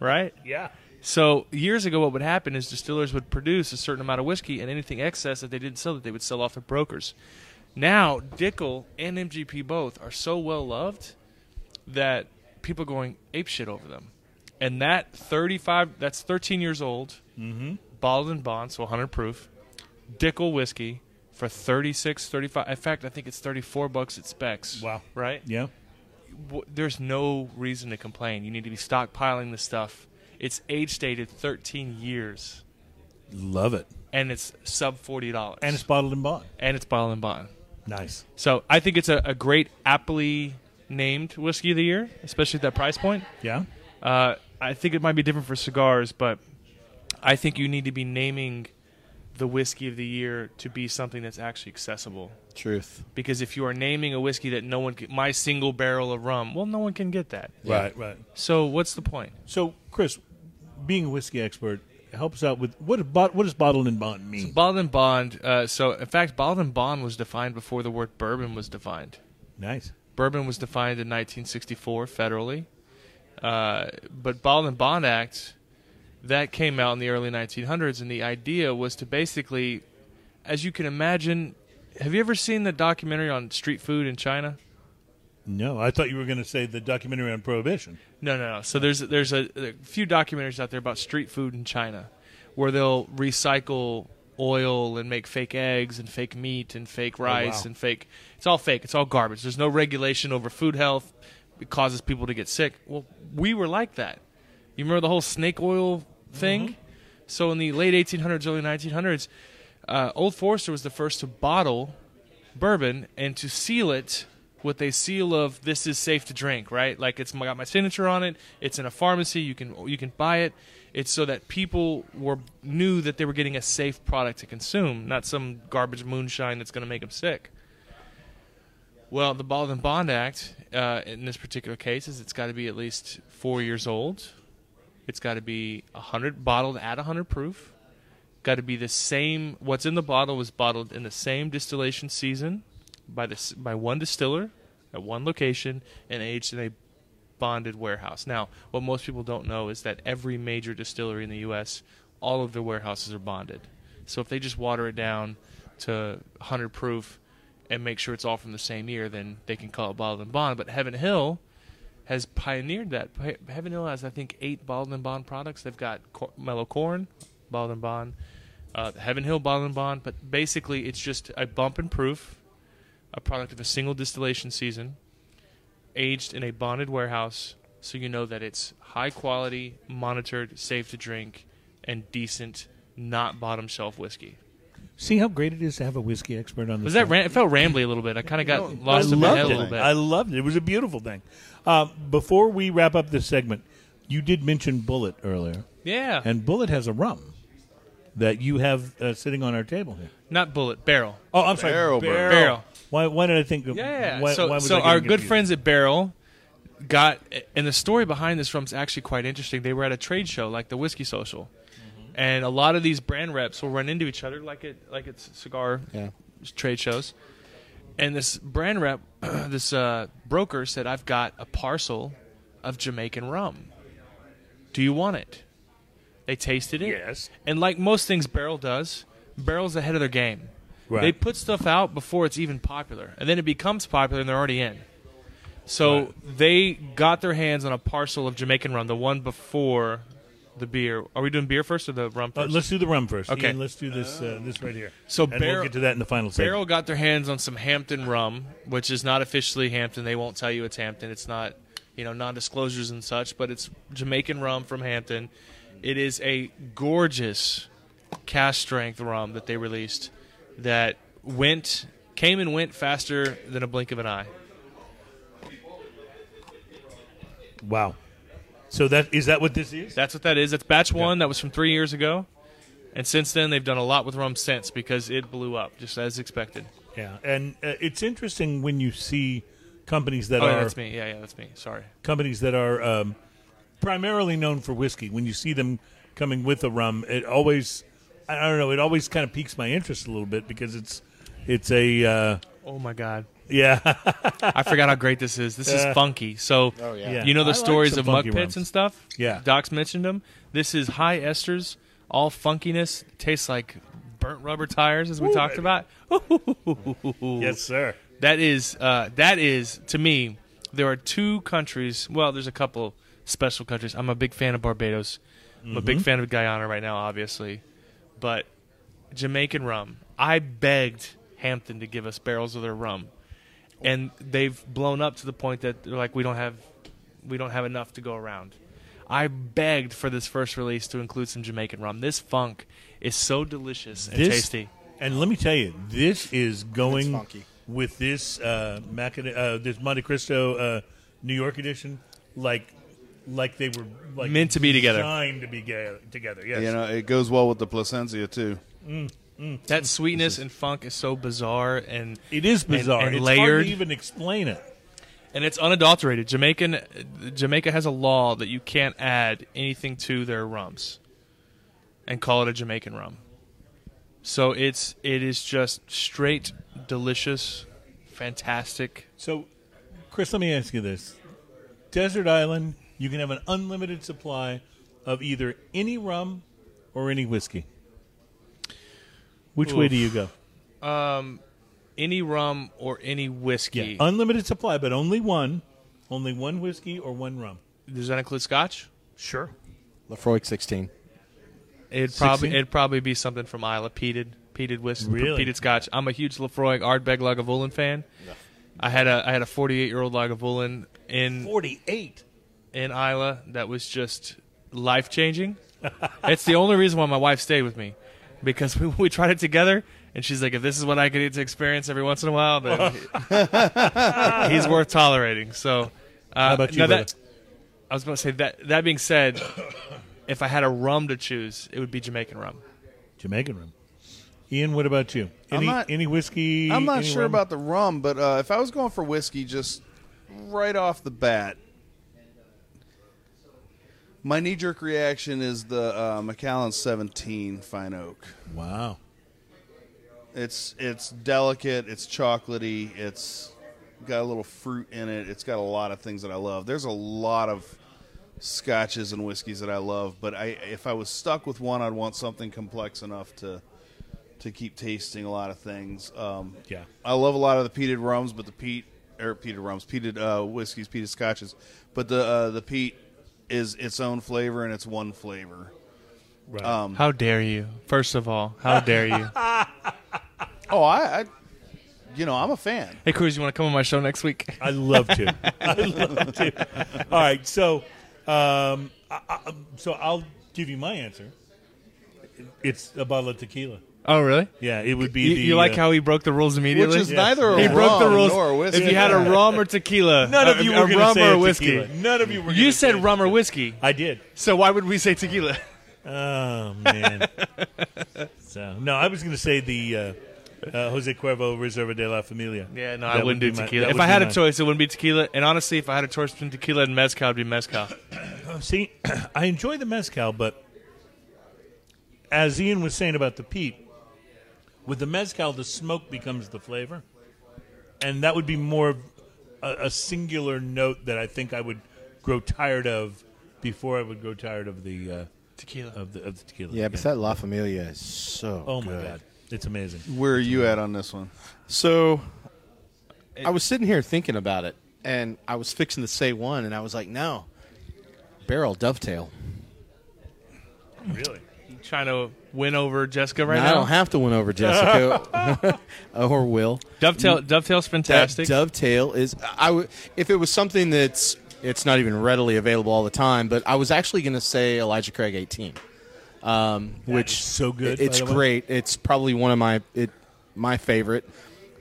Speaker 3: right?
Speaker 2: Yeah.
Speaker 3: So years ago, what would happen is distillers would produce a certain amount of whiskey, and anything excess that they didn't sell, that they would sell off to brokers. Now Dickel and MGP both are so well loved that people are going ape shit over them, and that thirty-five, that's thirteen years old, mm-hmm. bottled in bond, so hundred proof, Dickel whiskey for 36 35 in fact i think it's 34 bucks at specs
Speaker 2: Wow.
Speaker 3: right
Speaker 2: Yeah.
Speaker 3: w- there's no reason to complain. You need to be stockpiling this stuff. It's age stated 13 years.
Speaker 2: Love it.
Speaker 3: and it's sub forty dollars,
Speaker 2: and it's bottled in bond.
Speaker 3: and it's bottled and bond.
Speaker 2: Nice.
Speaker 3: So I think it's a, a great aptly named whiskey of the year, especially at that price point.
Speaker 2: Yeah.
Speaker 3: Uh, I think it might be different for cigars, but I think you need to be naming the whiskey of the year to be something that's actually accessible.
Speaker 6: Truth.
Speaker 3: Because if you are naming a whiskey that no one, can, my single barrel of rum, well, no one can get that.
Speaker 2: Right. Right.
Speaker 3: So what's the point?
Speaker 2: So, Chris, being a whiskey expert, help us out with what is bot- what does bottled in bond mean?
Speaker 3: Bottled and bond. Uh, so in fact, bottled and bond was defined before the word bourbon was defined.
Speaker 2: nice.
Speaker 3: Bourbon was defined in 1964 federally, uh, but Bottled and Bond Act that came out in the early 1900s, and the idea was to basically, as you can imagine, have you ever seen the documentary on street food in China?
Speaker 2: No, I thought you were going to say the documentary on prohibition.
Speaker 3: No, no, no. So there's there's a, a few documentaries out there about street food in China, where they'll recycle oil and make fake eggs and fake meat and fake rice
Speaker 2: wow.
Speaker 3: and fake. It's all fake. It's all garbage. There's no regulation over food health. It causes people to get sick. Well, we were like that. You remember the whole snake oil thing? So in the late 1800s, early 1900s, uh, Old Forester was the first to bottle bourbon and to seal it with a seal of this is safe to drink, right? Like it's got my signature on it. It's in a pharmacy. You can you can buy it. It's so that people were knew that they were getting a safe product to consume, not some garbage moonshine that's going to make them sick. Well, the Ball and Bond Act uh, in this particular case is it's got to be at least four years old. It's got to be hundred bottled at hundred proof. Got to be the same. What's in the bottle was bottled in the same distillation season by this by one distiller at one location and aged in a bonded warehouse. Now, what most people don't know is that every major distillery in the U.S. all of their warehouses are bonded. So if they just water it down to 100 proof and make sure it's all from the same year, then they can call it bottled and bond. But Heaven Hill has pioneered that. P- Heaven Hill has, I think, eight bottled and bond products. They've got cor- Mellow Corn, bottled and bond, uh, Heaven Hill bottled and bond. But basically, it's just a bump and proof a product of a single distillation season, aged in a bonded warehouse, so you know that it's high quality, monitored, safe to drink, and decent, not bottom shelf whiskey.
Speaker 2: See how great it is to have a whiskey expert on this.
Speaker 3: Was that
Speaker 2: show?
Speaker 3: ran- it felt rambly a little bit? I kind of got
Speaker 2: I
Speaker 3: lost in my
Speaker 2: loved it.
Speaker 3: head a little bit.
Speaker 2: I loved it. It was a beautiful thing. Um, before we wrap up this segment, you did mention Bullet earlier,
Speaker 3: yeah,
Speaker 2: and Bullet has a rum that you have uh, sitting on our table here.
Speaker 3: not bullet barrel.
Speaker 2: Oh, I'm sorry,
Speaker 7: Barrel Barrel.
Speaker 3: Barrel.
Speaker 2: Why, why did I think? of-
Speaker 3: Yeah.
Speaker 2: Why,
Speaker 3: so
Speaker 2: why was
Speaker 3: so
Speaker 2: I getting
Speaker 3: our good
Speaker 2: confused?
Speaker 3: friends at Barrel got, and the story behind this rum is actually quite interesting. They were at a trade show like the Whiskey Social,
Speaker 2: Mm-hmm.
Speaker 3: and a lot of these brand reps will run into each other like it like it's cigar
Speaker 6: Yeah.
Speaker 3: trade shows. And this brand rep, this uh, broker said, "I've got a parcel of Jamaican rum. Do you want it?" They tasted it.
Speaker 2: Yes.
Speaker 3: And like most things Barrel does, Barrel's ahead of their game.
Speaker 2: Right.
Speaker 3: They put stuff out before it's even popular, and then it becomes popular, and they're already in. So they got their hands on a parcel of Jamaican rum, the one before the beer. Are we doing beer first or the rum
Speaker 2: Uh,
Speaker 3: first?
Speaker 2: let's do the rum first.
Speaker 3: Okay.
Speaker 2: Ian, let's do this uh, this right here.
Speaker 3: So
Speaker 2: and
Speaker 3: Barrel-
Speaker 2: we'll get to that in the final segment.
Speaker 3: Barrel got their hands on some Hampton rum, which is not officially Hampton. They won't tell you it's Hampton. It's not, you know, non-disclosures and such, but it's Jamaican rum from Hampton. It is a gorgeous cast strength rum that they released that went came and went faster than a blink of an eye.
Speaker 2: Wow. So that is that what this is?
Speaker 3: That's what that is. That's batch one. That was from three years ago. And since then, they've done a lot with rum since because it blew up just as expected.
Speaker 2: Yeah. And uh, it's interesting when you see companies that
Speaker 3: Oh, yeah,
Speaker 2: are
Speaker 3: that's me. Yeah, yeah, that's me. Sorry.
Speaker 2: companies that are um, primarily known for whiskey. When you see them coming with a rum, it always I don't know. It always kind of piques my interest a little bit because it's it's a uh,
Speaker 3: Oh my God.
Speaker 2: yeah
Speaker 3: I forgot how great this is. This
Speaker 2: Yeah.
Speaker 3: is funky. So
Speaker 2: Yeah.
Speaker 3: you know the
Speaker 2: I like
Speaker 3: stories
Speaker 2: some
Speaker 3: of muck
Speaker 2: funky
Speaker 3: pits
Speaker 2: rums.
Speaker 3: and stuff.
Speaker 2: Yeah.
Speaker 3: Doc's mentioned them. This is high esters, all funkiness. Tastes like burnt rubber tires, as we talked about.
Speaker 2: yes sir.
Speaker 3: That is uh, that is to me. There are two countries. Well, there's a couple special countries. I'm a big fan of Barbados. I'm a big fan of Guyana right now, obviously, but Jamaican rum. I begged Hampton to give us barrels of their rum, and they've blown up to the point that they're like, we don't have we don't have enough to go around. I begged for this first release to include some Jamaican rum. This funk is so delicious and
Speaker 2: This-
Speaker 3: tasty.
Speaker 2: And let me tell you, this is
Speaker 6: It's
Speaker 2: going
Speaker 6: funky.
Speaker 2: with this uh, Macad- uh, this Monte Cristo uh, New York edition, like like they were like
Speaker 3: Meant to be together.
Speaker 2: designed to be ga- together. Yes.
Speaker 5: You know, it goes well with the Placencia too.
Speaker 3: That sweetness and funk is so bizarre and
Speaker 2: it is bizarre.
Speaker 3: and
Speaker 2: it's hard
Speaker 3: layered.
Speaker 2: to even explain it.
Speaker 3: and it's unadulterated. Jamaican Jamaica has a law that you can't add anything to their rums and call it a Jamaican rum. So it's it is just straight delicious, fantastic.
Speaker 2: So, Chris, let me ask you this: Desert Island, you can have an unlimited supply of either any rum or any whiskey. Which way do you go?
Speaker 3: Any rum or any
Speaker 2: Yeah,
Speaker 3: whiskey.
Speaker 2: unlimited supply, but only one, only one whiskey or one rum.
Speaker 3: Does that include scotch?
Speaker 2: Sure.
Speaker 6: Lafroy 16.
Speaker 3: It'd probably
Speaker 2: 16?
Speaker 3: it'd probably be something from Isla peated peated whiskey
Speaker 2: Really?
Speaker 3: peated scotch. I'm a huge Lefroy Ardbeg Lagavulin fan. I had a I had a 48 year old Lagavulin in
Speaker 2: Forty-eight.
Speaker 3: in Isla that was just life changing. it's the only reason why my wife stayed with me because we, we tried it together, and she's like, if this is what I get to experience every once in a while, then he's worth tolerating. So, uh,
Speaker 2: How about you,
Speaker 3: now that, I was going to say that. That being said, if I had a rum to choose, it would be Jamaican rum.
Speaker 2: Jamaican rum. Ian, what about you?
Speaker 5: I'm
Speaker 2: Any
Speaker 5: not-
Speaker 2: any whiskey?
Speaker 5: I'm not
Speaker 2: any
Speaker 5: sure
Speaker 2: rum?
Speaker 5: about the rum, but uh, if I was going for whiskey, just right off the bat, my knee jerk reaction is the uh, Macallan 17 Fine Oak.
Speaker 2: Wow.
Speaker 5: It's it's delicate, it's chocolatey, it's got a little fruit in it. It's got a lot of things that I love. There's a lot of scotches and whiskeys that I love, but I if I was stuck with one, I'd want something complex enough to to keep tasting a lot of things. Um,
Speaker 2: Yeah.
Speaker 5: I love a lot of the peated rums, but the peat or peated rums, peated uh, whiskeys, peated scotches, but the uh, the peat is its own flavor and it's one flavor.
Speaker 2: Right.
Speaker 3: How dare you? First of all, how dare you?
Speaker 5: Oh, I, I you know I'm a fan.
Speaker 3: hey, Cruz, you want to come on my show next week?
Speaker 2: I love to. I love to. All right, so um, I, I, so I'll give you my answer. It's a bottle of tequila.
Speaker 3: Oh, really?
Speaker 2: Yeah, it would be
Speaker 3: You,
Speaker 2: the.
Speaker 3: you like
Speaker 2: uh,
Speaker 3: how he broke the rules immediately?
Speaker 5: Which is neither a
Speaker 3: He
Speaker 5: rum
Speaker 3: broke the rules.
Speaker 5: nor a whiskey.
Speaker 3: If you had a rum or tequila,
Speaker 2: none
Speaker 3: or-
Speaker 2: of you
Speaker 3: or
Speaker 2: were going to
Speaker 3: Uh, rum
Speaker 2: say
Speaker 3: or
Speaker 2: a
Speaker 3: whiskey.
Speaker 2: tequila. None of you were.
Speaker 3: You
Speaker 2: gonna say
Speaker 3: said rum or whiskey,
Speaker 2: I did.
Speaker 3: so why would we say tequila?
Speaker 2: Oh man. so no, I was going to say the uh, uh, Jose Cuervo Reserva de la Familia.
Speaker 3: Yeah,
Speaker 2: That
Speaker 3: no, I
Speaker 2: would
Speaker 3: wouldn't
Speaker 2: be
Speaker 3: do
Speaker 2: my-
Speaker 3: tequila.
Speaker 2: that
Speaker 3: If
Speaker 2: would
Speaker 3: I
Speaker 2: be
Speaker 3: had a
Speaker 2: mine.
Speaker 3: choice, it wouldn't be tequila. And honestly, if I had a choice between tequila and mezcal, it'd be mezcal.
Speaker 2: See, I enjoy the mezcal, but as Ian was saying about the peat, with the mezcal, the smoke becomes the flavor, and that would be more of a, a singular note that I think I would grow tired of before I would grow tired of the uh,
Speaker 3: Tequila.
Speaker 2: of the of the tequila.
Speaker 6: Yeah, but that La Familia is so
Speaker 2: oh my
Speaker 6: good.
Speaker 2: god, it's amazing.
Speaker 5: Where are you at on this one?
Speaker 6: So I was sitting here thinking about it, and I was fixing to say one, and I was like, no, barrel dovetail.
Speaker 2: Really,
Speaker 3: You trying to win over Jessica right
Speaker 6: And I
Speaker 3: now?
Speaker 6: don't have to win over Jessica or Will.
Speaker 3: Dovetail. Dovetail's fantastic.
Speaker 6: That dovetail is I would if it was something that's it's not even readily available all the time, but I was actually going to say Elijah Craig 18, um, which
Speaker 2: is so good,
Speaker 6: It's
Speaker 2: by the way.
Speaker 6: great. It's probably one of my it my favorite.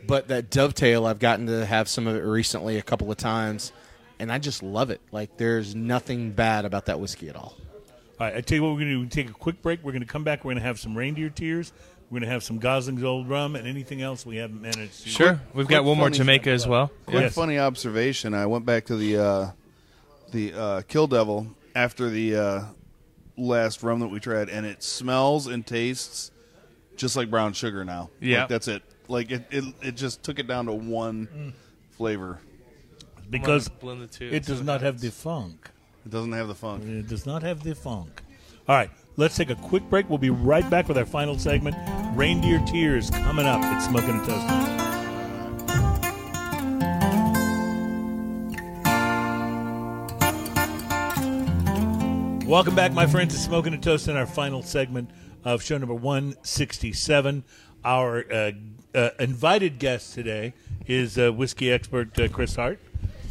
Speaker 6: But that dovetail, I've gotten to have some of it recently a couple of times, and I just love it. Like there's nothing bad about that whiskey at all.
Speaker 2: All right, I tell you what, we're going to do. We Take a quick break. We're going to come back. We're going to have some reindeer tears. We're going to have some Gosling's old rum and anything else we haven't managed to.
Speaker 3: sure, we've got
Speaker 5: quick
Speaker 3: one more
Speaker 5: funny
Speaker 3: Jamaica as well.
Speaker 5: Quick
Speaker 2: Yes.
Speaker 5: funny observation. I went back to the uh, the uh, Kill Devil after the uh, last rum that we tried, and it smells and tastes just like brown sugar now.
Speaker 3: Yeah.
Speaker 5: like, that's it. Like it, it, it just took it down to one flavor.
Speaker 2: because
Speaker 3: blend the two.
Speaker 2: it does not have the funk.
Speaker 5: It doesn't have the funk.
Speaker 2: It does not have the funk. All right, let's take a quick break. We'll be right back with our final segment. Reindeer Tears coming up. It's Smoking and Toasting. Welcome back, my friends, to Smoking and Toasting, our final segment of show number 167. Our uh, uh, invited guest today is uh, whiskey expert uh, Chris Hart.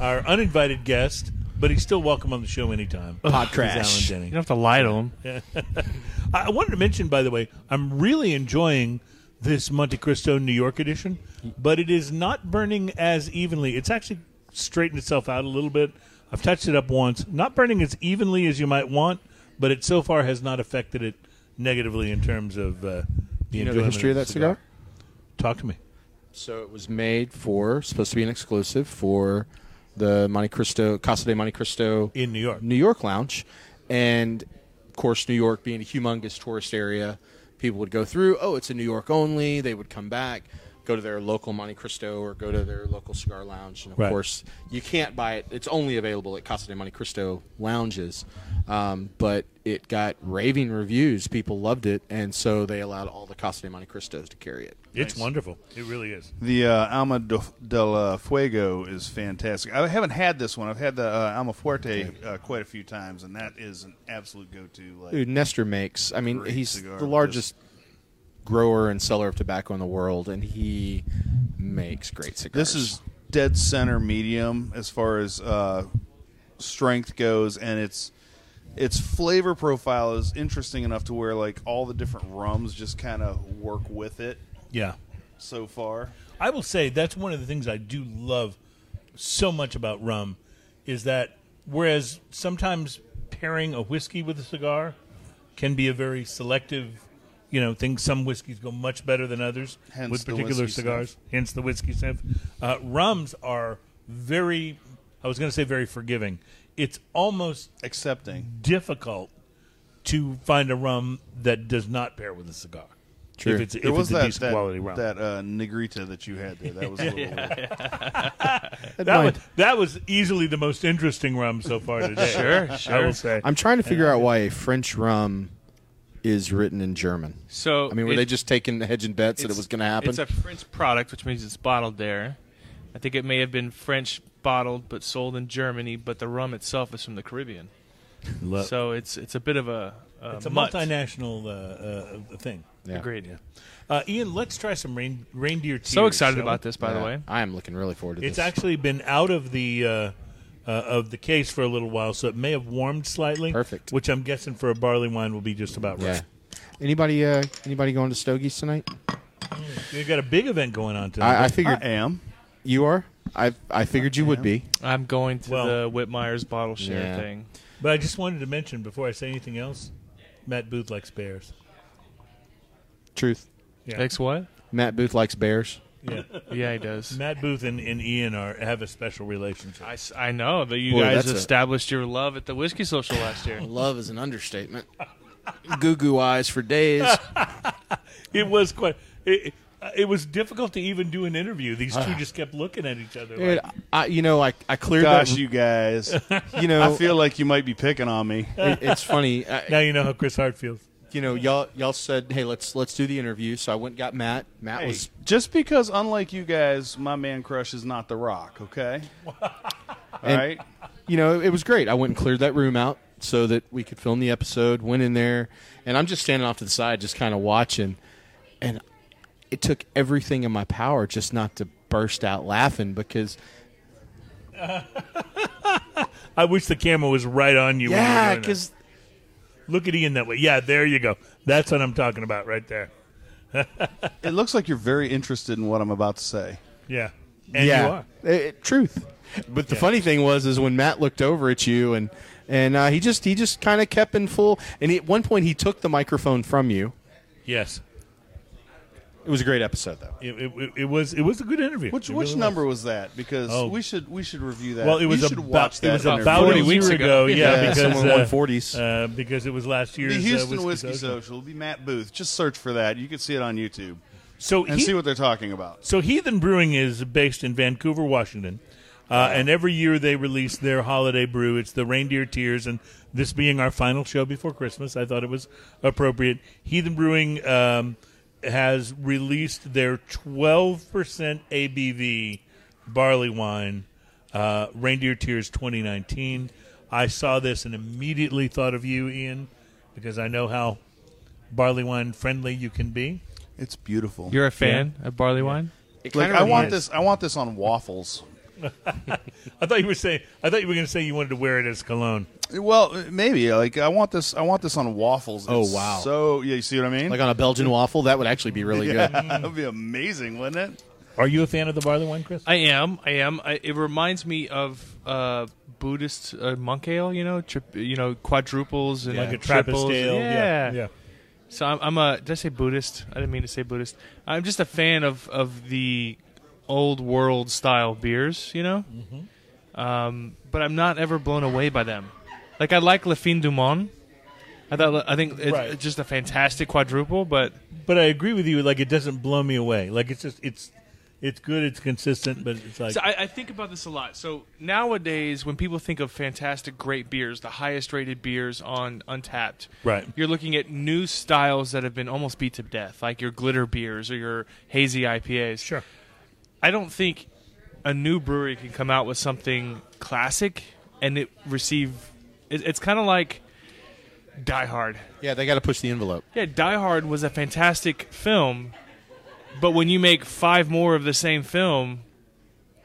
Speaker 2: Our uninvited guest but he's still welcome on the show anytime.
Speaker 6: Podcrash.
Speaker 2: He's Alan Denny.
Speaker 3: don't have to lie to him.
Speaker 2: I I wanted to mention, by the way, I'm really enjoying this Monte Cristo New York edition, but it is not burning as evenly. It's actually straightened itself out a little bit. I've touched it up once. Not burning as evenly as you might want, but it so far has not affected it negatively in terms of uh, the
Speaker 6: You know the
Speaker 2: enjoyment
Speaker 6: history of that cigar?
Speaker 2: Talk to me.
Speaker 6: So it was made for supposed to be an exclusive for the Monte Cristo Casa de Monte Cristo
Speaker 2: In New York.
Speaker 6: New York lounge, and of course New York being a humongous tourist area, people would go through. Oh, it's in New York only. They would come back, go to their local Monte Cristo or go to their local cigar lounge, and of
Speaker 2: Right.
Speaker 6: course you can't buy it. It's only available at Casa de Monte Cristo lounges, um, but it got raving reviews. People loved it, and so they allowed all the Casa de Monte Cristos to carry it.
Speaker 2: It's wonderful. It really is.
Speaker 5: The uh, Alma do- del uh, Fuego is fantastic. I haven't had this one. I've had the uh, Alma Fuerte uh, quite a few times, and that is an absolute go-to. Like,
Speaker 6: Dude, Nestor makes. I mean,
Speaker 5: Great
Speaker 6: he's
Speaker 5: cigar,
Speaker 6: the
Speaker 5: just-
Speaker 6: largest grower and seller of tobacco in the world, and he makes great cigars.
Speaker 5: This is dead center medium as far as uh, strength goes, and its its flavor profile is interesting enough to where like all the different rums just kind of work with it
Speaker 2: Yeah.
Speaker 5: so far.
Speaker 2: I will say that's one of the things I do love so much about rum is that whereas sometimes pairing a whiskey with a cigar can be a very selective, you know, thing. Some whiskeys go much better than others
Speaker 5: Hence
Speaker 2: with
Speaker 5: the
Speaker 2: particular
Speaker 5: whiskey
Speaker 2: cigars. Hence the whiskey sniff. Uh, rums are very, I was going to say very forgiving. It's almost
Speaker 5: Accepting,
Speaker 2: difficult to find a rum that does not pair with a cigar.
Speaker 6: True.
Speaker 2: If it's, if
Speaker 5: there
Speaker 2: it's
Speaker 5: was
Speaker 2: a
Speaker 5: that
Speaker 2: decent
Speaker 5: that,
Speaker 2: quality rum.
Speaker 5: that uh, Negrita that you had there. That was a little weird.
Speaker 2: That was, that was easily the most interesting rum so far today.
Speaker 3: Sure, sure.
Speaker 2: I will say.
Speaker 6: I'm trying to figure out why a French rum is written in German.
Speaker 3: So
Speaker 6: I mean, were
Speaker 3: it-
Speaker 6: they just taking the hedge and bets that it
Speaker 3: it's-
Speaker 6: was going to happen?
Speaker 3: It's a French product, which means it's bottled there. I think it may have been French bottled but sold in Germany, but the rum itself is from the Caribbean.
Speaker 6: Uh,
Speaker 2: Lo-
Speaker 3: so it's it's a bit of a, a
Speaker 2: it's a
Speaker 3: mutt.
Speaker 2: multinational uh, uh, thing.
Speaker 6: Yeah.
Speaker 3: Agreed.
Speaker 2: Uh, Ian, let's try some rein, reindeer tears.
Speaker 3: So excited
Speaker 2: shall
Speaker 3: about
Speaker 2: we?
Speaker 3: this, by the
Speaker 6: Yeah.
Speaker 3: way.
Speaker 6: I am looking really forward to
Speaker 2: It's
Speaker 6: this.
Speaker 2: actually been out of the uh, uh, of the case for a little while, so it may have warmed slightly.
Speaker 6: Perfect.
Speaker 2: Which I'm guessing for a barley wine will be just about right.
Speaker 6: yeah. Anybody uh, anybody going to Stogie's tonight?
Speaker 2: You've got a big event going on tonight.
Speaker 6: I, I
Speaker 5: I
Speaker 6: figured
Speaker 5: am.
Speaker 6: you are. I I figured you would be.
Speaker 3: I'm going to
Speaker 2: Well-
Speaker 3: the Whitmire's bottle share
Speaker 6: Yeah.
Speaker 3: thing.
Speaker 2: but I just wanted to mention before I say anything else, Matt Booth likes bears.
Speaker 6: Truth.
Speaker 2: Yeah.
Speaker 3: Thanks, what?
Speaker 6: Matt Booth likes bears.
Speaker 2: Yeah.
Speaker 3: Yeah, he does.
Speaker 2: Matt Booth and, and Ian are have a special relationship.
Speaker 3: I, s- I know that you
Speaker 6: Boy,
Speaker 3: guys
Speaker 6: that's a-
Speaker 3: established your love at the Whiskey Social last year.
Speaker 6: Love is an understatement. Goo goo eyes for days.
Speaker 2: It was quite. It, uh, it- it was difficult to even do an interview. These two just kept looking at each other.
Speaker 6: Dude,
Speaker 2: like,
Speaker 6: I, you know, I, I cleared
Speaker 5: Gosh,
Speaker 6: that.
Speaker 5: you guys,
Speaker 6: you know,
Speaker 5: I feel like you might be picking on me.
Speaker 6: it, it's funny. I,
Speaker 2: now you know how Chris Hart feels.
Speaker 6: you know, y'all y'all said, "Hey, let's let's do the interview." So I went and got Matt. Matt
Speaker 5: Hey,
Speaker 6: was
Speaker 5: just because, unlike you guys, my man crush is not the Rock. Okay, all
Speaker 6: And-
Speaker 5: right.
Speaker 6: you know, it was great. I went and cleared that room out so that we could film the episode. Went in there, and I'm just standing off to the side, just kind of watching. And it took everything in my power just not to burst out laughing because
Speaker 2: I wish the camera was right on you. when you were
Speaker 6: yeah,
Speaker 2: doing that.
Speaker 6: because
Speaker 2: look at Ian that way. Yeah, there you go. That's what I'm talking about right there.
Speaker 5: It looks like you're very interested in what I'm about to say.
Speaker 2: Yeah, and
Speaker 6: yeah,
Speaker 2: you are.
Speaker 6: It- it- truth. But the funny thing was, is when Matt looked over at you and and uh, he just he just kind of kept in full. And he, at one point, he took the microphone from you.
Speaker 2: Yes,
Speaker 6: It was a great episode, though.
Speaker 2: it, it, it- it was it was a good interview.
Speaker 5: Which
Speaker 2: It
Speaker 5: which
Speaker 2: really
Speaker 5: number was that? Because
Speaker 2: Oh.
Speaker 5: we should we should review that.
Speaker 2: Was. Well, it was
Speaker 5: you should
Speaker 2: about
Speaker 5: watch
Speaker 2: it
Speaker 5: that
Speaker 2: was
Speaker 5: on
Speaker 2: about
Speaker 5: every-
Speaker 2: a
Speaker 3: 40
Speaker 2: weeks
Speaker 3: weeks
Speaker 2: ago.
Speaker 3: ago.
Speaker 2: Yeah,
Speaker 6: Yeah,
Speaker 2: because
Speaker 6: somewhere
Speaker 2: uh,
Speaker 6: 140s.
Speaker 2: uh, because it was last year's
Speaker 5: the
Speaker 2: uh,
Speaker 5: Houston
Speaker 2: Whiskey
Speaker 5: Whiskey
Speaker 2: Social.
Speaker 5: Social. It'll be Matt Booth. Just search for that. You can see it on YouTube
Speaker 2: So
Speaker 5: and
Speaker 2: he,
Speaker 5: see what they're talking about.
Speaker 2: So Heathen Brewing is based in Vancouver, Washington, uh, and every year they release their holiday brew. It's the Reindeer Tears, and this being our final show before Christmas, I thought it was appropriate. Heathen Brewing um, has released their 12% ABV barley wine, uh, Reindeer Tears 2019. I saw this and immediately thought of you, Ian, because I know how barley wine friendly you can be.
Speaker 5: It's beautiful.
Speaker 3: You're a fan of barley wine?
Speaker 5: like I want this. I want this on waffles.
Speaker 2: I thought you were saying. I thought you were going to say you wanted to wear it as cologne.
Speaker 5: Well, maybe like I want this. I want this on waffles.
Speaker 6: Oh,
Speaker 5: It's
Speaker 6: wow.
Speaker 5: So yeah, you see what I mean?
Speaker 6: Like on a Belgian waffel, that would actually be really good.
Speaker 5: that would be amazing, wouldn't it?
Speaker 2: Are you a fan of the barley wine, Chris?
Speaker 3: I am. I am. I, it reminds me of uh, Buddhist uh, monk ale. You know, tri- you know, quadruples and
Speaker 2: like a
Speaker 3: triples.
Speaker 2: Trappist ale.
Speaker 3: Yeah.
Speaker 2: yeah. yeah.
Speaker 3: So I'm, I'm a. Did I say Buddhist? I didn't mean to say Buddhist. I'm just a fan of of the old world style beers. You know.
Speaker 2: Mm-hmm.
Speaker 3: Um, but I'm not ever blown away by them. Like I like Le Fin du Monde. I thought I think it's
Speaker 2: Right.
Speaker 3: just a fantastic quadruple, but
Speaker 2: But I agree with you. Like it doesn't blow me away. Like it's just it's it's good. It's consistent. But it's like
Speaker 3: So I, I think about this a lot. So nowadays, when people think of fantastic, great beers, the highest rated beers on Untapped,
Speaker 2: Right.
Speaker 3: You're looking at new styles that have been almost beat to death, like your glitter beers or your hazy IPAs.
Speaker 2: sure.
Speaker 3: I don't think a new brewery can come out with something classic and it receive. It, it's kind of like Die Hard.
Speaker 6: yeah, they got to push the envelope.
Speaker 3: Yeah, Die Hard was a fantastic film, but when you make five more of the same film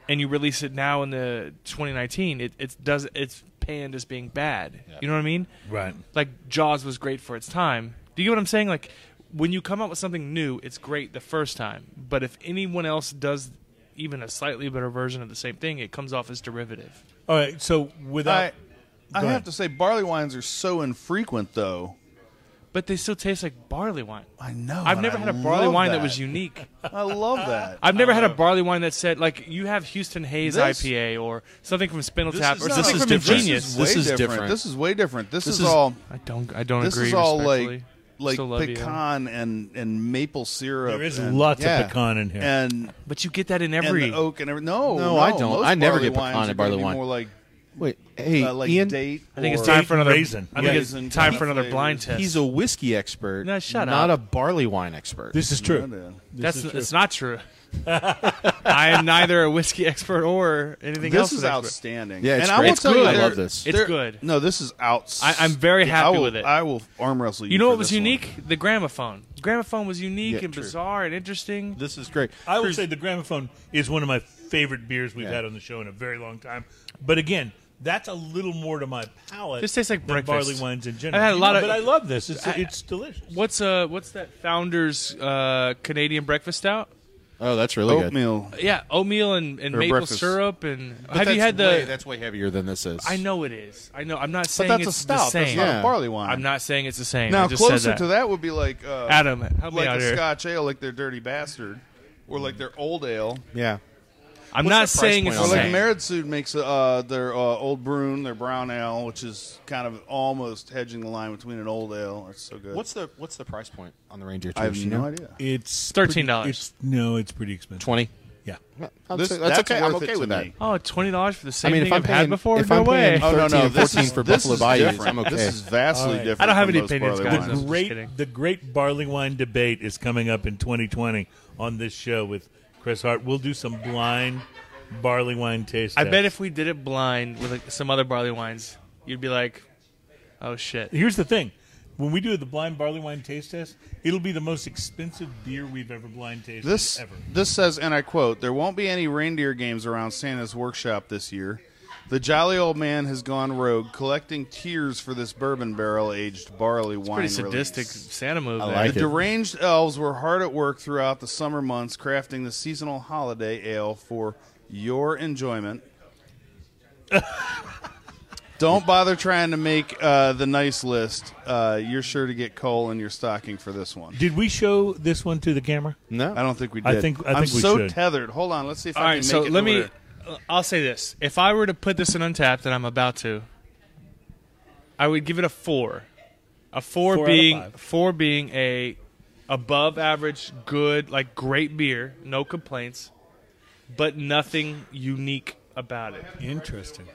Speaker 3: and you release it now in the 2019, it it's does it's panned as being bad. You know what I mean?
Speaker 2: Right.
Speaker 3: Like Jaws was great for its time. Do you get what I'm saying? Like when you come out with something new, it's great the first time, but if anyone else does even a slightly better version of the same thing, it comes off as derivative.
Speaker 2: All right. So without
Speaker 5: I I
Speaker 2: Go
Speaker 5: have
Speaker 2: ahead.
Speaker 5: to say barley wines are so infrequent though.
Speaker 3: But they still taste like barley wine.
Speaker 5: I know.
Speaker 3: I've
Speaker 5: and
Speaker 3: never
Speaker 5: Oh, I
Speaker 3: had a barley
Speaker 5: love
Speaker 3: wine that was unique.
Speaker 5: I love that.
Speaker 3: I've never had a barley wine that said like you have Houston Hayes
Speaker 5: Uh, This-
Speaker 3: IPA or something from Spinal
Speaker 5: This
Speaker 3: Tap
Speaker 5: is
Speaker 3: or
Speaker 5: not-
Speaker 3: something
Speaker 6: this is
Speaker 3: from
Speaker 6: different.
Speaker 3: Ingenious.
Speaker 5: This is, way
Speaker 6: This is
Speaker 5: different.
Speaker 6: different.
Speaker 5: This is way different. This, is,
Speaker 6: is-
Speaker 5: all.
Speaker 3: I don't I don't
Speaker 5: This
Speaker 3: agree.
Speaker 5: is all
Speaker 3: respectfully.
Speaker 5: like like
Speaker 3: Still love you.
Speaker 5: pecan and and maple syrup.
Speaker 2: there is
Speaker 5: and-
Speaker 2: lots
Speaker 5: yeah.
Speaker 2: of pecan in here.
Speaker 5: And
Speaker 3: But you get that in
Speaker 5: and
Speaker 3: every
Speaker 5: the oak and every, no,
Speaker 6: No, I don't.
Speaker 5: most
Speaker 6: I never
Speaker 5: barley
Speaker 6: get pecan
Speaker 5: wines
Speaker 6: in
Speaker 5: are
Speaker 6: barley
Speaker 5: gonna be
Speaker 6: wine.
Speaker 5: More like
Speaker 6: Wait, hey,
Speaker 5: uh, like
Speaker 6: Ian,
Speaker 5: date.
Speaker 3: I think it's
Speaker 5: or-
Speaker 3: time for another
Speaker 2: Raisin.
Speaker 3: I think
Speaker 5: Raisin
Speaker 3: it's time
Speaker 5: kinda
Speaker 3: for another blind test.
Speaker 5: flavors.
Speaker 6: he's a whiskey expert.
Speaker 3: No, shut
Speaker 6: not
Speaker 3: up.
Speaker 6: a barley wine expert.
Speaker 2: this is true.
Speaker 5: Yeah.
Speaker 3: That's
Speaker 2: is true.
Speaker 3: it's not true. I am neither a whiskey expert or anything else.
Speaker 5: This is
Speaker 3: an expert.
Speaker 5: outstanding.
Speaker 6: Yeah, it's
Speaker 5: and I
Speaker 6: great.
Speaker 5: will
Speaker 3: It's
Speaker 5: tell
Speaker 3: good.
Speaker 5: you,
Speaker 3: I
Speaker 5: there-
Speaker 6: love this.
Speaker 3: It's
Speaker 5: there-
Speaker 3: good.
Speaker 5: No, this is out.
Speaker 3: I- I'm very happy
Speaker 5: I will,
Speaker 3: with it.
Speaker 5: I will arm wrestle you.
Speaker 3: You know
Speaker 5: for
Speaker 3: what was
Speaker 5: this one.
Speaker 3: unique? The gramophone. Gramophone was unique
Speaker 6: Yeah,
Speaker 3: and
Speaker 6: true.
Speaker 3: bizarre and interesting.
Speaker 6: this is great.
Speaker 2: I would say the gramophone is one of my favorite beers we've had on the show in a very long time. But again, that's a little more to my palate.
Speaker 3: This tastes like
Speaker 2: than
Speaker 3: breakfast.
Speaker 2: barley wines in general.
Speaker 3: I've had a lot
Speaker 2: No,
Speaker 3: of-
Speaker 2: but I love this. It's,
Speaker 3: I-
Speaker 2: it's delicious.
Speaker 3: What's uh what's that founder's uh, Canadian breakfast out?
Speaker 6: Oh, that's really good.
Speaker 5: Oatmeal.
Speaker 3: Yeah, oatmeal and, and
Speaker 5: Or
Speaker 3: maple
Speaker 5: breakfast.
Speaker 3: syrup and
Speaker 6: But
Speaker 3: have you
Speaker 6: that's
Speaker 3: had the?
Speaker 6: way- that's way heavier than this is.
Speaker 3: I know it is. I know. I'm not
Speaker 5: But
Speaker 3: saying
Speaker 5: that's a
Speaker 3: it's
Speaker 5: stout.
Speaker 3: the
Speaker 5: That's
Speaker 3: same.
Speaker 5: not
Speaker 6: Yeah.
Speaker 5: a barley wine.
Speaker 3: I'm not saying it's the same.
Speaker 5: now
Speaker 3: I just said
Speaker 5: closer
Speaker 3: that.
Speaker 5: to that would be like uh,
Speaker 3: Adam, help me
Speaker 5: like
Speaker 3: out
Speaker 5: a
Speaker 3: here.
Speaker 5: Scotch ale, like their dirty bastard, or like their old ale,
Speaker 6: Yeah.
Speaker 3: I'm
Speaker 6: What's
Speaker 3: not
Speaker 6: the price
Speaker 3: saying
Speaker 6: point
Speaker 3: it's
Speaker 6: on
Speaker 3: the
Speaker 5: or like
Speaker 3: same.
Speaker 5: Meritsued makes uh, their uh, old Bruin, their brown ale, which is kind of almost hedging the line between an old ale. It's so good.
Speaker 6: What's the what's the price point on the Reindeer
Speaker 5: I have
Speaker 6: Tours? you
Speaker 5: no
Speaker 6: know?
Speaker 5: idea.
Speaker 2: It's
Speaker 3: $13.
Speaker 2: pretty- it's- No, it's pretty expensive.
Speaker 6: Twenty.
Speaker 2: Yeah.
Speaker 6: I'd
Speaker 5: This-
Speaker 6: say that's,
Speaker 5: that's
Speaker 6: okay. I'm
Speaker 5: worth it
Speaker 6: okay
Speaker 5: to
Speaker 6: with that.
Speaker 5: me.
Speaker 3: Oh, twenty dollars for the same
Speaker 6: I mean, if
Speaker 3: thing
Speaker 6: I'm
Speaker 3: I've had
Speaker 6: paying-
Speaker 3: before.
Speaker 6: if
Speaker 3: no
Speaker 6: I'm
Speaker 3: way.
Speaker 6: paying-
Speaker 5: Oh no,
Speaker 6: 13
Speaker 5: no,
Speaker 6: and
Speaker 5: this
Speaker 6: 14
Speaker 5: is,
Speaker 6: for
Speaker 5: this
Speaker 6: Buffalo
Speaker 5: is
Speaker 6: Bayous.
Speaker 5: different.
Speaker 6: I'm okay.
Speaker 5: This is vastly
Speaker 2: All right.
Speaker 5: different.
Speaker 3: I don't have
Speaker 5: than
Speaker 3: any
Speaker 5: most
Speaker 3: opinions,
Speaker 5: barley
Speaker 3: guys.
Speaker 5: wines.
Speaker 3: I'm just kidding.
Speaker 2: Great, the great barley wine debate is coming up in 2020 on this show with Chris Hart. We'll do some blind barley wine taste.
Speaker 3: I
Speaker 2: tests.
Speaker 3: bet if we did it blind with like, some other barley wines, you'd be like, "Oh shit."
Speaker 2: Here's the thing. When we do the blind barley wine taste test, it'll be the most expensive beer we've ever blind tasted
Speaker 5: This
Speaker 2: ever.
Speaker 5: this says, and I quote: "There won't be any reindeer games around Santa's workshop this year. The jolly old man has gone rogue, collecting tears for this bourbon barrel aged barley wine."
Speaker 3: Pretty sadistic
Speaker 5: release.
Speaker 3: Santa move.
Speaker 6: I
Speaker 3: there.
Speaker 6: like
Speaker 5: The deranged elves were hard at work throughout the summer months crafting the seasonal holiday ale for your enjoyment. Don't bother trying to make uh, the nice list. Uh, you're sure to get coal in your stocking for this one.
Speaker 2: Did we show this one to the camera?
Speaker 6: No.
Speaker 5: I don't think we
Speaker 2: I
Speaker 5: did.
Speaker 2: think- I
Speaker 5: am
Speaker 2: think we
Speaker 5: so
Speaker 2: should.
Speaker 5: tethered. Hold on. Let's see if
Speaker 3: All
Speaker 5: I
Speaker 3: right,
Speaker 5: can
Speaker 3: so
Speaker 5: make it.
Speaker 3: let
Speaker 5: to
Speaker 3: me. uh,
Speaker 5: where-
Speaker 3: I'll say this: if I were to put this in Untapped, and I'm about to, I would give it a four. A
Speaker 2: Four
Speaker 3: four,
Speaker 2: out of
Speaker 3: being
Speaker 2: five.
Speaker 3: four being a above average, good, like great beer, no complaints, but nothing unique about it.
Speaker 2: Interesting.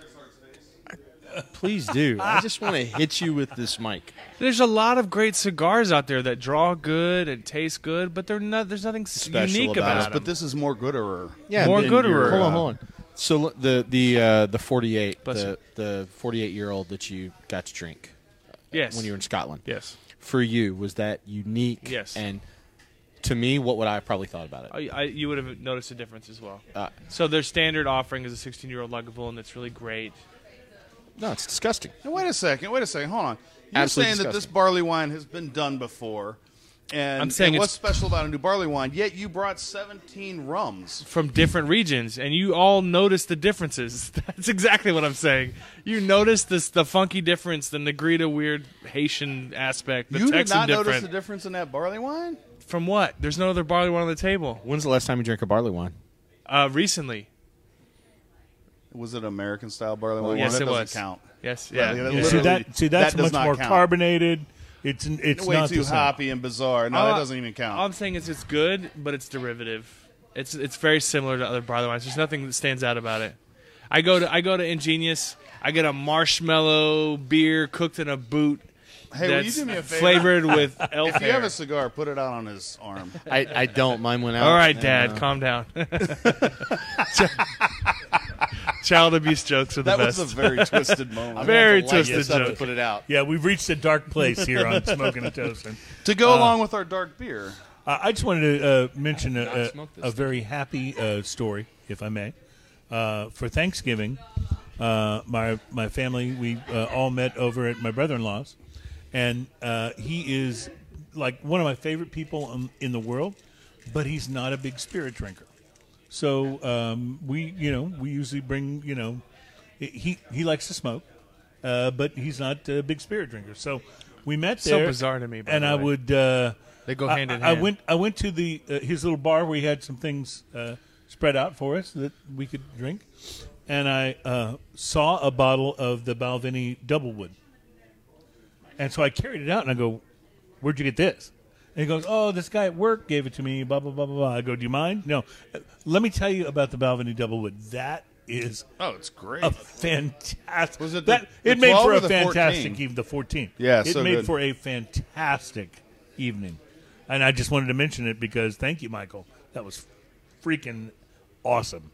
Speaker 6: Please do. I just want to hit you with this mic.
Speaker 3: There's a lot of great cigars out there that draw good and taste good, but they're not. There's nothing s-
Speaker 6: Special
Speaker 3: unique
Speaker 6: about
Speaker 3: about,
Speaker 6: it,
Speaker 3: them.
Speaker 5: But this is more gooderer.
Speaker 6: Yeah.
Speaker 3: More
Speaker 6: then
Speaker 3: gooder.
Speaker 6: you're- Hold on.
Speaker 5: Uh,
Speaker 6: Hold on. So l- the the uh, the 48
Speaker 3: Bless you.
Speaker 6: the, the 48 year old that you got to drink
Speaker 3: yes,
Speaker 6: when you were in Scotland
Speaker 3: yes,
Speaker 6: for you was that unique
Speaker 3: Yes.
Speaker 6: and to me, what would I have probably thought about it?
Speaker 3: Oh, I, I, you would have noticed a difference as well.
Speaker 6: Uh,
Speaker 3: So their standard offering is a 16-year-old Lagavulin that's really great.
Speaker 6: No, it's disgusting.
Speaker 5: Now, wait a second. Wait a second. Hold on. You're
Speaker 6: Absolutely
Speaker 5: saying that this
Speaker 6: disgusting.
Speaker 5: barley wine has been done before, and,
Speaker 3: I'm saying
Speaker 5: and what's
Speaker 3: it's-
Speaker 5: special about a new barley wine? Yet you brought 17 rums.
Speaker 3: from different regions, and you all notice the differences. That's exactly what I'm saying. You notice this the funky difference, the Negrita weird Haitian aspect, the
Speaker 5: you did
Speaker 3: Texan
Speaker 5: not
Speaker 3: different.
Speaker 5: notice the difference in that barley wine.
Speaker 3: from what? There's no other barley wine on the table.
Speaker 6: When's the last time you drank a barley wine?
Speaker 3: Uh, recently,
Speaker 5: Was it American style barley wine?
Speaker 3: yes,
Speaker 5: that
Speaker 3: it
Speaker 5: doesn't
Speaker 3: was.
Speaker 5: count.
Speaker 3: yes, yeah.
Speaker 5: Yeah, the other-
Speaker 3: yeah.
Speaker 2: See
Speaker 5: Literally,
Speaker 2: that? See that's
Speaker 5: that does
Speaker 2: much
Speaker 5: not
Speaker 2: more
Speaker 5: count.
Speaker 2: carbonated. It's it's
Speaker 5: Way
Speaker 2: not
Speaker 5: too
Speaker 2: the same.
Speaker 5: hoppy and bizarre. No,
Speaker 3: Uh,
Speaker 5: that doesn't even count.
Speaker 3: All I'm saying is it's good, but it's derivative. It's it's very similar to other barley wines. There's nothing that stands out about it. I go to I go to Ingenious. I get a marshmallow beer cooked in a boot.
Speaker 5: Hey, will you
Speaker 3: that's
Speaker 5: do me a favor?
Speaker 3: flavored with elf
Speaker 5: if you have
Speaker 3: hair.
Speaker 5: a cigar, put it out on his arm.
Speaker 6: I, I don't. Mine went out. uh,
Speaker 3: All right, Dad, calm down. Child abuse jokes are the
Speaker 5: That
Speaker 3: best.
Speaker 5: was a very twisted moment.
Speaker 3: very
Speaker 6: Light this
Speaker 3: twisted
Speaker 6: up and
Speaker 3: joke.
Speaker 6: Put it out.
Speaker 2: Yeah, we've reached a dark place here on smoking and toasting.
Speaker 5: to
Speaker 3: Uh,
Speaker 5: go along with our dark beer.
Speaker 2: Uh, I just wanted to uh, mention
Speaker 6: not
Speaker 2: a,
Speaker 6: smoked
Speaker 2: a,
Speaker 6: this
Speaker 2: a very happy uh, story, if I may. Uh, for Thanksgiving, uh, my my family we uh, all met over at my brother in law's, and uh, he is like one of my favorite people um, in the world, but he's not a big spirit drinker. So um, we you know we usually bring you know he he likes to smoke, uh, but he's not a big spirit drinker. So we met
Speaker 3: So
Speaker 2: there.
Speaker 3: bizarre to me, by
Speaker 2: and
Speaker 3: the
Speaker 2: I
Speaker 3: way.
Speaker 2: would. Uh,
Speaker 3: They go
Speaker 2: I-
Speaker 3: hand in
Speaker 2: I,
Speaker 3: hand.
Speaker 2: I went. I went to the uh, his little bar where he had some things uh, spread out for us that we could drink, and I uh, saw a bottle of the Balvenie Doublewood, and so I carried it out and I go, "Where'd you get this?" And he goes, "Oh, this guy at work gave it to me." Blah blah blah blah. blah. I go, "Do you mind?" No. Uh, Let me tell you about the Balvenie Doublewood. That is
Speaker 5: Oh, it's great.
Speaker 2: a fantastic.
Speaker 5: Was it
Speaker 2: that?
Speaker 5: the-
Speaker 2: it
Speaker 5: the
Speaker 2: made
Speaker 5: 12
Speaker 2: for
Speaker 5: or
Speaker 2: a
Speaker 5: the
Speaker 2: fantastic
Speaker 5: 14?
Speaker 2: evening. The 14.
Speaker 5: Yeah,
Speaker 2: it
Speaker 5: so
Speaker 2: made
Speaker 5: good.
Speaker 2: for a fantastic evening, and I just wanted to mention it because thank you, Michael. That was freaking awesome.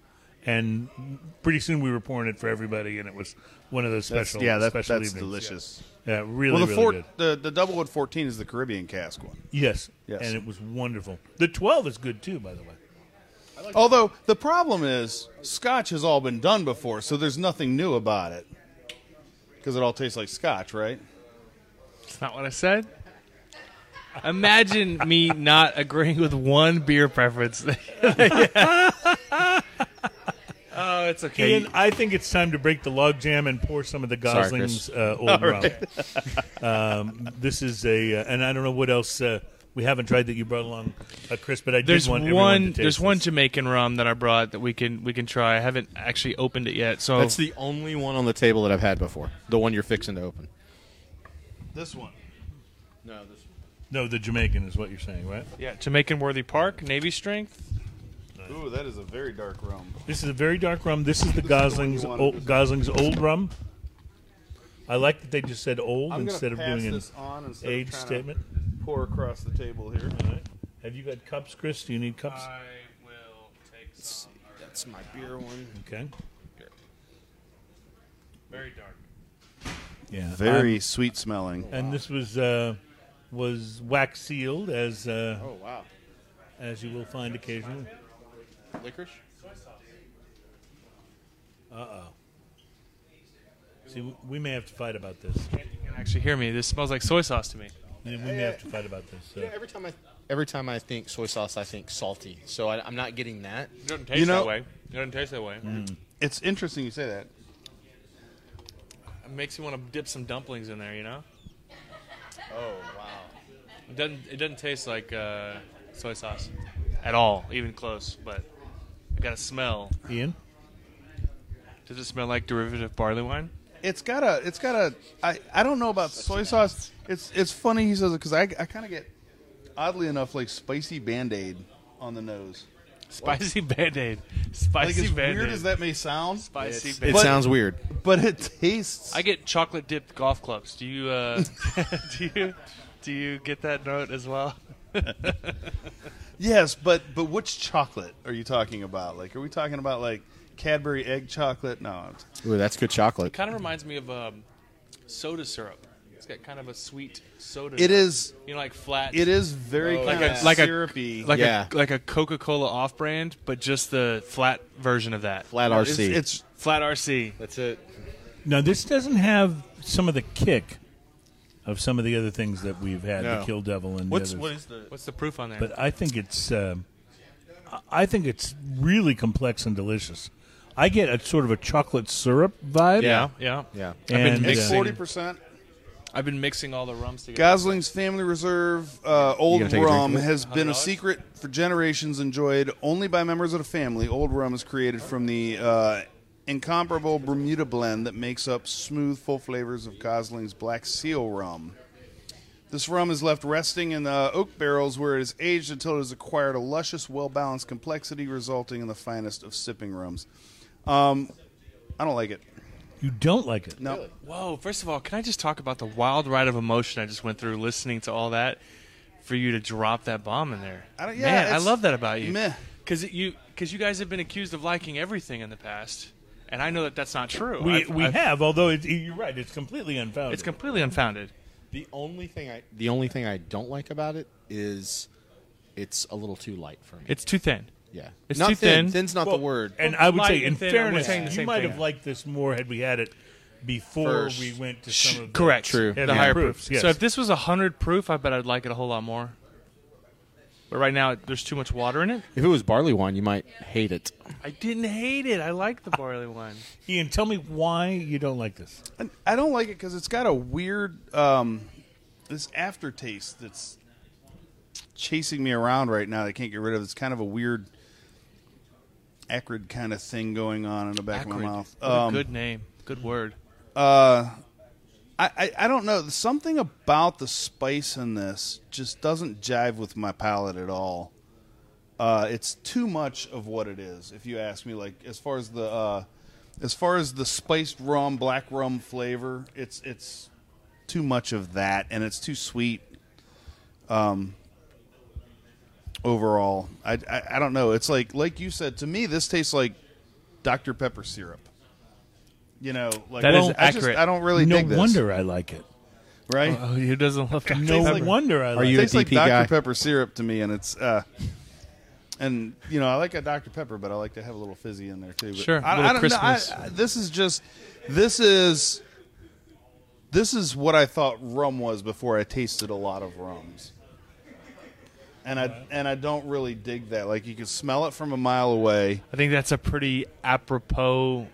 Speaker 2: And pretty soon we were pouring it for everybody, and it was one of those special,
Speaker 5: yeah, that-
Speaker 2: special
Speaker 5: that's
Speaker 2: evenings.
Speaker 5: delicious.
Speaker 2: Yeah, Yeah, really,
Speaker 5: well, the
Speaker 2: really
Speaker 5: four,
Speaker 2: good.
Speaker 5: the the Doublewood 14 is the Caribbean cask one.
Speaker 2: Yes,
Speaker 5: Yes.
Speaker 2: and it was wonderful. The 12 is good too, by the way.
Speaker 5: Although the problem is, Scotch has all been done before, so there's nothing new about it. Because it all tastes like Scotch, right?
Speaker 3: That's not what I said. Imagine me not agreeing with one beer preference. oh, it's okay.
Speaker 2: Ian, I think it's time to break the logjam and pour some of the
Speaker 6: Sorry,
Speaker 2: Gosling's uh, old rum. um, this is a, uh, and I don't know what else uh, we haven't tried that you brought along, uh, Chris. But I
Speaker 3: there's
Speaker 2: did want
Speaker 3: one.
Speaker 2: everyone to taste
Speaker 3: There's one
Speaker 2: this.
Speaker 3: Jamaican rum that I brought that we can we can try. I haven't actually opened it yet, so
Speaker 6: That's the only one on the table that I've had before. The one you're fixing to open.
Speaker 5: This one.
Speaker 6: No, this.
Speaker 2: No, the Jamaican is what you're saying, right?
Speaker 3: yeah, Jamaican Worthy Park Navy Strength.
Speaker 5: Ooh, that is a very dark rum.
Speaker 2: This is a very dark rum. This is the Gosling's
Speaker 5: wanted to
Speaker 2: old, Gosling's old rum. I like that they just said old
Speaker 5: I'm
Speaker 2: instead
Speaker 5: going to
Speaker 2: of
Speaker 5: pass
Speaker 2: doing an
Speaker 5: this on instead
Speaker 2: age
Speaker 5: of trying
Speaker 2: statement.
Speaker 5: to pour across the table here.
Speaker 2: All right. Have you got cups, Chris? Do you need cups?
Speaker 5: Uh,
Speaker 3: will take some.
Speaker 6: That's my beer one.
Speaker 2: okay.
Speaker 3: Very dark.
Speaker 2: Yeah.
Speaker 5: Very sweet smelling.
Speaker 2: and this was uh, was wax sealed as uh,
Speaker 6: Oh wow,
Speaker 2: as you will find occasionally.
Speaker 6: licorice.
Speaker 2: See, w- we may have to fight about this.
Speaker 3: You can actually hear me. This smells like soy sauce to me.
Speaker 2: We may have to fight about this. uh, so.
Speaker 6: Every time I every time I think soy sauce, I think salty. So I, I'm not getting that.
Speaker 3: It doesn't taste
Speaker 5: You know-
Speaker 3: that way. It doesn't taste that way.
Speaker 5: It's interesting you say that.
Speaker 3: It makes you want to dip some dumplings in there, you know?
Speaker 6: Oh wow.
Speaker 3: It doesn't it doesn't taste like uh, soy sauce at all, even close, but I got a smell.
Speaker 2: Ian,
Speaker 3: Does it smell like derivative barley wine?
Speaker 5: It's got a. It's got a. I. I don't know about soy sauce. It's. It's funny he says it because I. I kind of get, oddly enough, like spicy Band Aid on the nose.
Speaker 3: Spicy band-aid.
Speaker 5: Like
Speaker 3: Spicy
Speaker 5: as
Speaker 3: band-aid.
Speaker 5: weird as that may sound,
Speaker 3: Spicy
Speaker 5: it's-
Speaker 6: It
Speaker 3: But-
Speaker 6: sounds weird.
Speaker 5: but it tastes.
Speaker 3: I get chocolate dipped golf clubs. Do you uh, do you do you get that note as well?
Speaker 5: yes, but but which chocolate are you talking about? Like, are we talking about like Cadbury egg chocolate? No, I'm-
Speaker 6: Ooh, that's good chocolate.
Speaker 3: Kind of reminds me of um, soda syrup. It's got kind of a sweet soda. note.
Speaker 5: It is-
Speaker 3: You know, like flat.
Speaker 5: It is very
Speaker 3: Like
Speaker 5: like
Speaker 3: a- like a-
Speaker 5: syrupy.
Speaker 3: like
Speaker 6: Yeah.
Speaker 3: a like a Coca Cola off brand, but just the flat version of that.
Speaker 6: Flat
Speaker 5: it's,
Speaker 6: RC.
Speaker 5: it's
Speaker 3: Flat RC.
Speaker 6: that's it.
Speaker 2: Now this doesn't have some of the kick of some of the other things that we've had, the Kill Devil and
Speaker 7: What's
Speaker 2: the others.
Speaker 7: what is the?
Speaker 3: What's the proof on there?
Speaker 2: but I think it's um, I- I think it's really complex and delicious. I get a sort of a chocolate syrup vibe.
Speaker 3: yeah, yeah,
Speaker 6: Yeah.
Speaker 3: I've been
Speaker 2: And, uh,
Speaker 3: mixing.
Speaker 5: forty percent.
Speaker 3: I've been mixing all the rums together.
Speaker 5: Gosling's Family Reserve uh, Old
Speaker 6: gonna take a drink
Speaker 5: Rum
Speaker 6: of it?
Speaker 5: has been a
Speaker 3: $100?
Speaker 5: secret for generations, enjoyed only by members of the family. Old Rum is created from the uh, incomparable Bermuda blend that makes up smooth, full flavors of Gosling's Black Seal Rum. This rum is left resting in the oak barrels where it is aged until it has acquired a luscious, well balanced complexity, resulting in the finest of sipping rums. Um, I don't like it.
Speaker 2: you don't like it.
Speaker 5: No.
Speaker 3: Whoa! First of all, can I just talk about the wild ride of emotion I just went through listening to all that? For you to drop that bomb in there,
Speaker 5: I don't- yeah,
Speaker 3: man, I
Speaker 5: it's-
Speaker 3: love that about you.
Speaker 5: meh.
Speaker 3: Because you, because you guys have been accused of liking everything in the past, and I know that that's not true.
Speaker 2: We
Speaker 3: I've-
Speaker 2: we
Speaker 3: I've-
Speaker 2: have, although it, you're right, it's completely unfounded.
Speaker 3: It's completely unfounded.
Speaker 6: The only thing I the only thing I don't like about it is it's a little too light for me.
Speaker 3: It's too thin.
Speaker 6: yeah,
Speaker 3: it's
Speaker 6: not
Speaker 3: too thin.
Speaker 6: Thin's not
Speaker 2: Well,
Speaker 6: the word.
Speaker 2: And
Speaker 3: Well,
Speaker 2: I would
Speaker 3: light
Speaker 2: say, in
Speaker 3: and thin, we're
Speaker 2: fairness,
Speaker 3: saying the
Speaker 2: you
Speaker 3: same
Speaker 2: might
Speaker 3: thing.
Speaker 2: have liked this more had we had it before
Speaker 6: First.
Speaker 2: we went to
Speaker 3: Sh-
Speaker 2: some of the
Speaker 3: correct.
Speaker 6: True.
Speaker 3: The
Speaker 2: heavier
Speaker 3: higher
Speaker 2: proofs,
Speaker 3: proof.
Speaker 2: yes.
Speaker 3: So if this was 100 proof, I bet I'd like it a whole lot more. But right now, it- there's too much water in it.
Speaker 6: If it was barley wine, you might hate it.
Speaker 3: I didn't hate it. I like the barley wine.
Speaker 2: Ian, tell me why you don't like this.
Speaker 5: And I don't like it because it's got a weird um, this aftertaste that's chasing me around right now. That I can't get rid of. It's kind of a weird acrid kind of thing going on in the back of
Speaker 3: Acrid.
Speaker 5: my mouth.
Speaker 3: What a
Speaker 5: Um,
Speaker 3: good name. Good word.
Speaker 5: I, I I don't know. Something about the spice in this just doesn't jive with my palate at all. Uh, it's too much of what it is, if you ask me. Like as far as the uh, as far as the spiced rum, black rum flavor, it's it's too much of that, and it's too sweet. Um, overall, I, I I don't know. It's like like you said to me, this tastes like Dr Pepper syrup. You know, like
Speaker 3: That is
Speaker 5: I just-
Speaker 3: accurate.
Speaker 5: I don't really
Speaker 2: no
Speaker 5: dig this
Speaker 2: wonder I like it.
Speaker 5: right?
Speaker 6: Uh,
Speaker 3: Oh, who doesn't love Dr.
Speaker 2: No
Speaker 3: Pepper?
Speaker 2: wonder I like
Speaker 6: you
Speaker 2: it.
Speaker 6: a
Speaker 5: tastes like
Speaker 6: DP
Speaker 5: Dr
Speaker 6: guy?
Speaker 5: Pepper syrup to me, and it's uh, and you know I like a Dr Pepper, but I like to have a little fizzy in there too. But
Speaker 3: Sure, a
Speaker 5: I,
Speaker 3: little
Speaker 5: I don't know. I,
Speaker 3: crispness.
Speaker 5: I- this is just this is this is what I thought rum was before I tasted a lot of rums. And I and I don't really dig that. Like you can smell it from a mile away.
Speaker 3: I think that's a pretty apropos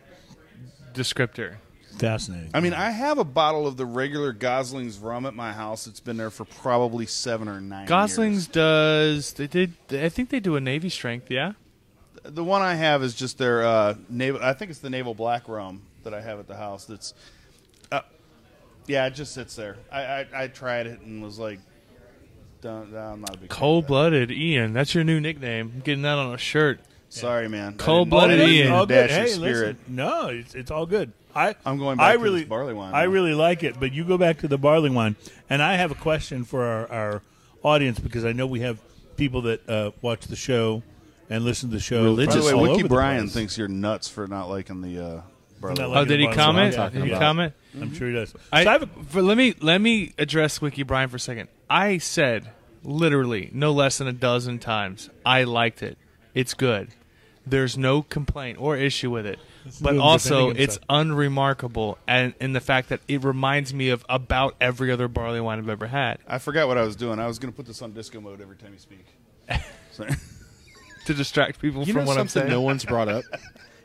Speaker 3: descriptor.
Speaker 2: Fascinating.
Speaker 5: I mean, I have a bottle of the regular Gosling's rum at my house. It's been there for probably seven or nine. years.
Speaker 3: Gosling's does. They did. I think they do a Navy strength. Yeah.
Speaker 5: The one I have is just their uh, naval. I think it's the naval black rum that I have at the house. That's, uh, yeah, it just sits there. I, I, I tried it and was like, don't, nah, I'm not a big fan of
Speaker 3: Cold
Speaker 5: that.
Speaker 3: blooded Ian. That's your new nickname. I'm getting that on a shirt.
Speaker 5: Sorry, man.
Speaker 3: Cold-blooded
Speaker 5: I didn't- I
Speaker 3: Ian.
Speaker 5: didn't
Speaker 2: All good.
Speaker 5: Dash your
Speaker 2: Hey, listen.
Speaker 5: spirit.
Speaker 2: No, it's, it's all good. I
Speaker 5: I'm going
Speaker 2: I
Speaker 5: back to
Speaker 2: really
Speaker 5: this barley wine
Speaker 2: I
Speaker 5: now.
Speaker 2: really like it, but you go back to the barley wine, and I have a question for our, our audience because I know we have people that uh, watch the show and listen to the show.
Speaker 5: By the
Speaker 2: from
Speaker 5: way,
Speaker 2: all over
Speaker 5: Wiki
Speaker 2: the
Speaker 5: Bryan
Speaker 2: place.
Speaker 5: thinks you're nuts for not liking the. Uh,
Speaker 2: not
Speaker 5: barley wine.
Speaker 3: Oh,
Speaker 2: liking
Speaker 3: did he
Speaker 2: the barley
Speaker 3: comment?
Speaker 2: wine.
Speaker 6: I'm talking
Speaker 3: Did he
Speaker 6: about.
Speaker 3: comment?
Speaker 2: I'm sure he does.
Speaker 5: Mm-hmm.
Speaker 3: I,
Speaker 2: So I have a-
Speaker 3: for- let me let me address Wiki Brian for a second. I said literally no less than a dozen times I liked it. It's good. There's no complaint or issue with it. But
Speaker 2: no
Speaker 3: also,
Speaker 2: defending
Speaker 3: it's unremarkable, and in the fact that it reminds me of about every other barley wine I've ever had.
Speaker 5: I forgot what I was doing. I was going to put this on disco mode every time you speak. Sorry.
Speaker 3: To distract people
Speaker 6: You
Speaker 3: from
Speaker 6: know
Speaker 3: what I'm
Speaker 6: something
Speaker 3: saying.
Speaker 6: no one's brought up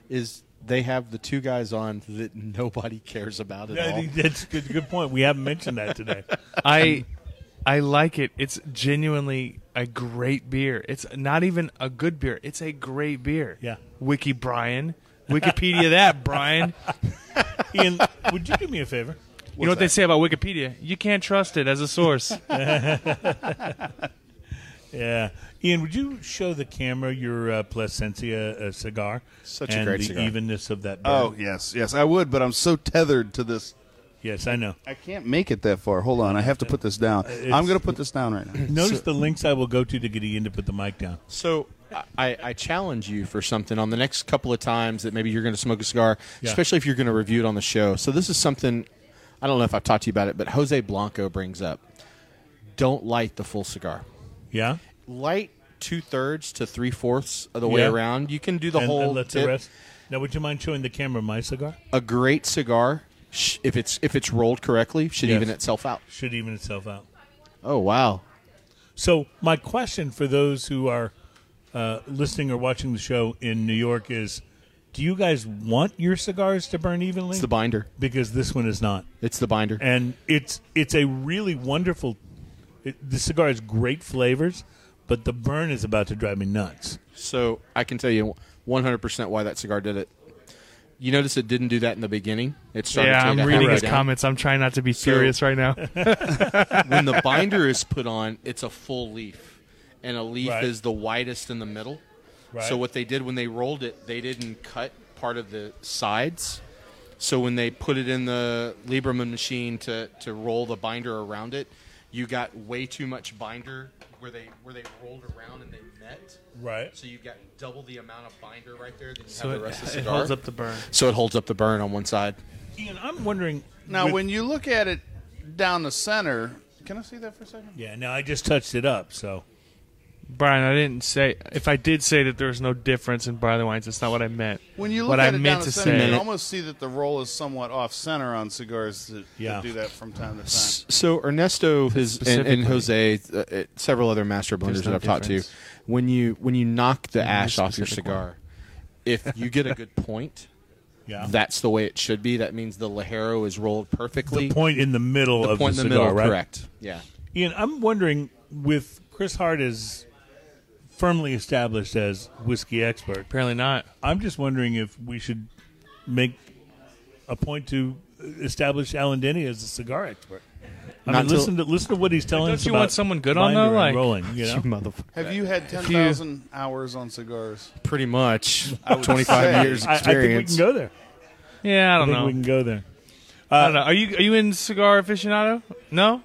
Speaker 6: is they have the two guys on that nobody cares about at all.
Speaker 2: that's a good, good point. We haven't mentioned that today.
Speaker 3: I I like it. It's genuinely a great beer. It's not even a good beer. It's a great beer.
Speaker 2: Yeah.
Speaker 3: Wiki Brian. Wikipedia that, Brian.
Speaker 2: Ian, would you do me a favor?
Speaker 3: you know what they say about Wikipedia? You can't trust it as a source.
Speaker 2: Yeah, Ian, would you show the camera your uh, Placencia uh, cigar?
Speaker 6: Such a
Speaker 2: and
Speaker 6: great
Speaker 2: the
Speaker 6: cigar.
Speaker 2: evenness of that.
Speaker 5: Oh
Speaker 2: burn?
Speaker 5: yes, yes, I would, but I'm so tethered to this.
Speaker 2: yes, I know.
Speaker 5: I can't make it that far. Hold on, I have to put this down.
Speaker 2: Uh,
Speaker 5: I'm going to put this down right now.
Speaker 2: Notice the links I will go to to get Ian to put the mic down.
Speaker 6: So I, I challenge you for something on the next couple of times that maybe you're going to smoke a cigar,
Speaker 2: Yeah.
Speaker 6: especially if you're going to review it on the show. So this is something I don't know if I've talked to you about it, but Jose Blanco brings up don't light the full cigar.
Speaker 2: Yeah.
Speaker 6: Light two thirds to three fourths of the way
Speaker 2: Yeah.
Speaker 6: around. You can do the
Speaker 2: and,
Speaker 6: whole
Speaker 2: and let the
Speaker 6: tip.
Speaker 2: rest. Now, would you mind showing the camera my cigar?
Speaker 6: A great cigar, sh- if it's if it's rolled correctly, should
Speaker 2: Yes.
Speaker 6: even itself out.
Speaker 2: Should even itself out.
Speaker 6: Oh wow,
Speaker 2: So, my question for those who are uh, listening or watching the show in New York is: Do you guys want your cigars to burn evenly?
Speaker 6: it's the binder.
Speaker 2: because this one is not.
Speaker 6: It's the binder.
Speaker 2: and it's it's a really wonderful. It, the cigar has great flavors, but the burn is about to drive me nuts.
Speaker 6: So I can tell you 100% why that cigar did it. You notice it didn't do that in the beginning. It started.
Speaker 3: Yeah,
Speaker 6: to
Speaker 3: I'm
Speaker 6: halfway
Speaker 3: reading his
Speaker 6: down.
Speaker 3: comments. I'm trying not to be serious right now.
Speaker 6: When the binder is put on, it's a full leaf, and a leaf
Speaker 2: Right.
Speaker 6: is the widest in the middle.
Speaker 2: Right.
Speaker 6: So what they did when they rolled it, they didn't cut part of the sides. So when they put it in the Lieberman machine to, to roll the binder around it, you got way too much binder where they where they rolled around and they met.
Speaker 2: Right.
Speaker 6: So you got double the amount of binder right there than you
Speaker 3: So
Speaker 6: have
Speaker 3: it,
Speaker 6: the rest of the
Speaker 3: it
Speaker 6: cigar.
Speaker 3: holds up the burn.
Speaker 6: so it holds up the burn on one side.
Speaker 2: Ian, I'm wondering
Speaker 5: Now,
Speaker 2: with-
Speaker 5: when you look at it down the center, can I see that for a second?
Speaker 2: yeah, now I just touched it up, so
Speaker 3: Brian, I didn't say. If I did say that there was no difference in barley wines, that's not what I meant.
Speaker 5: When you look
Speaker 3: what
Speaker 5: at
Speaker 3: I
Speaker 5: it down
Speaker 3: meant
Speaker 5: the
Speaker 3: to
Speaker 5: center, you
Speaker 3: say.
Speaker 5: can almost see that the roll is somewhat off center on cigars that, that
Speaker 2: Yeah.
Speaker 5: do that from time to time.
Speaker 6: So Ernesto his, and, and
Speaker 3: Specifically.
Speaker 6: Jose, uh, uh, several other master blenders
Speaker 3: There's no
Speaker 6: that I've talked to,
Speaker 3: difference.
Speaker 6: when you when you knock the ash off your
Speaker 3: specific
Speaker 6: cigar, if you get a good point,
Speaker 2: yeah.
Speaker 6: that's the way it should be. That means the lajero is rolled perfectly.
Speaker 2: the point in the middle
Speaker 6: The
Speaker 2: of
Speaker 6: point
Speaker 2: the
Speaker 6: in the
Speaker 2: cigar,
Speaker 6: middle,
Speaker 2: right?
Speaker 6: correct? Yeah.
Speaker 2: Ian, I'm wondering with Chris Hart as firmly established as whiskey expert,
Speaker 3: Apparently not.
Speaker 2: I'm just wondering if we should make a point to establish Alan Denny as a cigar expert. I
Speaker 6: Not
Speaker 2: mean,
Speaker 6: till-
Speaker 2: listen to listen to what he's telling
Speaker 3: Don't
Speaker 2: us
Speaker 3: you
Speaker 2: about
Speaker 3: want someone good on,
Speaker 2: binder
Speaker 3: though?
Speaker 2: and
Speaker 3: Like-
Speaker 2: rolling, you know?
Speaker 6: motherfucker.
Speaker 5: Have you had 10,000 hours on cigars?
Speaker 6: Pretty much
Speaker 5: would
Speaker 6: twenty
Speaker 5: say-
Speaker 6: five years
Speaker 2: I, I think we
Speaker 6: experience.
Speaker 2: can go there.
Speaker 3: Yeah, I
Speaker 2: I
Speaker 3: don't
Speaker 2: think
Speaker 3: know.
Speaker 2: we can go there.
Speaker 3: I don't know. Are you are you in cigar aficionado? No.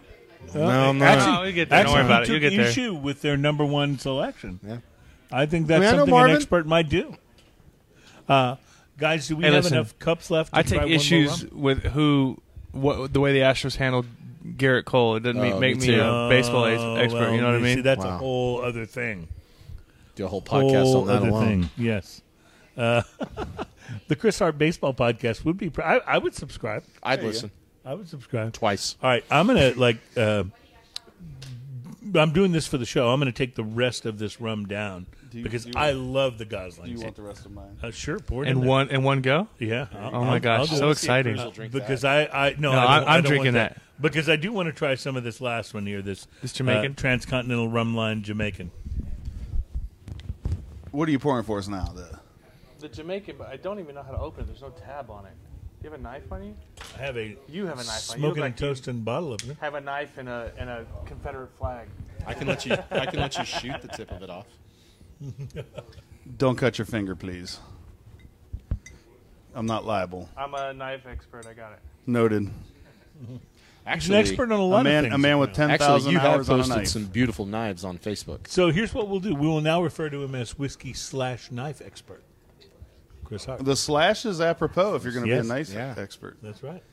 Speaker 6: no, I'm not.
Speaker 3: Actually- Oh, you get there. Don't
Speaker 2: Actually,
Speaker 3: worry about it.
Speaker 2: took
Speaker 3: You'll get there.
Speaker 2: issue with their number one selection.
Speaker 6: Yeah.
Speaker 2: I think that's
Speaker 6: I know
Speaker 2: something an
Speaker 6: Marvin.
Speaker 2: expert might do. Uh, guys, do we
Speaker 3: Hey,
Speaker 2: have
Speaker 3: listen.
Speaker 2: enough cups left? To
Speaker 3: I
Speaker 2: try
Speaker 3: take
Speaker 2: one more
Speaker 3: issues
Speaker 2: round?
Speaker 3: with who, what the way the Astros handled Garrett Cole. It doesn't
Speaker 6: Oh,
Speaker 3: make
Speaker 6: me
Speaker 3: me
Speaker 6: too.
Speaker 3: a uh, baseball
Speaker 2: Oh,
Speaker 3: ex- expert.
Speaker 2: well,
Speaker 3: you know what I
Speaker 2: see,
Speaker 3: mean?
Speaker 2: that's a
Speaker 6: Wow.
Speaker 2: whole other thing.
Speaker 6: Do a whole podcast on
Speaker 2: whole
Speaker 6: that
Speaker 2: other
Speaker 6: alone.
Speaker 2: thing. Yes. Uh, the Chris Hart baseball podcast would be. Pr- I, I would subscribe.
Speaker 6: I'd listen
Speaker 2: I would subscribe.
Speaker 6: twice.
Speaker 2: All right, I'm gonna like. Uh, I'm doing this for the show. I'm gonna take the rest of this rum down because I love the Goslings.
Speaker 5: Do you want the rest of mine?
Speaker 2: uh, sure, pour it in
Speaker 3: And
Speaker 2: there.
Speaker 3: one and one go.
Speaker 2: Yeah. I'll-
Speaker 3: Oh my
Speaker 2: I'll- I'll
Speaker 3: gosh,
Speaker 2: do
Speaker 3: so
Speaker 2: it.
Speaker 3: exciting!
Speaker 2: because I, I no,
Speaker 3: No,
Speaker 2: I don't,
Speaker 3: I'm- I'm
Speaker 2: I don't
Speaker 3: drinking
Speaker 2: want that. because I do want to try some of this last one here. This
Speaker 3: This Jamaican?
Speaker 2: uh, transcontinental rum line Jamaican.
Speaker 5: What are you pouring for us now? The,
Speaker 3: The Jamaican, but I don't even know how to open it. There's no tab on it. Do you have a knife on you?
Speaker 2: I have a
Speaker 3: You have a knife on you. You
Speaker 2: smoking
Speaker 3: look
Speaker 2: and
Speaker 3: like you-
Speaker 2: toasting bottle opener.
Speaker 3: Have a knife and a and a Confederate flag.
Speaker 6: I can let you. I can let you shoot the tip of it off.
Speaker 5: don't cut your finger, please. I'm not liable.
Speaker 3: I'm a knife expert. I got it.
Speaker 5: Noted.
Speaker 2: He's an expert on a lot
Speaker 5: A man,
Speaker 2: of things.
Speaker 5: a man with
Speaker 6: Actually,
Speaker 5: 10,000
Speaker 6: you have
Speaker 5: hours on a knife.
Speaker 6: posted some beautiful knives on Facebook.
Speaker 2: So here's what we'll do. We will now refer to him as whiskey slash knife expert. Chris Hart.
Speaker 5: The slash is apropos if you're going to
Speaker 2: Yes.
Speaker 5: be a knife
Speaker 6: Yeah.
Speaker 5: expert.
Speaker 2: That's right.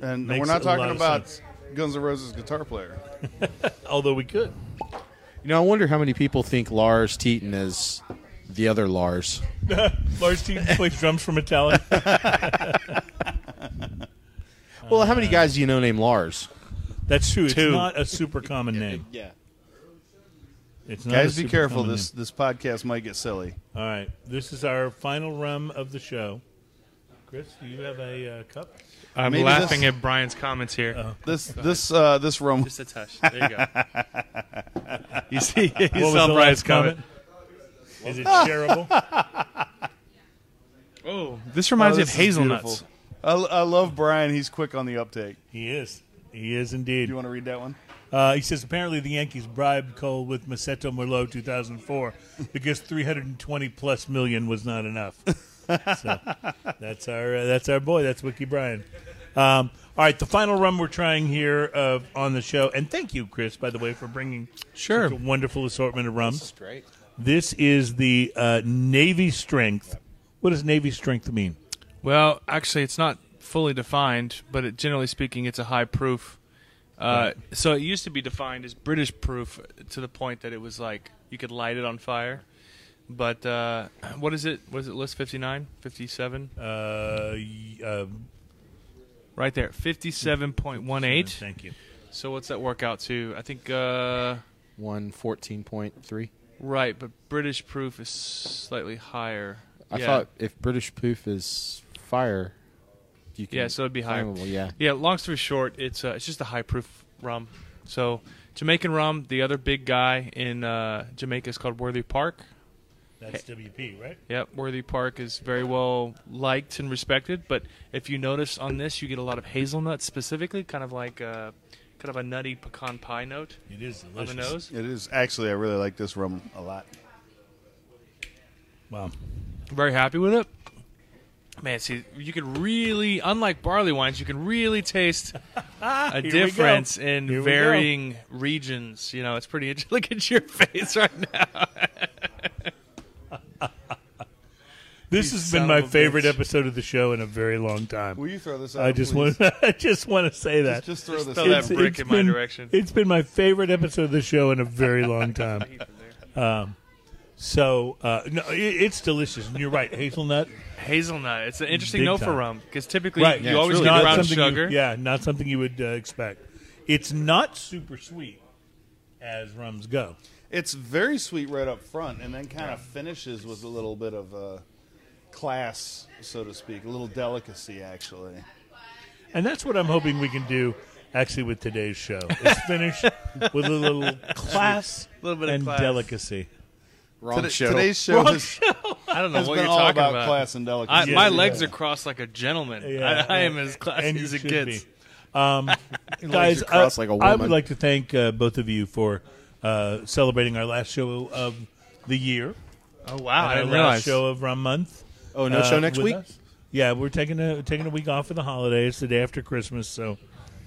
Speaker 5: And
Speaker 2: Makes
Speaker 5: we're not
Speaker 2: a lot
Speaker 5: talking
Speaker 2: of
Speaker 5: about
Speaker 2: sense.
Speaker 5: Guns N' Roses guitar player.
Speaker 2: Although we could.
Speaker 6: You know, I wonder how many people think Lars Teton is the other Lars.
Speaker 2: Lars T plays drums for Metallica.
Speaker 6: Well, how many guys do you know named Lars?
Speaker 2: That's true. It's
Speaker 3: Two.
Speaker 2: not a super common name.
Speaker 4: Yeah.
Speaker 2: It's not
Speaker 5: Guys,
Speaker 2: a
Speaker 5: be
Speaker 2: super
Speaker 5: careful.
Speaker 2: common
Speaker 5: This this podcast might get silly.
Speaker 2: name. All right. This is our final rum of the show. Chris, do you have a uh, cup?
Speaker 3: I'm
Speaker 5: Maybe
Speaker 3: laughing
Speaker 5: this-
Speaker 3: at Brian's comments here.
Speaker 5: This this uh, this rum.
Speaker 3: Just a touch. There you go. you see, you
Speaker 2: What was
Speaker 3: saw
Speaker 2: the
Speaker 3: Brian's
Speaker 2: last
Speaker 3: comment.
Speaker 2: comment? Is it shareable?
Speaker 3: Oh, this reminds
Speaker 5: Oh,
Speaker 3: me of
Speaker 5: this is
Speaker 3: hazelnuts.
Speaker 5: beautiful. I, I love Brian. He's quick on the uptake.
Speaker 2: he is. He is
Speaker 5: Do
Speaker 2: indeed.
Speaker 5: you want to read that one?
Speaker 2: Uh, he says apparently the Yankees bribed Cole with Maceto Merlot 2004 because 320 plus million was not enough. so that's our uh, that's our boy. That's Wiki Brian. Um, all right, the final rum we're trying here uh, on the show, and thank you, Chris, by the way, for bringing
Speaker 3: Sure.
Speaker 2: such a wonderful assortment of rums.
Speaker 6: Great.
Speaker 2: This is the uh, Navy Strength. What does Navy Strength mean?
Speaker 3: Well, actually, it's not fully defined, but it, generally speaking, it's a high proof. Uh, So it used to be defined as British proof to the point that it was like you could light it on fire. But uh, what is it? Was it list 59, 57?
Speaker 2: Uh, y- uh,
Speaker 3: Right there, 57.18.
Speaker 2: Thank you.
Speaker 3: So what's that work out to? I think uh,
Speaker 6: One fourteen point three.
Speaker 3: right, but British proof is slightly higher.
Speaker 6: I
Speaker 3: Yeah.
Speaker 6: thought if British poof is fire, you can
Speaker 3: Yeah, so it'd be higher.
Speaker 6: flammable, Yeah,
Speaker 3: Yeah, long story short, it's uh, it's just a high proof rum. So Jamaican rum, the other big guy in uh, Jamaica is called Worthy Park.
Speaker 2: That's WP, right?
Speaker 3: Yep, Worthy Park is very well liked and respected. But if you notice on this, you get a lot of hazelnuts specifically, kind of like uh, kind of a nutty pecan pie note
Speaker 2: It is
Speaker 3: on the
Speaker 2: delicious.
Speaker 3: nose.
Speaker 7: It is actually. I really like this rum a lot.
Speaker 2: Wow.
Speaker 3: Very happy with it. Man, see, you can really, unlike barley wines, you can really taste a
Speaker 2: we go.
Speaker 3: difference in
Speaker 2: Here we go.
Speaker 3: varying regions. You know, it's pretty interesting. Look at your face right now.
Speaker 2: This
Speaker 3: You
Speaker 2: has
Speaker 3: son
Speaker 2: been my
Speaker 3: of a
Speaker 2: favorite
Speaker 3: bitch.
Speaker 2: episode of the show in a very long time.
Speaker 7: Will you throw this out?
Speaker 2: I just
Speaker 7: please?
Speaker 2: want I just want to say that.
Speaker 7: Just, just throw this
Speaker 3: throw
Speaker 7: out.
Speaker 3: that brick in my
Speaker 2: been,
Speaker 3: direction.
Speaker 2: It's been my favorite episode of the show in a very long time. Um, So uh, no, it, it's delicious, and you're right, hazelnut.
Speaker 3: Hazelnut. It's an interesting
Speaker 2: Big
Speaker 3: note for
Speaker 2: time.
Speaker 3: rum because typically
Speaker 2: right,
Speaker 3: you always
Speaker 2: not
Speaker 3: get brown
Speaker 2: something you-
Speaker 3: sugar.
Speaker 2: yeah, not something you would uh, expect. It's not super sweet as rums go.
Speaker 7: It's very sweet right up front, and then kind of finishes with a little bit of uh, class, so to speak, a little delicacy, actually.
Speaker 2: And that's what I'm hoping we can do actually with today's show. It's finished with a little class
Speaker 3: Little bit of
Speaker 2: and
Speaker 3: class.
Speaker 2: delicacy.
Speaker 6: wrong
Speaker 7: Today-
Speaker 6: show.
Speaker 7: Today's show has,
Speaker 3: I don't know
Speaker 7: has
Speaker 3: what
Speaker 7: been
Speaker 3: you're
Speaker 7: all
Speaker 3: talking
Speaker 7: about,
Speaker 3: about.
Speaker 7: class and
Speaker 3: I,
Speaker 7: delicacy.
Speaker 2: Yeah,
Speaker 3: my
Speaker 2: yeah.
Speaker 3: legs are crossed like a gentleman.
Speaker 2: Yeah.
Speaker 3: I, I am as classy
Speaker 2: And you
Speaker 3: as it
Speaker 2: should
Speaker 3: gets.
Speaker 2: be. Um,
Speaker 6: legs
Speaker 2: guys,
Speaker 6: are crossed
Speaker 2: I,
Speaker 6: like a
Speaker 2: I would
Speaker 6: woman.
Speaker 2: like to thank uh, both of you for uh, celebrating our last show of the year.
Speaker 3: Oh wow!
Speaker 2: our
Speaker 3: I didn't
Speaker 2: last
Speaker 3: realize.
Speaker 2: show of Rum Month.
Speaker 6: Oh, no
Speaker 2: uh,
Speaker 6: show next
Speaker 2: with
Speaker 6: week.
Speaker 2: us. Yeah, we're taking a taking a week off for the holidays, the day after Christmas. So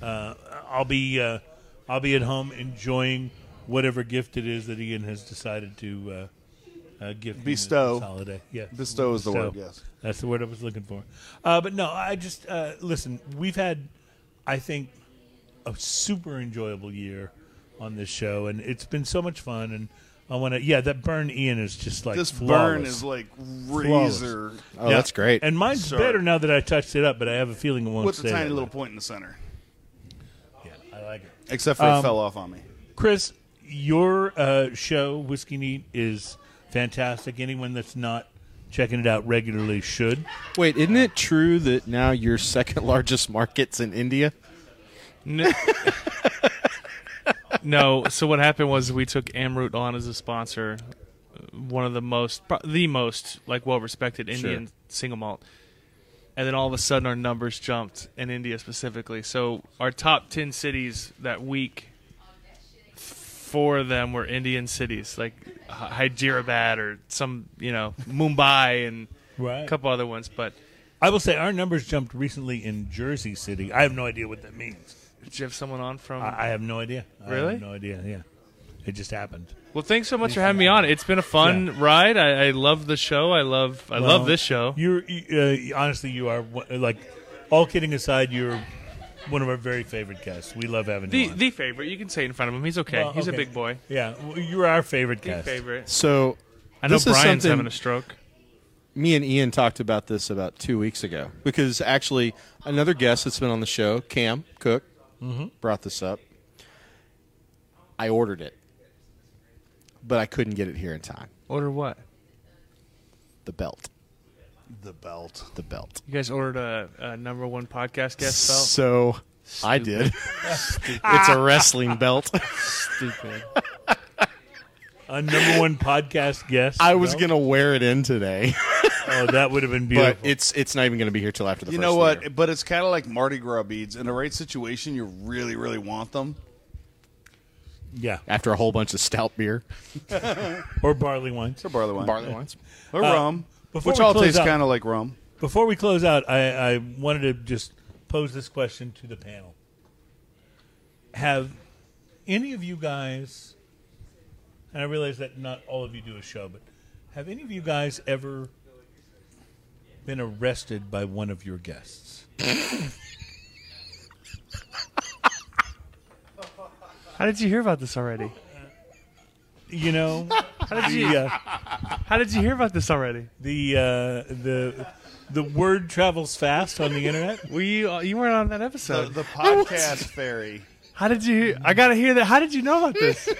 Speaker 2: uh, I'll be uh, I'll be at home enjoying whatever gift it is that Ian has decided to uh, uh, gift me
Speaker 7: Bestow.
Speaker 2: This holiday. Yeah,
Speaker 7: Bestow is the word, yes.
Speaker 2: that's the word I was looking for. Uh, but no, I just uh, listen. We've had, I think, a super enjoyable year on this show, and it's been so much fun. And I want to, yeah, that burn Ian is just like
Speaker 7: This burn
Speaker 2: flawless.
Speaker 7: is like
Speaker 2: Flawless.
Speaker 7: razor
Speaker 6: Oh,
Speaker 2: Yeah.
Speaker 6: that's great.
Speaker 2: And mine's
Speaker 7: Sorry.
Speaker 2: better now that I touched it up, but I have a feeling it won't
Speaker 7: with
Speaker 2: stay.
Speaker 7: a tiny
Speaker 2: that
Speaker 7: little
Speaker 2: way.
Speaker 7: point in the center.
Speaker 2: Yeah, I like it.
Speaker 7: Except for
Speaker 6: Um,
Speaker 7: it fell off on me.
Speaker 2: Chris, your uh, show Whiskey Neat is fantastic. Anyone that's not checking it out regularly should.
Speaker 6: Wait, isn't it true that now your second largest market's in India?
Speaker 3: No, no. So what happened was we took Amroot on as a sponsor, uh, one of the most, pro- the most like well-respected Indian single malt, and then all of a sudden our numbers jumped in India specifically. So our top ten cities that week, four of them were Indian cities, like Hy- Hyderabad or some, you know, Mumbai and
Speaker 2: Right.
Speaker 3: a couple other ones, but.
Speaker 2: I will say our numbers jumped recently in Jersey City. I have no idea what that means.
Speaker 3: Did you have someone on from?
Speaker 2: I, I have no idea. I
Speaker 3: Really?
Speaker 2: have no idea. Yeah, it just happened.
Speaker 3: Well, thanks so much for having me on. It's been a fun ride. I, I love the show. I love I love this show.
Speaker 2: You're you, uh, honestly, you are one- like, all kidding aside, you're one of our very favorite guests. We love having
Speaker 3: The
Speaker 2: you. on.
Speaker 3: the favorite. You can say it in front of him. He's okay.
Speaker 2: Well,
Speaker 3: He's a
Speaker 2: Uh, okay.
Speaker 3: big boy.
Speaker 2: Yeah, well, you're our favorite
Speaker 3: The
Speaker 2: guest.
Speaker 3: favorite.
Speaker 6: So
Speaker 3: I know
Speaker 6: this is
Speaker 3: Brian's
Speaker 6: something-
Speaker 3: having a stroke.
Speaker 6: me and Ian talked about this about two weeks ago because actually another guest that's been on the show, Cam Cook,
Speaker 7: Mm-hmm.
Speaker 6: brought this up. I ordered it, but I couldn't get it here in time.
Speaker 3: Order what?
Speaker 6: The belt,
Speaker 7: The belt.
Speaker 6: the belt.
Speaker 3: You guys ordered a, a number one podcast guest belt.
Speaker 6: So I did. it's a wrestling belt.
Speaker 3: Stupid.
Speaker 2: A number one podcast guest.
Speaker 6: I was
Speaker 2: No?
Speaker 6: gonna wear it in today,
Speaker 2: Oh, that would have been beautiful.
Speaker 6: but it's it's not even gonna be here till after the.
Speaker 7: You
Speaker 6: first
Speaker 7: know
Speaker 6: of the
Speaker 7: what?
Speaker 6: year.
Speaker 7: But it's kind of like Mardi Gras beads. In the right situation, you really, really want them.
Speaker 2: yeah,
Speaker 6: After a whole bunch of stout beer,
Speaker 2: or barley wines.
Speaker 7: Or barley wine.
Speaker 6: barley wines.
Speaker 7: Or rum.
Speaker 2: before
Speaker 7: Which
Speaker 2: we
Speaker 7: all
Speaker 2: close
Speaker 7: tastes
Speaker 2: out-
Speaker 7: kind of like rum.
Speaker 2: Before we close out, I, I wanted to just pose this question to the panel. Have any of you guys, and I realize that not all of you do a show, but have any of you guys ever been arrested by one of your guests.
Speaker 3: How did you hear about this already?
Speaker 2: You know,
Speaker 3: How did you?
Speaker 2: the uh,
Speaker 3: How did you hear about this already?
Speaker 2: the uh, the the word travels fast on the internet.
Speaker 3: Were you? uh, You weren't on that episode.
Speaker 7: The podcast fairy.
Speaker 3: How did you? I gotta hear that. How did you know about this?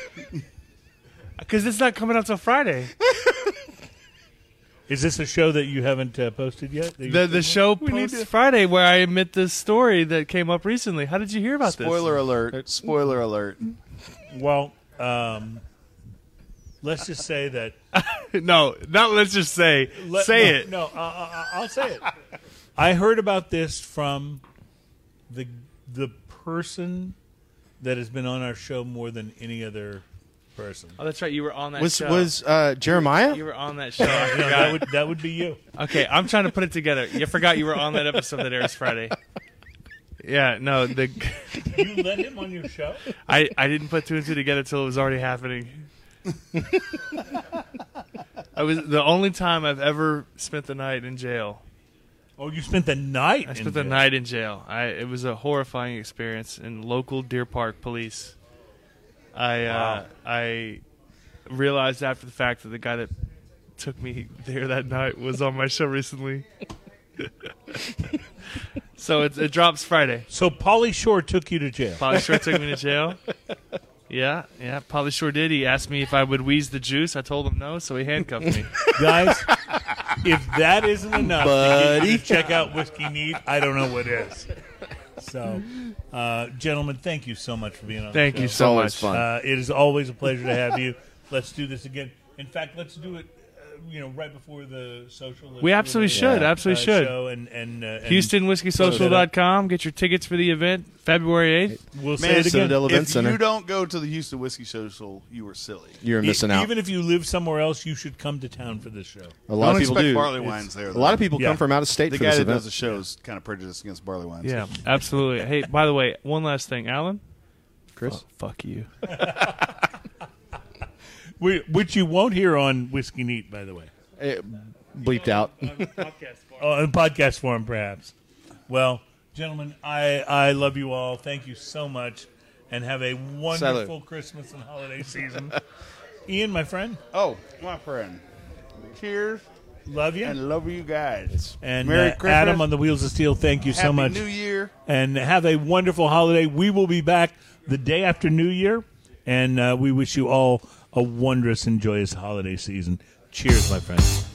Speaker 3: Because it's not coming out till Friday.
Speaker 2: Is this a show that you haven't uh, posted yet? That you-
Speaker 3: The the show
Speaker 2: need
Speaker 3: posts Friday where I admit this story that came up recently. How did you hear about
Speaker 7: Spoiler alert. Spoiler alert.
Speaker 2: well, um, let's just say that.
Speaker 3: this? No, not. Let's just say
Speaker 2: Let-
Speaker 3: say
Speaker 2: no,
Speaker 3: it.
Speaker 2: No, I, I, I'll say it. I heard about this from the the person that has been on our show more than any other person.
Speaker 3: Oh, that's right. You were on that
Speaker 6: Was
Speaker 3: show.
Speaker 6: was uh,
Speaker 3: you
Speaker 6: Jeremiah?
Speaker 3: were on that show?
Speaker 2: No, that would that would be you.
Speaker 3: okay, I'm trying to put it together. You forgot you were on that episode that airs Friday. Yeah, no, the
Speaker 2: You let him on your show.
Speaker 3: I, I didn't put two and two together till it was already happening. I was the only time I've ever spent the night in jail.
Speaker 2: Oh, you spent the night.
Speaker 3: I spent the night in jail. I it was a horrifying experience in local Deer Park police. I uh, I realized after the fact that the guy that took me there that night was on my show recently. so it, it drops Friday.
Speaker 2: So Polly Shore took you to jail.
Speaker 3: Polly Shore took me to jail. Yeah, yeah. Polly Shore did. He asked me if I would wheeze the juice. I told him no, so he handcuffed me.
Speaker 2: guys. If that isn't enough to, get you to check out Whiskey Neat, I don't know what is. So, uh, gentlemen, thank you so much for being on.
Speaker 3: Thank
Speaker 2: the
Speaker 3: you
Speaker 2: show.
Speaker 6: It's
Speaker 3: so
Speaker 6: always
Speaker 3: much.
Speaker 6: fun.
Speaker 2: Uh, it is always a pleasure to have you. Let's do this again. In fact, let's do it. Uh, you know, right before the social.
Speaker 3: We absolutely should, absolutely should.
Speaker 2: Show and and, uh, and
Speaker 3: HoustonWhiskeySocial.com. Get your tickets for the event, February 8th.
Speaker 2: We'll say
Speaker 6: Man,
Speaker 2: it again.
Speaker 6: Citadel Event
Speaker 7: If
Speaker 6: Center.
Speaker 7: you don't go to the Houston Whiskey Social, you were silly.
Speaker 6: You're missing
Speaker 2: E-
Speaker 6: out.
Speaker 2: Even if you live somewhere else, you should come to town for this show.
Speaker 6: a lot
Speaker 7: don't
Speaker 6: of people
Speaker 7: expect
Speaker 6: do.
Speaker 7: barley wines there.
Speaker 6: a lot of people
Speaker 2: Yeah.
Speaker 6: come from out of state
Speaker 7: The
Speaker 6: for
Speaker 7: guy
Speaker 6: this
Speaker 7: that
Speaker 6: event.
Speaker 7: does the show is kind of prejudiced against barley wines.
Speaker 3: Yeah, absolutely. Hey, by the way, one last thing, Alan.
Speaker 6: Chris,
Speaker 3: Fuck you.
Speaker 2: We, which you won't hear on Whiskey Neat, by the way.
Speaker 6: It bleeped out.
Speaker 2: Oh, in podcast form, perhaps. Well, gentlemen, I, I love you all. Thank you so much, and have a wonderful
Speaker 6: Salud.
Speaker 2: Christmas and holiday season. Ian, my friend,
Speaker 7: Oh, my friend. Cheers
Speaker 2: love you.
Speaker 7: and love you guys.
Speaker 2: And
Speaker 7: Merry
Speaker 2: uh,
Speaker 7: Christmas.
Speaker 2: Adam on the Wheels of Steel, thank you
Speaker 7: Happy
Speaker 2: so much.
Speaker 7: New Year.
Speaker 2: and have a wonderful holiday. We will be back the day after New Year, and uh, we wish you all a wondrous and joyous holiday season. Cheers, my friends.